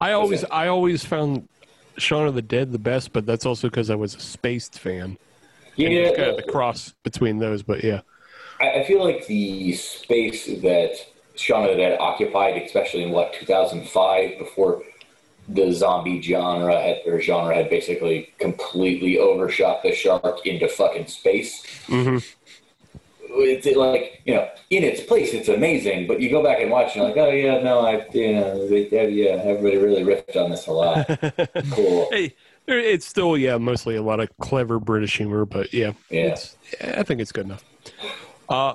Speaker 3: I always I always found Shaun of the Dead the best, but that's also because I was a spaced fan. And
Speaker 5: Yeah,
Speaker 3: it's kind of the cross between those, but yeah.
Speaker 5: I, I feel like the space that Shaun of the Dead occupied, especially in what 2005, before the zombie genre had, or genre had basically completely overshot the shark into fucking space. It's it, like you know, in its place, it's amazing. But you go back and watch, and you're like, oh yeah, no, I you know, they, yeah, yeah, everybody really riffed on this a lot. cool.
Speaker 3: Hey, there- it's still yeah, mostly a lot of clever British humor, but yeah,
Speaker 5: Yeah.
Speaker 3: it's, I think it's good enough. Uh,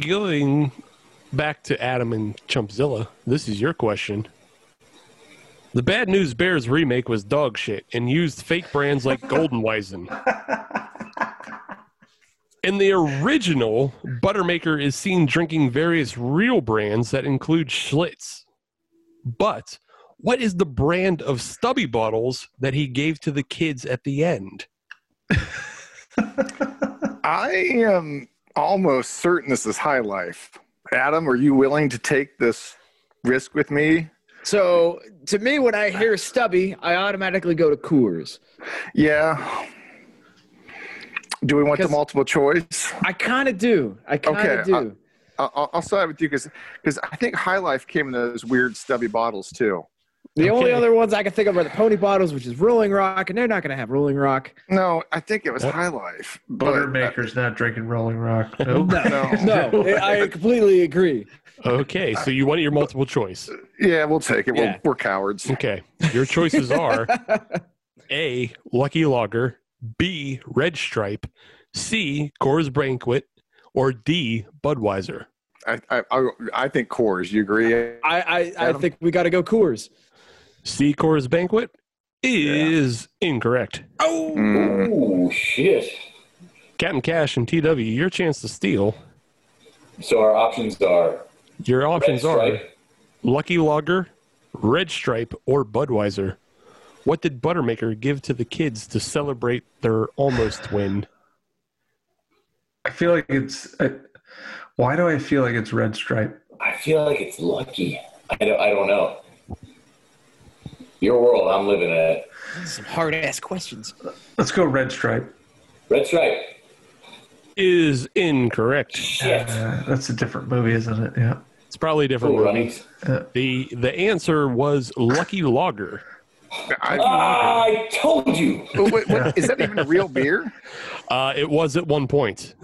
Speaker 3: going back to Adam and Chumpzilla, this is your question. The Bad News Bears remake was dog shit and used fake brands like Golden Weizen. In the original, Buttermaker is seen drinking various real brands that include Schlitz. But what is the brand of stubby bottles that he gave to the kids at the end?
Speaker 6: I am almost certain this is high life. Adam, are you willing to take this risk with me?
Speaker 4: So, to me, when I hear stubby, I automatically go to Coors.
Speaker 6: Yeah. Do we want the
Speaker 4: Because-
Speaker 6: multiple choice?
Speaker 4: I kind of do. I kind
Speaker 6: Okay, uh,
Speaker 4: of do.
Speaker 6: I- I- I'll, I'll side with you because I think High Life came in those weird stubby bottles too.
Speaker 4: The only
Speaker 3: Okay.
Speaker 4: other ones I can think of are the pony bottles, which is Rolling Rock, and they're not going to have Rolling Rock.
Speaker 6: No, I think it was High Life. But, uh,
Speaker 7: Buttermaker's not drinking Rolling Rock. No.
Speaker 4: No, I I completely agree.
Speaker 3: Okay, so you want your multiple choice.
Speaker 6: yeah, we'll take it.
Speaker 4: Yeah.
Speaker 6: We're, we're cowards.
Speaker 3: Okay, your choices are A. Lucky Logger, B. Red Stripe, C. Coors Banquet, or D. Budweiser.
Speaker 6: I, I, I, I think Coors. You agree?
Speaker 4: I, I, I think we got to go Coors.
Speaker 3: C. Coors Banquet is incorrect.
Speaker 6: Mm.
Speaker 5: Ooh, shit.
Speaker 3: Captain Cash and TW, your chance to steal.
Speaker 5: So our options are
Speaker 3: Your options are
Speaker 5: Stripe.
Speaker 3: Lucky Logger, Red Stripe, or Budweiser. What did Buttermaker give to the kids to celebrate their almost win?
Speaker 7: I feel like it's. I, why do I feel like it's Red Stripe?
Speaker 5: I feel like it's lucky. I don't, I don't know. Your world, I'm living in it.
Speaker 4: Some hard ass questions.
Speaker 7: Let's go Red Stripe.
Speaker 5: Red Stripe.
Speaker 3: Is incorrect.
Speaker 5: Shit.
Speaker 7: Uh, that's a different movie, isn't it? Yeah.
Speaker 3: It's probably a different
Speaker 5: Cool
Speaker 3: movie.
Speaker 5: runnings.
Speaker 3: The the answer was Lucky Logger. Oh.
Speaker 6: I,
Speaker 5: Ah, I told you.
Speaker 6: wait, wait, is that even a real beer?
Speaker 3: Uh, it was at one point.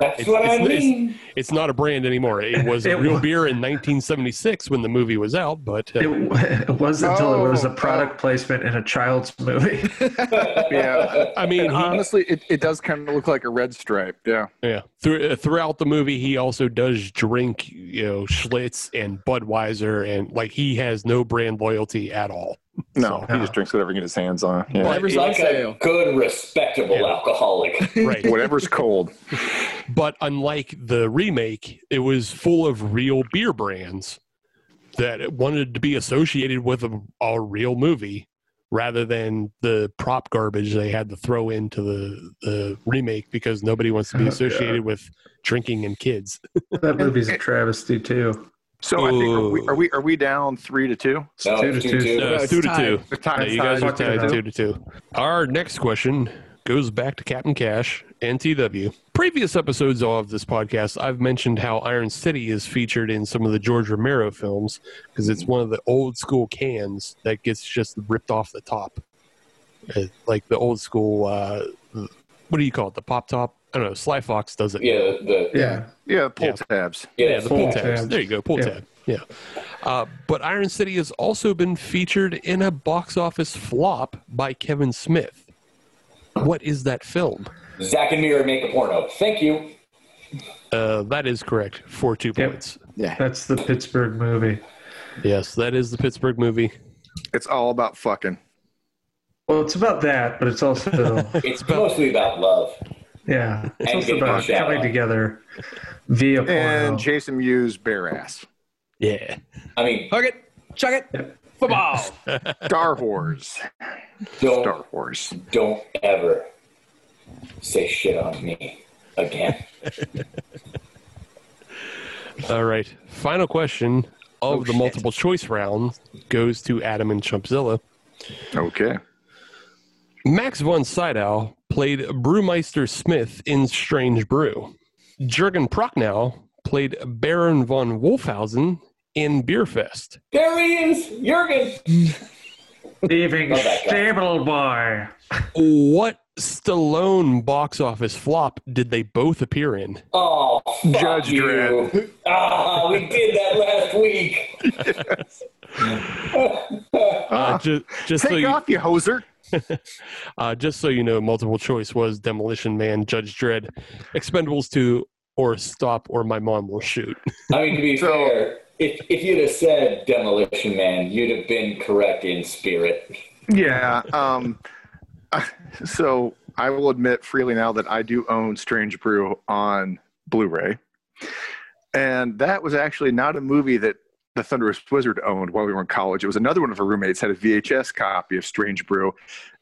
Speaker 5: That's what I
Speaker 3: it's-
Speaker 5: mean.
Speaker 3: It's not a brand anymore. It was a
Speaker 7: It
Speaker 3: real
Speaker 7: was.
Speaker 3: beer in 1976 when the movie was out, but uh,
Speaker 7: It, it was until it was
Speaker 6: Oh,
Speaker 7: a product placement in a child's movie.
Speaker 6: Yeah.
Speaker 3: I mean,
Speaker 6: And
Speaker 3: he-
Speaker 6: honestly, it, it does kind of look like a red stripe. Yeah.
Speaker 3: yeah. Through, uh, throughout the movie, he also does drink, you know, Schlitz and Budweiser, and like he has no brand loyalty at all.
Speaker 6: No,
Speaker 7: So-
Speaker 6: he just drinks whatever he gets his hands on. Yeah.
Speaker 3: But
Speaker 4: Whatever's
Speaker 3: it-
Speaker 4: on
Speaker 5: Like a
Speaker 4: sale.
Speaker 5: good, respectable
Speaker 3: Yeah.
Speaker 5: alcoholic.
Speaker 3: right.
Speaker 6: Whatever's cold.
Speaker 3: But unlike the remake, it was full of real beer brands that wanted to be associated with a, a real movie rather than the prop garbage they had to throw into the, the remake because nobody wants to be
Speaker 7: Okay.
Speaker 3: associated with drinking and kids.
Speaker 7: that movie's a travesty too.
Speaker 6: So I think are we, are we are we down three to two?
Speaker 7: It's
Speaker 5: No,
Speaker 7: two to
Speaker 5: it's
Speaker 7: two.
Speaker 5: two-two.
Speaker 3: No,
Speaker 4: it's
Speaker 3: it's two to
Speaker 4: tied.
Speaker 3: two.
Speaker 6: The time
Speaker 3: No, you guys are
Speaker 7: tied. Fuck it
Speaker 3: tied
Speaker 7: up.
Speaker 3: two to two. Our next question goes back to Captain Cash and TW. Previous episodes of this podcast, I've mentioned how Iron City is featured in some of the George Romero films because it's one of the old school cans that gets just ripped off the top, Uh, like the old school. Uh, what do you call it? The pop top? I don't know. Sly Fox does it.
Speaker 5: Yeah, the, the,
Speaker 7: Yeah.
Speaker 6: yeah, pull
Speaker 3: Yeah.
Speaker 6: tabs.
Speaker 5: yeah,
Speaker 3: Yeah, the pull
Speaker 7: Pull
Speaker 3: tabs.
Speaker 7: tabs.
Speaker 3: There you go, pull
Speaker 7: Yeah.
Speaker 3: tab. Yeah. Uh, but Iron City has also been featured in a box office flop by Kevin Smith. What is that film?
Speaker 5: Zach and Mira make a porno. Thank you.
Speaker 3: Uh, that is correct for two
Speaker 7: Yep.
Speaker 3: points.
Speaker 7: That's the Pittsburgh movie.
Speaker 3: Yes, that is the Pittsburgh movie.
Speaker 6: It's all about fucking.
Speaker 7: Well, it's about that, but it's also
Speaker 5: It's mostly about love.
Speaker 7: yeah,
Speaker 5: And
Speaker 7: it's also
Speaker 5: getting
Speaker 7: about
Speaker 5: shot.
Speaker 7: coming together via porno.
Speaker 6: And Jason Mewes bare ass.
Speaker 3: Yeah.
Speaker 5: I mean,
Speaker 4: Hug it, chuck it, football.
Speaker 6: Star Wars.
Speaker 5: don't
Speaker 6: Star Wars.
Speaker 5: don't ever say shit on me again.
Speaker 3: All right. Final question of the multiple choice round goes to Adam and Chumpzilla.
Speaker 6: Okay.
Speaker 3: Max von Sydow played Brewmeister Smith in Strange Brew. Jürgen Prochnow played Baron von Wolfhausen in Beerfest.
Speaker 5: There he is, Jurgen.
Speaker 7: leaving
Speaker 5: Love that guy.
Speaker 7: stable boy.
Speaker 3: What Stallone box office flop did they both appear in?
Speaker 5: Oh, fuck
Speaker 6: Judge
Speaker 5: you.
Speaker 6: Dredd.
Speaker 5: Ah, we did that last week.
Speaker 3: Uh, ju- just, so
Speaker 6: Take
Speaker 3: you,
Speaker 6: off, you hoser.
Speaker 3: uh, just so you know, multiple choice was Demolition Man, Judge Dredd, Expendables 2, or Stop or My Mom Will Shoot.
Speaker 5: I mean, to be
Speaker 6: So-
Speaker 5: fair, if, if you'd have said Demolition Man, you'd have been correct in spirit.
Speaker 6: Yeah. Um, so I will admit freely now that I do own Strange Brew on Blu-ray, and that was actually not a movie that the Thunderous Wizard owned while we were in college. It was another one of our roommates had a VHS copy of Strange Brew,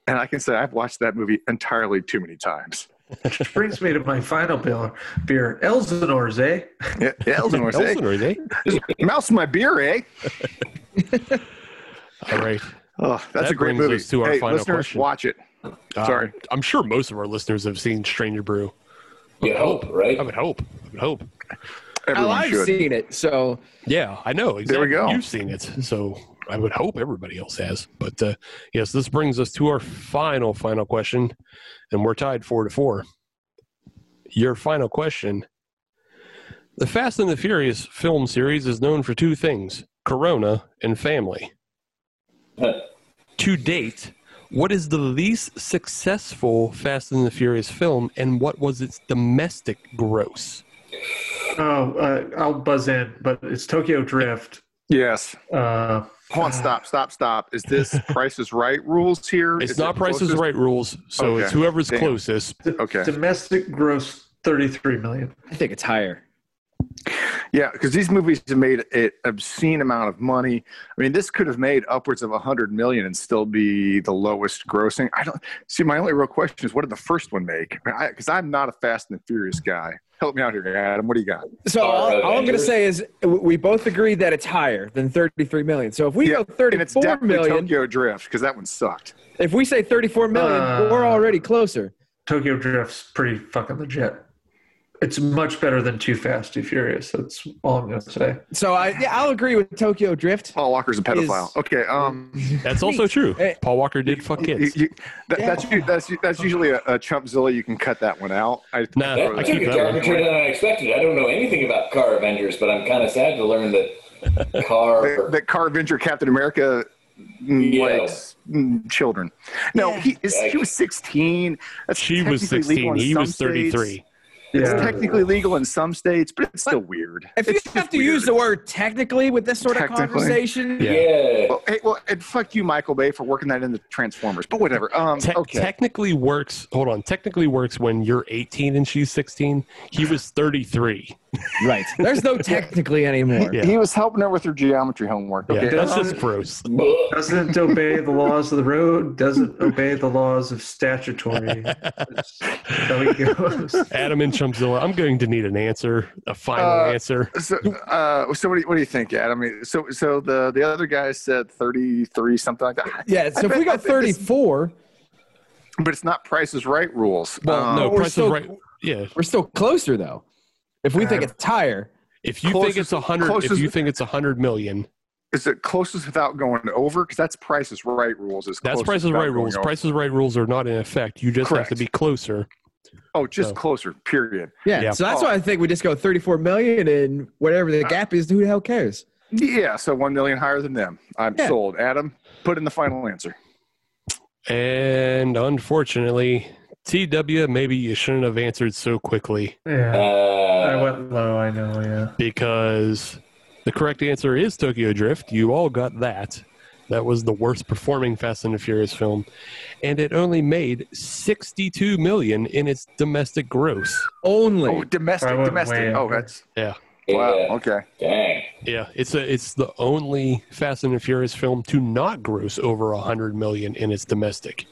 Speaker 6: and I can say I've watched that movie entirely too many times.
Speaker 7: Which brings me to my final beer, beer Elsinor's, eh?
Speaker 6: Yeah, yeah, Elsinore, say,
Speaker 3: Nelson, are they?
Speaker 6: mouse my beer, eh?
Speaker 3: All right.
Speaker 6: Oh, that's
Speaker 3: That
Speaker 6: a great
Speaker 3: brings
Speaker 6: movie.
Speaker 3: us to our
Speaker 6: hey,
Speaker 3: final
Speaker 6: listeners,
Speaker 3: question.
Speaker 6: watch it.
Speaker 3: Uh,
Speaker 6: Sorry.
Speaker 3: I'm sure most of our listeners have seen Stranger Brew.
Speaker 5: You hope, right?
Speaker 3: I would hope. I would hope.
Speaker 6: Everyone
Speaker 4: I've
Speaker 6: should.
Speaker 4: seen it, so
Speaker 3: Yeah, I know. Exactly.
Speaker 6: we go.
Speaker 3: You've seen it, so I would hope everybody else has. But uh, yes, this brings us to our final, final question, and we're tied four to four. Your final question: The Fast and the Furious film series is known for two things: Corona and family. to date, what is the least successful Fast and the Furious film, and what was its domestic gross?
Speaker 7: Oh, uh, I'll buzz in, but it's Tokyo Drift.
Speaker 6: Yes.
Speaker 7: Uh,
Speaker 6: Hold on, stop, stop, stop. Is this Price is Right rules here?
Speaker 3: It's
Speaker 6: Is
Speaker 3: not
Speaker 6: it
Speaker 3: Price is
Speaker 6: closest?
Speaker 3: Right rules, so
Speaker 6: Okay.
Speaker 3: it's whoever's
Speaker 6: Damn.
Speaker 3: closest.
Speaker 6: Okay.
Speaker 7: Domestic gross thirty-three million.
Speaker 9: I think it's higher.
Speaker 6: Yeah, because these movies have made an obscene amount of money. I mean, this could have made upwards of a hundred million and still be the lowest grossing. I don't see. My only real question is, what did the first one make? Because I'm not a Fast and Furious guy. Help me out here, Adam. What do you got?
Speaker 4: so
Speaker 5: Star
Speaker 4: all, all I'm going to
Speaker 5: Avengers.
Speaker 4: say is w- we both agree that it's higher than 33 million. So if we go
Speaker 6: and it's
Speaker 4: 34
Speaker 6: definitely
Speaker 4: million,
Speaker 6: Tokyo Drift because that one sucked.
Speaker 4: if we say 34 million,
Speaker 7: Uh,
Speaker 4: we're already closer.
Speaker 7: Tokyo Drift's pretty fucking legit. It's much better than Too Fast, Too Furious. That's all I'm gonna say.
Speaker 4: So I yeah, I'll agree with Tokyo Drift.
Speaker 6: Paul Walker's a pedophile.
Speaker 4: Is-
Speaker 6: okay, um,
Speaker 3: That's also true.
Speaker 6: eh,
Speaker 4: Hey.
Speaker 3: Paul Walker did fuck
Speaker 6: you,
Speaker 3: kids.
Speaker 6: you, that, that's u- that's u- that's usually a, a chumpzilla. You can cut that one out. I,
Speaker 3: Nah,
Speaker 6: throw
Speaker 3: I
Speaker 6: that-
Speaker 5: That
Speaker 3: keep
Speaker 5: took a
Speaker 3: that one.
Speaker 5: darker turn than I expected. I don't know anything about Car Avengers, but I'm kind of sad to learn that Car.
Speaker 6: that, that Car Avenger Captain America mm,
Speaker 5: Yeah.
Speaker 6: likes mm, children. No, he is, he was 16. That's
Speaker 3: She was
Speaker 6: technically
Speaker 3: 16.
Speaker 6: legal in
Speaker 3: He
Speaker 6: some
Speaker 3: was 33.
Speaker 6: states. It's technically legal in some states, but it's still weird.
Speaker 4: If you
Speaker 6: It's
Speaker 4: have
Speaker 6: just
Speaker 4: to use
Speaker 6: weird.
Speaker 4: the word technically with this sort of
Speaker 6: Technically.
Speaker 4: conversation,
Speaker 3: Yeah.
Speaker 5: yeah.
Speaker 6: Well, hey, well, and fuck you, Michael Bay, for working that into Transformers. But whatever. Um,
Speaker 3: Te-
Speaker 6: okay.
Speaker 3: Technically works. Hold on. Technically works when you're 18 and she's 16. He was 33.
Speaker 9: Right.
Speaker 4: there's no technically anymore.
Speaker 3: Yeah.
Speaker 6: He was helping her with her geometry homework.
Speaker 3: Yeah,
Speaker 6: Okay.
Speaker 3: that's
Speaker 7: Um,
Speaker 3: just gross.
Speaker 7: Doesn't obey the laws of the road. Doesn't obey the laws of statutory. That's how it goes.
Speaker 3: Adam and Chumzilla, I'm going to need an answer, a final
Speaker 6: Uh,
Speaker 3: answer.
Speaker 6: So, uh, so what do you, what do you think, Adam? I mean, so, so the the other guy said thirty three, something like that.
Speaker 4: Yeah, so
Speaker 6: I
Speaker 4: if we
Speaker 6: bet- I
Speaker 4: got
Speaker 6: bet this-
Speaker 4: 34,
Speaker 6: But it's not Price is Right rules.
Speaker 4: Well,
Speaker 6: Um,
Speaker 3: no,
Speaker 4: we're
Speaker 3: Price
Speaker 4: so-
Speaker 3: is right. Yeah.
Speaker 4: we're still closer though. If we think
Speaker 7: Uh,
Speaker 4: it's higher,
Speaker 3: If you think
Speaker 6: Closest-
Speaker 3: it's a 100, if
Speaker 6: closest-
Speaker 3: you think it's a 100 million,
Speaker 6: Is it closest without going over? Because that's Price is Right rules. Is
Speaker 3: that's
Speaker 6: closest
Speaker 3: Price is
Speaker 6: without
Speaker 3: right
Speaker 6: going
Speaker 3: rules.
Speaker 6: over.
Speaker 3: Price is right rules are not in effect. You just have
Speaker 6: Correct.
Speaker 3: to be closer.
Speaker 6: Oh, just
Speaker 3: so-
Speaker 6: closer. Period.
Speaker 4: yeah.
Speaker 3: Yeah.
Speaker 4: So that's why I think we just go 34 million and whatever the gap is, who the hell cares?
Speaker 6: Yeah. So one million higher than them. I'm
Speaker 4: Yeah.
Speaker 6: sold. Adam, put in the final answer.
Speaker 3: And unfortunately, TW, maybe you shouldn't have answered so quickly.
Speaker 7: Yeah, I
Speaker 5: Uh,
Speaker 7: went low. I know. Yeah.
Speaker 3: because the correct answer is Tokyo Drift. You all got that. That was the worst performing Fast and the Furious film, and it only made 62 million in its domestic gross.
Speaker 4: Only.
Speaker 6: Oh, domestic,
Speaker 7: I went way
Speaker 6: domestic. Oh,
Speaker 7: over.
Speaker 6: that's
Speaker 3: Yeah,
Speaker 6: wow.
Speaker 5: yeah.
Speaker 6: Okay.
Speaker 5: Dang.
Speaker 3: yeah. It's a, it's the only Fast and the Furious film to not gross over 100 million in its domestic.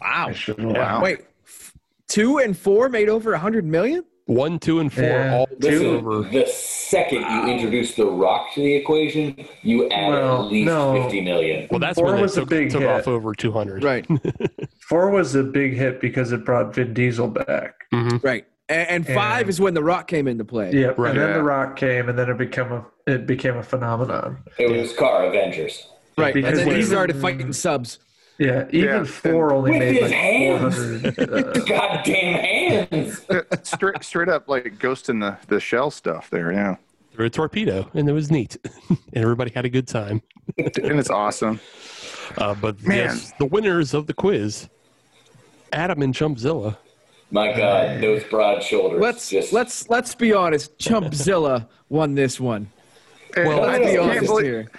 Speaker 4: wow.
Speaker 6: Wow.
Speaker 4: Wait, f- two and four made over 100 million?
Speaker 3: One, two, and four
Speaker 7: Yeah.
Speaker 3: all
Speaker 5: Listen,
Speaker 3: two over.
Speaker 5: the second you introduce The Rock to the equation, you add
Speaker 7: Well,
Speaker 5: at least
Speaker 7: no.
Speaker 5: 50 million.
Speaker 3: Well, that's
Speaker 7: Four
Speaker 3: when it
Speaker 7: was a
Speaker 3: took,
Speaker 7: big
Speaker 3: took
Speaker 7: hit.
Speaker 3: off over 200.
Speaker 4: Right,
Speaker 7: Four was a big hit because it brought Vin Diesel back.
Speaker 5: Mm,
Speaker 3: Mhm.
Speaker 4: right. And, and five
Speaker 7: And-
Speaker 4: is when The Rock came into play.
Speaker 7: Yeah,
Speaker 3: Right.
Speaker 7: and then
Speaker 6: Yeah.
Speaker 7: The Rock came, and then it became a it became a phenomenon.
Speaker 5: It was Car Avengers.
Speaker 4: Right. And
Speaker 7: Because
Speaker 4: then
Speaker 7: when-
Speaker 4: he started fighting subs.
Speaker 7: Yeah, even
Speaker 6: Yeah,
Speaker 7: four only
Speaker 5: With
Speaker 7: made
Speaker 5: his
Speaker 7: like four
Speaker 5: hands.
Speaker 7: hundred. uh,
Speaker 5: Goddamn hands!
Speaker 6: straight, straight up like Ghost in the the Shell stuff there. Yeah.
Speaker 3: Through a torpedo, and it was neat. and everybody had a good time.
Speaker 6: and it's awesome.
Speaker 3: Uh, but
Speaker 6: Man.
Speaker 3: yes, the winners of the quiz, Adam and Chumpzilla.
Speaker 5: My God, those broad shoulders.
Speaker 4: Let's
Speaker 5: just
Speaker 4: let's let's be honest. Chumpzilla won this one.
Speaker 6: Well,
Speaker 4: Let's be honest here.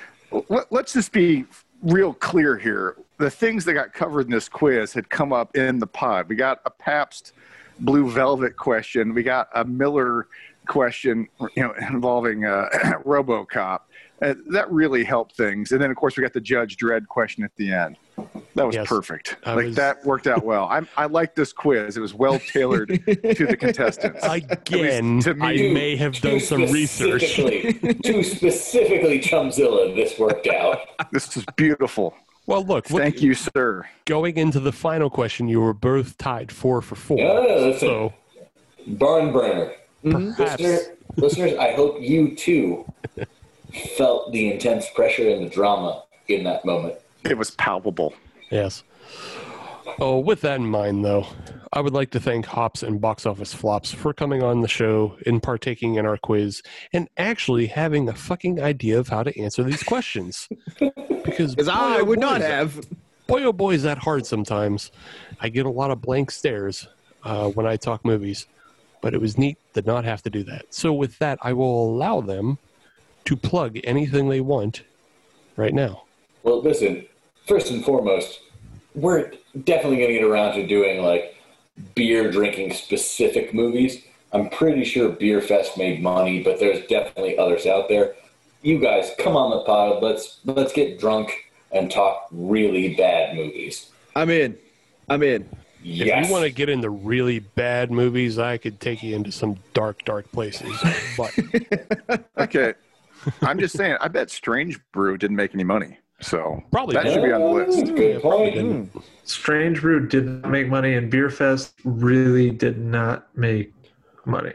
Speaker 6: let, us just be real clear here. The things that got covered in this quiz had come up in the pod. We got a Pabst Blue Velvet question. We got a Miller question, you know, involving uh, RoboCop. Uh, that really helped things. And then, of course, we got the Judge Dredd question at the end. That was
Speaker 3: Yes.
Speaker 6: perfect.
Speaker 3: I
Speaker 6: like
Speaker 3: was-
Speaker 6: that worked out well. I, I like this quiz. It was well tailored to the contestants.
Speaker 3: Again,
Speaker 6: to me-
Speaker 3: I
Speaker 5: Dude,
Speaker 3: may have
Speaker 5: too
Speaker 3: done some research.
Speaker 5: specifically- too specifically, Chumzilla, this worked out.
Speaker 6: This is beautiful.
Speaker 3: Well, look, what,
Speaker 6: Thank you, sir.
Speaker 3: going into the final question, you were both tied four for four.
Speaker 5: Yeah, that's a-
Speaker 3: so
Speaker 5: Oh, Barn burner. Listener, listeners, I hope you too felt the intense pressure and the drama in that moment.
Speaker 6: It was palpable.
Speaker 3: Yes. Oh, with that in mind, though, I would like to thank Hops and Box Office Flops for coming on the show and partaking in our quiz and actually having a fucking idea of how to answer these questions. because
Speaker 4: Because I
Speaker 3: boy, oh
Speaker 4: would
Speaker 3: boy,
Speaker 4: not
Speaker 3: is that-
Speaker 4: have.
Speaker 3: Boy, oh boy, is that hard sometimes. I get a lot of blank stares uh, when I talk movies, but it was neat to not have to do that. So, with that, I will allow them to plug anything they want right now.
Speaker 5: Well, listen, first and foremost, we're definitely going to get around to doing like beer drinking specific movies. I'm pretty sure Beer Fest made money, but there's definitely others out there. You guys, come on the pod. Let's let's get drunk and talk really bad movies.
Speaker 4: I'm in. I'm in.
Speaker 5: Yes.
Speaker 3: If you want to get into really bad movies, I could take you into some dark, dark places. But
Speaker 6: Okay. I'm just saying, I bet Strange Brew didn't make any money. So
Speaker 3: Probably
Speaker 6: that should be on the list.
Speaker 5: Good point.
Speaker 7: Strange Brew did not make money, and Beer Fest really did not make money.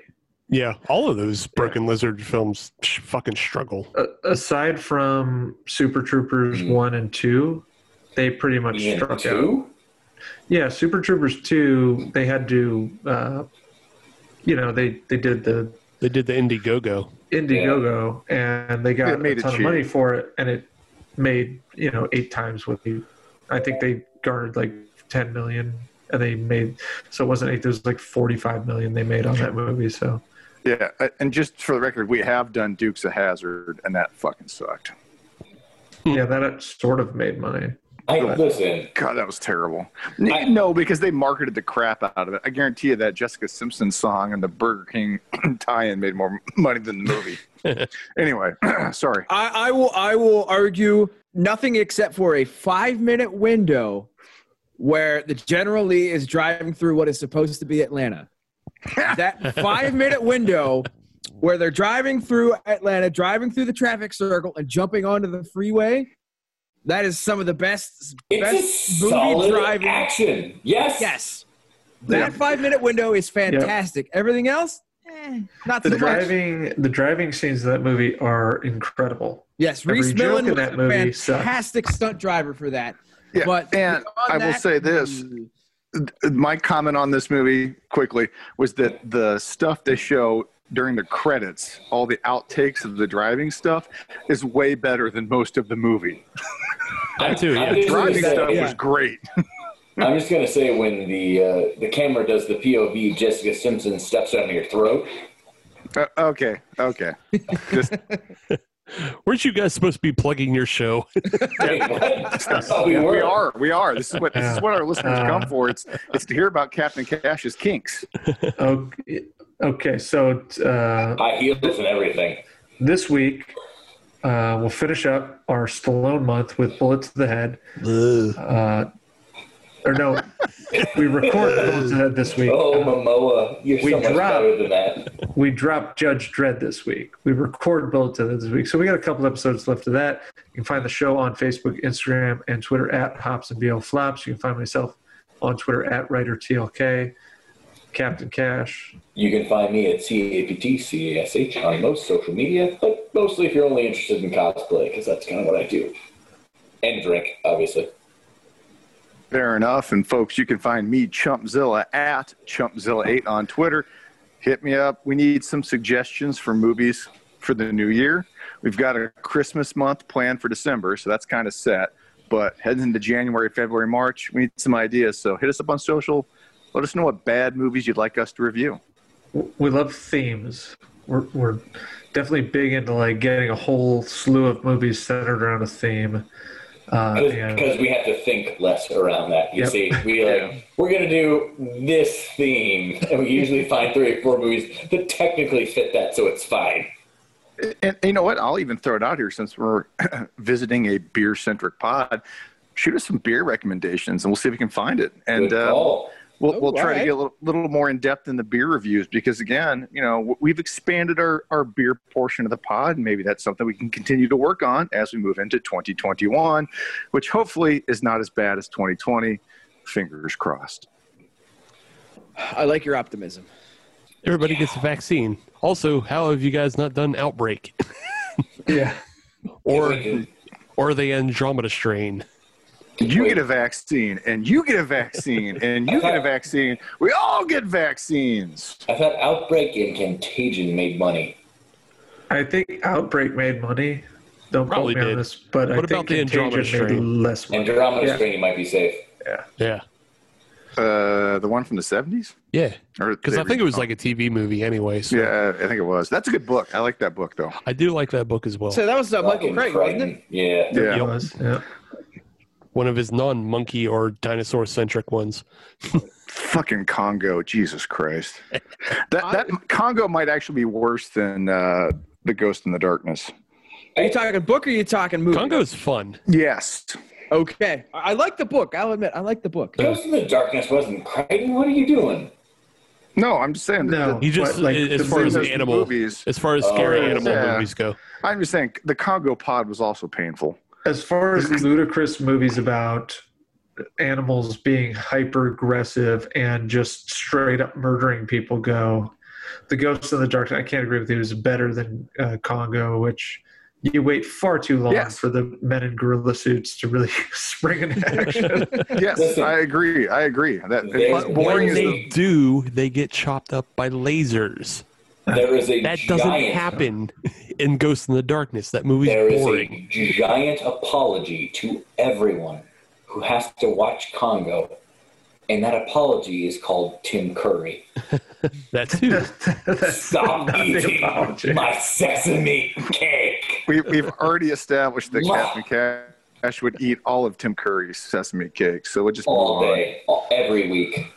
Speaker 3: yeah, all of those Broken Lizard films sh- fucking struggle.
Speaker 7: A aside from Super Troopers 1 and 2, they pretty much
Speaker 5: Ian,
Speaker 7: struck out.
Speaker 5: two?
Speaker 7: Yeah, Super Troopers 2, they had to, uh, you know, they, they did the
Speaker 3: They did the Indiegogo.
Speaker 7: Indiegogo and they
Speaker 6: It
Speaker 7: got
Speaker 6: made
Speaker 7: a
Speaker 6: it
Speaker 7: ton of
Speaker 6: cheap.
Speaker 7: money for it, and it made, you know, eight times what they, I think they garnered like 10 million. And they made so it wasn't eight. There was like forty-five million they made on that movie. So
Speaker 6: Yeah. I- And just for the record, we have done Dukes of Hazard, and that fucking sucked.
Speaker 7: yeah, that sort of made money.
Speaker 5: I listen.
Speaker 6: God, that was terrible.
Speaker 5: I-
Speaker 6: no, because they marketed the crap out of it. I guarantee you that Jessica Simpson song and the Burger King tie-in made more money than the movie. anyway, sorry.
Speaker 4: I, I will I will argue nothing except for a five minute window where the General Lee is driving through what is supposed to be Atlanta. that five minute window where they're driving through Atlanta, driving through the traffic circle and jumping onto the freeway. That is some of the best
Speaker 5: It's
Speaker 4: best
Speaker 5: a
Speaker 4: movie
Speaker 5: solid
Speaker 4: driving.
Speaker 5: action. Yes.
Speaker 4: Yes. That five minute window is fantastic. Everything else, eh, not
Speaker 7: The
Speaker 4: so much.
Speaker 7: driving, the driving scenes of that movie are incredible.
Speaker 4: Yes,
Speaker 7: every
Speaker 4: Reese
Speaker 7: joke
Speaker 4: Millen
Speaker 7: in
Speaker 4: was
Speaker 7: that
Speaker 4: a
Speaker 7: movie sucked.
Speaker 4: fantastic stunt driver for that.
Speaker 6: Yeah,
Speaker 4: but
Speaker 6: and
Speaker 4: beyond
Speaker 6: I will
Speaker 4: that,
Speaker 6: say this. my comment on this movie quickly was that the stuff they show during the credits, all the outtakes of the driving stuff, is way better than most of the movie.
Speaker 3: That too, yeah.
Speaker 5: I'm just gonna
Speaker 6: Driving
Speaker 5: say-
Speaker 6: stuff
Speaker 4: yeah.
Speaker 6: was great.
Speaker 5: I'm just gonna say when the uh, the camera does the POV, Jessica Simpson steps on your throat.
Speaker 6: Uh, okay, okay. Just
Speaker 3: Weren't you guys supposed to be plugging your show?
Speaker 5: Wait, what? I thought we
Speaker 6: we
Speaker 5: were.
Speaker 6: are, we are. This is what this is what our listeners come for. It's it's to hear about Captain Cash's kinks.
Speaker 7: Okay, okay so uh,
Speaker 5: High heels and everything.
Speaker 7: this week uh, we'll finish up our Stallone month with Bullet to the Head. Uh, or no, we record Bullet to the Head this week.
Speaker 5: Oh, Momoa, you're
Speaker 7: We
Speaker 5: so much
Speaker 7: dropped.
Speaker 5: better than that.
Speaker 7: We dropped Judge Dredd this week. We record Bullet to the Head this week, so we got a couple episodes left of that. You can find the show on Facebook, Instagram, and Twitter at Hops and BL Flops. You can find myself on Twitter at Writer TLK, Captain Cash.
Speaker 5: You can find me at C-A-P-T-C-A-S-H on most social media, but mostly if you're only interested in cosplay, because that's kind of what I do. And drink, obviously.
Speaker 6: Fair enough. And folks, you can find me, Chumpzilla, at Chumpzilla8 on Twitter. Hit me up. We need some suggestions for movies for the new year. We've got a Christmas month planned for December, so that's kind of set. But heading into January, February, March, we need some ideas. So hit us up on social. Let us know what bad movies you'd like us to review.
Speaker 7: we love themes. We're, we're definitely big into like getting a whole slew of movies centered around a theme. Uh, and
Speaker 5: Because we have to think less around that. You
Speaker 7: Yep.
Speaker 5: see, we like, we're gonna do this theme, and we usually find three or four movies that technically fit that, so it's fine.
Speaker 6: And, and you know what? I'll even throw it out here since we're visiting a beer centric pod. Shoot us some beer recommendations and we'll see if we can find it. And uh, um,
Speaker 5: Good call.
Speaker 6: We'll, we'll try to
Speaker 4: Alright.
Speaker 6: get a little, little more in depth in the beer reviews because, again, you know, w- we've expanded our, our beer portion of the pod. And maybe that's something we can continue to work on as we move into 2021, which hopefully is not as bad as 2020. Fingers crossed.
Speaker 4: I like your optimism.
Speaker 3: Everybody gets a vaccine. Also, how have you guys not done outbreak
Speaker 7: Yeah.
Speaker 3: or
Speaker 5: We do.
Speaker 3: or the Andromeda strain?
Speaker 6: You get a vaccine, and you get a vaccine, and you get a vaccine. We all get vaccines.
Speaker 5: I thought Outbreak and Contagion made money.
Speaker 7: I think Outbreak made money. Don't
Speaker 3: Probably
Speaker 7: quote me
Speaker 3: did.
Speaker 7: on this, but I
Speaker 3: What
Speaker 7: think
Speaker 3: about the Andromeda
Speaker 7: Contagion made
Speaker 3: strain?
Speaker 7: less money.
Speaker 5: Andromeda
Speaker 7: Yeah.
Speaker 5: Strain, you might be safe.
Speaker 3: Yeah,
Speaker 6: Uh, the one from the seventies,
Speaker 3: yeah.
Speaker 6: or
Speaker 3: Because I think it was like a TV movie anyway. So
Speaker 6: Yeah, I think it was. That's a good book. I like that book though.
Speaker 3: I do like that book as well.
Speaker 4: So that was uh, Michael
Speaker 5: Fucking
Speaker 4: Craig, wasn't it?
Speaker 5: Crichton. Yeah.
Speaker 6: Yeah.
Speaker 7: It was, yeah.
Speaker 3: One of his non-monkey or dinosaur-centric ones.
Speaker 6: Fucking Congo, Jesus Christ. That that Congo might actually be worse than uh, the Ghost in the Darkness.
Speaker 4: Are you talking book or are you talking movie?
Speaker 3: Congo's fun.
Speaker 6: Yes,
Speaker 4: Okay. I I like the book. I'll admit, I like the book.
Speaker 5: Ghost in the Darkness wasn't Crichton. What are you doing?
Speaker 6: no, I'm just saying.
Speaker 7: No.
Speaker 3: He just
Speaker 7: But, like,
Speaker 3: as
Speaker 7: the
Speaker 3: far as
Speaker 7: thing is
Speaker 6: the
Speaker 3: animal
Speaker 6: movies-
Speaker 3: as far as scary
Speaker 5: yeah.
Speaker 3: animal
Speaker 6: Oh, Yeah.
Speaker 3: movies go.
Speaker 6: I'm just saying the Congo pod was also painful.
Speaker 7: As far as ludicrous movies about animals being hyper aggressive and just straight up murdering people go, The Ghost in the Dark, I can't agree with you, is better than uh, Congo, which you wait far too long
Speaker 6: Yes.
Speaker 7: for the men in gorilla suits to really spring into action.
Speaker 6: Yes,
Speaker 5: Listen.
Speaker 6: I agree. I agree. That
Speaker 5: There's
Speaker 6: as
Speaker 5: one
Speaker 6: boring as the
Speaker 5: thing-
Speaker 3: They do. They get chopped up by lasers.
Speaker 5: There is a
Speaker 3: That
Speaker 5: giant,
Speaker 3: doesn't happen in Ghost in the Darkness. That movie's
Speaker 5: There is
Speaker 3: boring.
Speaker 5: a giant apology to everyone who has to watch Congo, and that apology is called Tim Curry.
Speaker 3: That too.
Speaker 7: That's
Speaker 5: Stop
Speaker 7: not the
Speaker 5: eating
Speaker 7: apology.
Speaker 5: my sesame cake.
Speaker 6: we, we've already established that
Speaker 5: Yeah.
Speaker 6: Captain Cash would eat all of Tim Curry's sesame cakes, so we'll just
Speaker 5: All
Speaker 6: move on.
Speaker 5: day, all, every week.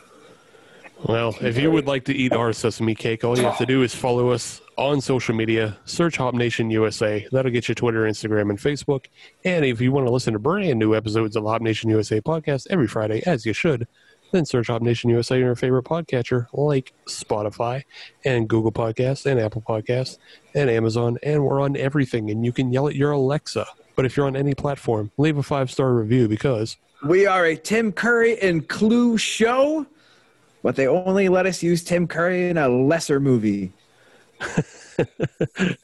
Speaker 3: Well, if you would like to eat our sesame cake, all you have to do is follow us on social media. Search Hop Nation USA. That'll get you Twitter, Instagram, and Facebook. And if you want to listen to brand new episodes of Hop Nation USA podcast every Friday, as you should, then search Hop Nation USA in your favorite podcatcher like Spotify and Google Podcasts and Apple Podcasts and Amazon. And we're on everything. And you can yell at your Alexa. But if you're on any platform, leave a five star review because
Speaker 4: We are a Tim Curry and Clue show, but they only let us use Tim Curry in a lesser movie.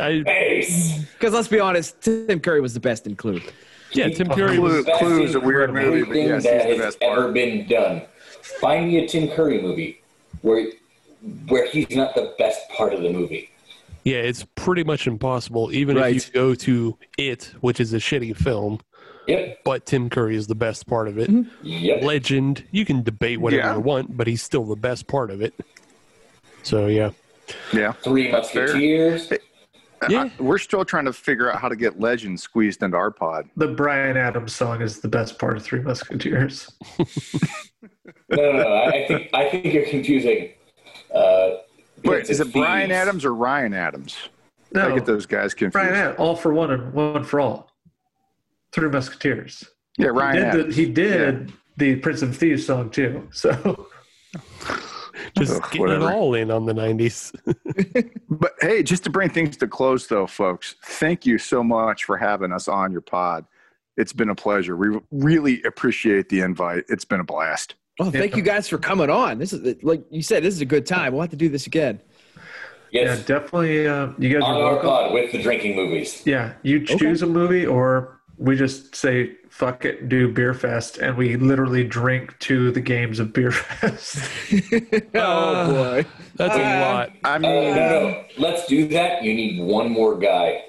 Speaker 3: I,
Speaker 5: Ace.
Speaker 4: Because let's be honest, Tim Curry was the best in Clue.
Speaker 3: yeah, Tim Curry was
Speaker 6: Clue, Clue is a weird
Speaker 5: Everything
Speaker 6: movie, but yes,
Speaker 5: that
Speaker 6: he's
Speaker 5: has
Speaker 6: the best
Speaker 5: ever
Speaker 6: part.
Speaker 5: been done. Find me a Tim Curry movie where where he's not the best part of the movie.
Speaker 3: Yeah, it's pretty much impossible, even if you
Speaker 4: Right.
Speaker 3: go to it, which is a shitty film,
Speaker 5: Yep.
Speaker 3: but Tim Curry is the best part of it.
Speaker 5: Yep.
Speaker 3: Legend, you can debate whatever
Speaker 6: Yeah.
Speaker 3: you want, but he's still the best part of it. So, yeah.
Speaker 6: Yeah.
Speaker 5: Three
Speaker 6: That's fair.
Speaker 5: Musketeers.
Speaker 3: Yeah.
Speaker 6: I- we're still trying to figure out how to get Legend squeezed into our pod.
Speaker 7: The Brian Adams song is the best part of Three Musketeers.
Speaker 5: No, no, no. I I think I think you're confusing. Uh,
Speaker 6: Wait, is it
Speaker 5: Thieves.
Speaker 6: Brian Adams or Ryan Adams? I
Speaker 7: No,
Speaker 6: get those guys confused.
Speaker 7: Brian Adams, all for one and one for all. Three Musketeers.
Speaker 6: Yeah, Ryan
Speaker 7: Did the-
Speaker 6: Adams.
Speaker 7: he did the Prince of Thieves song too. So
Speaker 3: Just
Speaker 6: Ugh,
Speaker 3: getting
Speaker 6: whatever.
Speaker 3: it all in on the 90s.
Speaker 6: But hey, just to bring things to close, though, folks, thank you so much for having us on your pod. It's been a pleasure. We really appreciate the invite. It's been a blast.
Speaker 4: Well, thank you guys for coming on. This is like you said, this is a good time. We'll have to do this again.
Speaker 7: yeah,
Speaker 5: Yes.
Speaker 7: definitely. Uh, you guys
Speaker 5: on
Speaker 7: are
Speaker 5: our
Speaker 7: welcome.
Speaker 5: pod with the drinking movies.
Speaker 7: Yeah, you choose a movie, or we just say fuck it, do Beer Fest, and we literally drink to the games of Beer Fest.
Speaker 4: oh boy.
Speaker 3: That's a lot.
Speaker 6: I
Speaker 5: Uh, no,
Speaker 6: mean,
Speaker 5: no, let's do that. You need one more guy.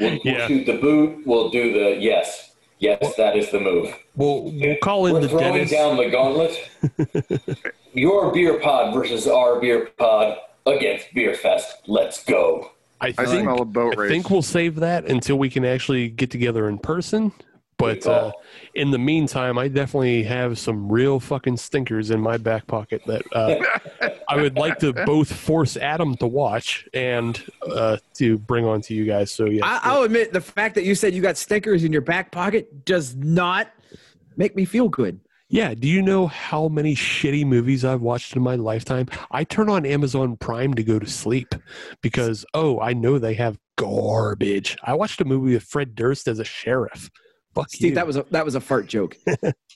Speaker 5: We'll,
Speaker 3: Yeah.
Speaker 5: we'll shoot the boot. We'll do the yes, yes. that is the move.
Speaker 3: We'll, we'll call in
Speaker 5: We're
Speaker 3: the
Speaker 5: throwing
Speaker 3: Dennis.
Speaker 5: down the gauntlet. Your beer pod versus our beer pod against Beer Fest. Let's go.
Speaker 3: I
Speaker 6: I
Speaker 3: think,
Speaker 6: smell a boat
Speaker 3: I
Speaker 6: race.
Speaker 3: think we'll save that until we can actually get together in person. But uh, in the meantime, I definitely have some real fucking stinkers in my back pocket that uh, I would like to both force Adam to watch and uh, to bring on to you guys. So yeah,
Speaker 4: I, I'll admit the fact that you said you got stickers in your back pocket does not make me feel good.
Speaker 3: yeah. Do you know how many shitty movies I've watched in my lifetime? I turn on Amazon Prime to go to sleep because oh, I know they have garbage. I watched a movie with Fred Durst as a sheriff. Fuck
Speaker 4: Steve,
Speaker 3: you.
Speaker 4: that was a that was a fart joke.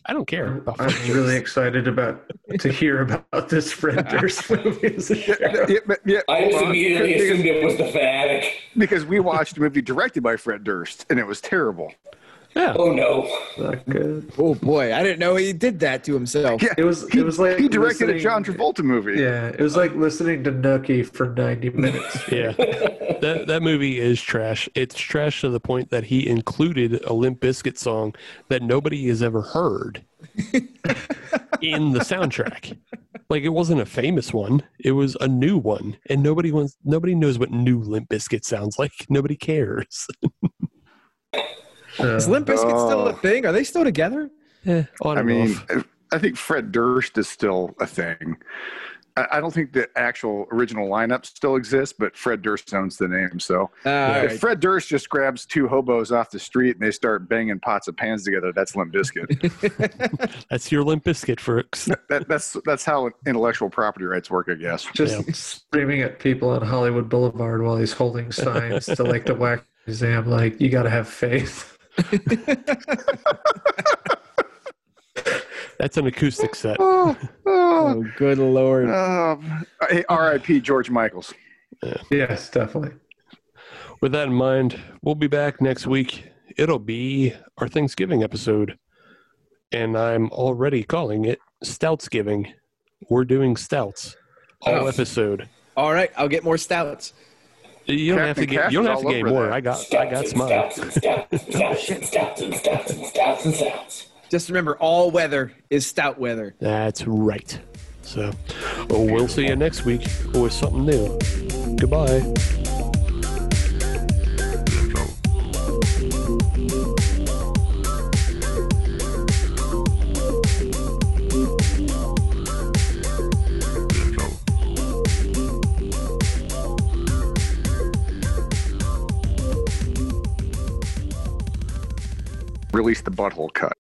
Speaker 3: I don't care. Oh, fuck
Speaker 7: I'm
Speaker 3: you.
Speaker 7: really excited about to hear about this Fred Durst movie. as a show.
Speaker 6: Yeah, but- yeah,
Speaker 5: I
Speaker 6: hold
Speaker 5: just
Speaker 6: on.
Speaker 5: immediately
Speaker 6: Because-
Speaker 5: assumed it was the fanatic.
Speaker 6: because we watched a movie directed by Fred Durst, and it was terrible.
Speaker 3: Yeah.
Speaker 5: Oh no.
Speaker 7: Not good.
Speaker 4: Oh boy, I didn't know he did that to himself.
Speaker 6: Yeah,
Speaker 7: It was- it
Speaker 6: He,
Speaker 7: was like
Speaker 6: he directed a
Speaker 7: listening-
Speaker 6: John Travolta movie.
Speaker 7: Yeah, it was like listening to Nucky for 90 minutes.
Speaker 3: Yeah. that that movie is trash. It's trash to the point that he included a Limp Bizkit song that nobody has ever heard in the soundtrack. Like it wasn't a famous one. It was a new one. And nobody wants nobody knows what new Limp Bizkit sounds like. Nobody cares.
Speaker 7: Uh,
Speaker 4: Is Limp Bizkit still a
Speaker 6: Oh.
Speaker 4: thing? Are they still together?
Speaker 3: On
Speaker 6: I
Speaker 3: and
Speaker 6: mean,
Speaker 3: off.
Speaker 6: I think Fred Durst is still a thing. I, I don't think the actual original lineup still exists, but Fred Durst owns the name. So
Speaker 4: Uh, all
Speaker 6: if
Speaker 4: right.
Speaker 6: Fred Durst just grabs two hobos off the street and they start banging pots of pans together, that's Limp Bizkit.
Speaker 3: that's your Limp Bizkit folks.
Speaker 6: that, that's that's how intellectual property rights work, I guess.
Speaker 7: just screaming at people on Hollywood Boulevard while he's holding signs to like the Wax Museum, like, you got to have faith.
Speaker 3: That's an acoustic set.
Speaker 6: Oh, oh,
Speaker 4: Oh, good lord.
Speaker 6: um, hey, R.I.P. George Michaels.
Speaker 7: Yes, definitely.
Speaker 3: With that in mind, we'll be back next week. It'll be our Thanksgiving episode. And I'm already calling it Stoutsgiving. We're doing stouts all
Speaker 4: Oh.
Speaker 3: episode.
Speaker 4: All right, I'll get more stouts.
Speaker 3: You don't have to
Speaker 6: Captain
Speaker 3: get you don't have
Speaker 6: Cash is
Speaker 3: to
Speaker 6: all
Speaker 3: get
Speaker 6: over
Speaker 3: more.
Speaker 6: that.
Speaker 3: I got I
Speaker 5: Stouts
Speaker 3: got
Speaker 5: and
Speaker 3: mine.
Speaker 5: stouts and stouts and stouts and stouts and stouts and stouts and stouts.
Speaker 4: Just remember, all weather is stout weather.
Speaker 3: That's right. So we'll see you next week with something new. Goodbye.
Speaker 6: Release the butthole cut.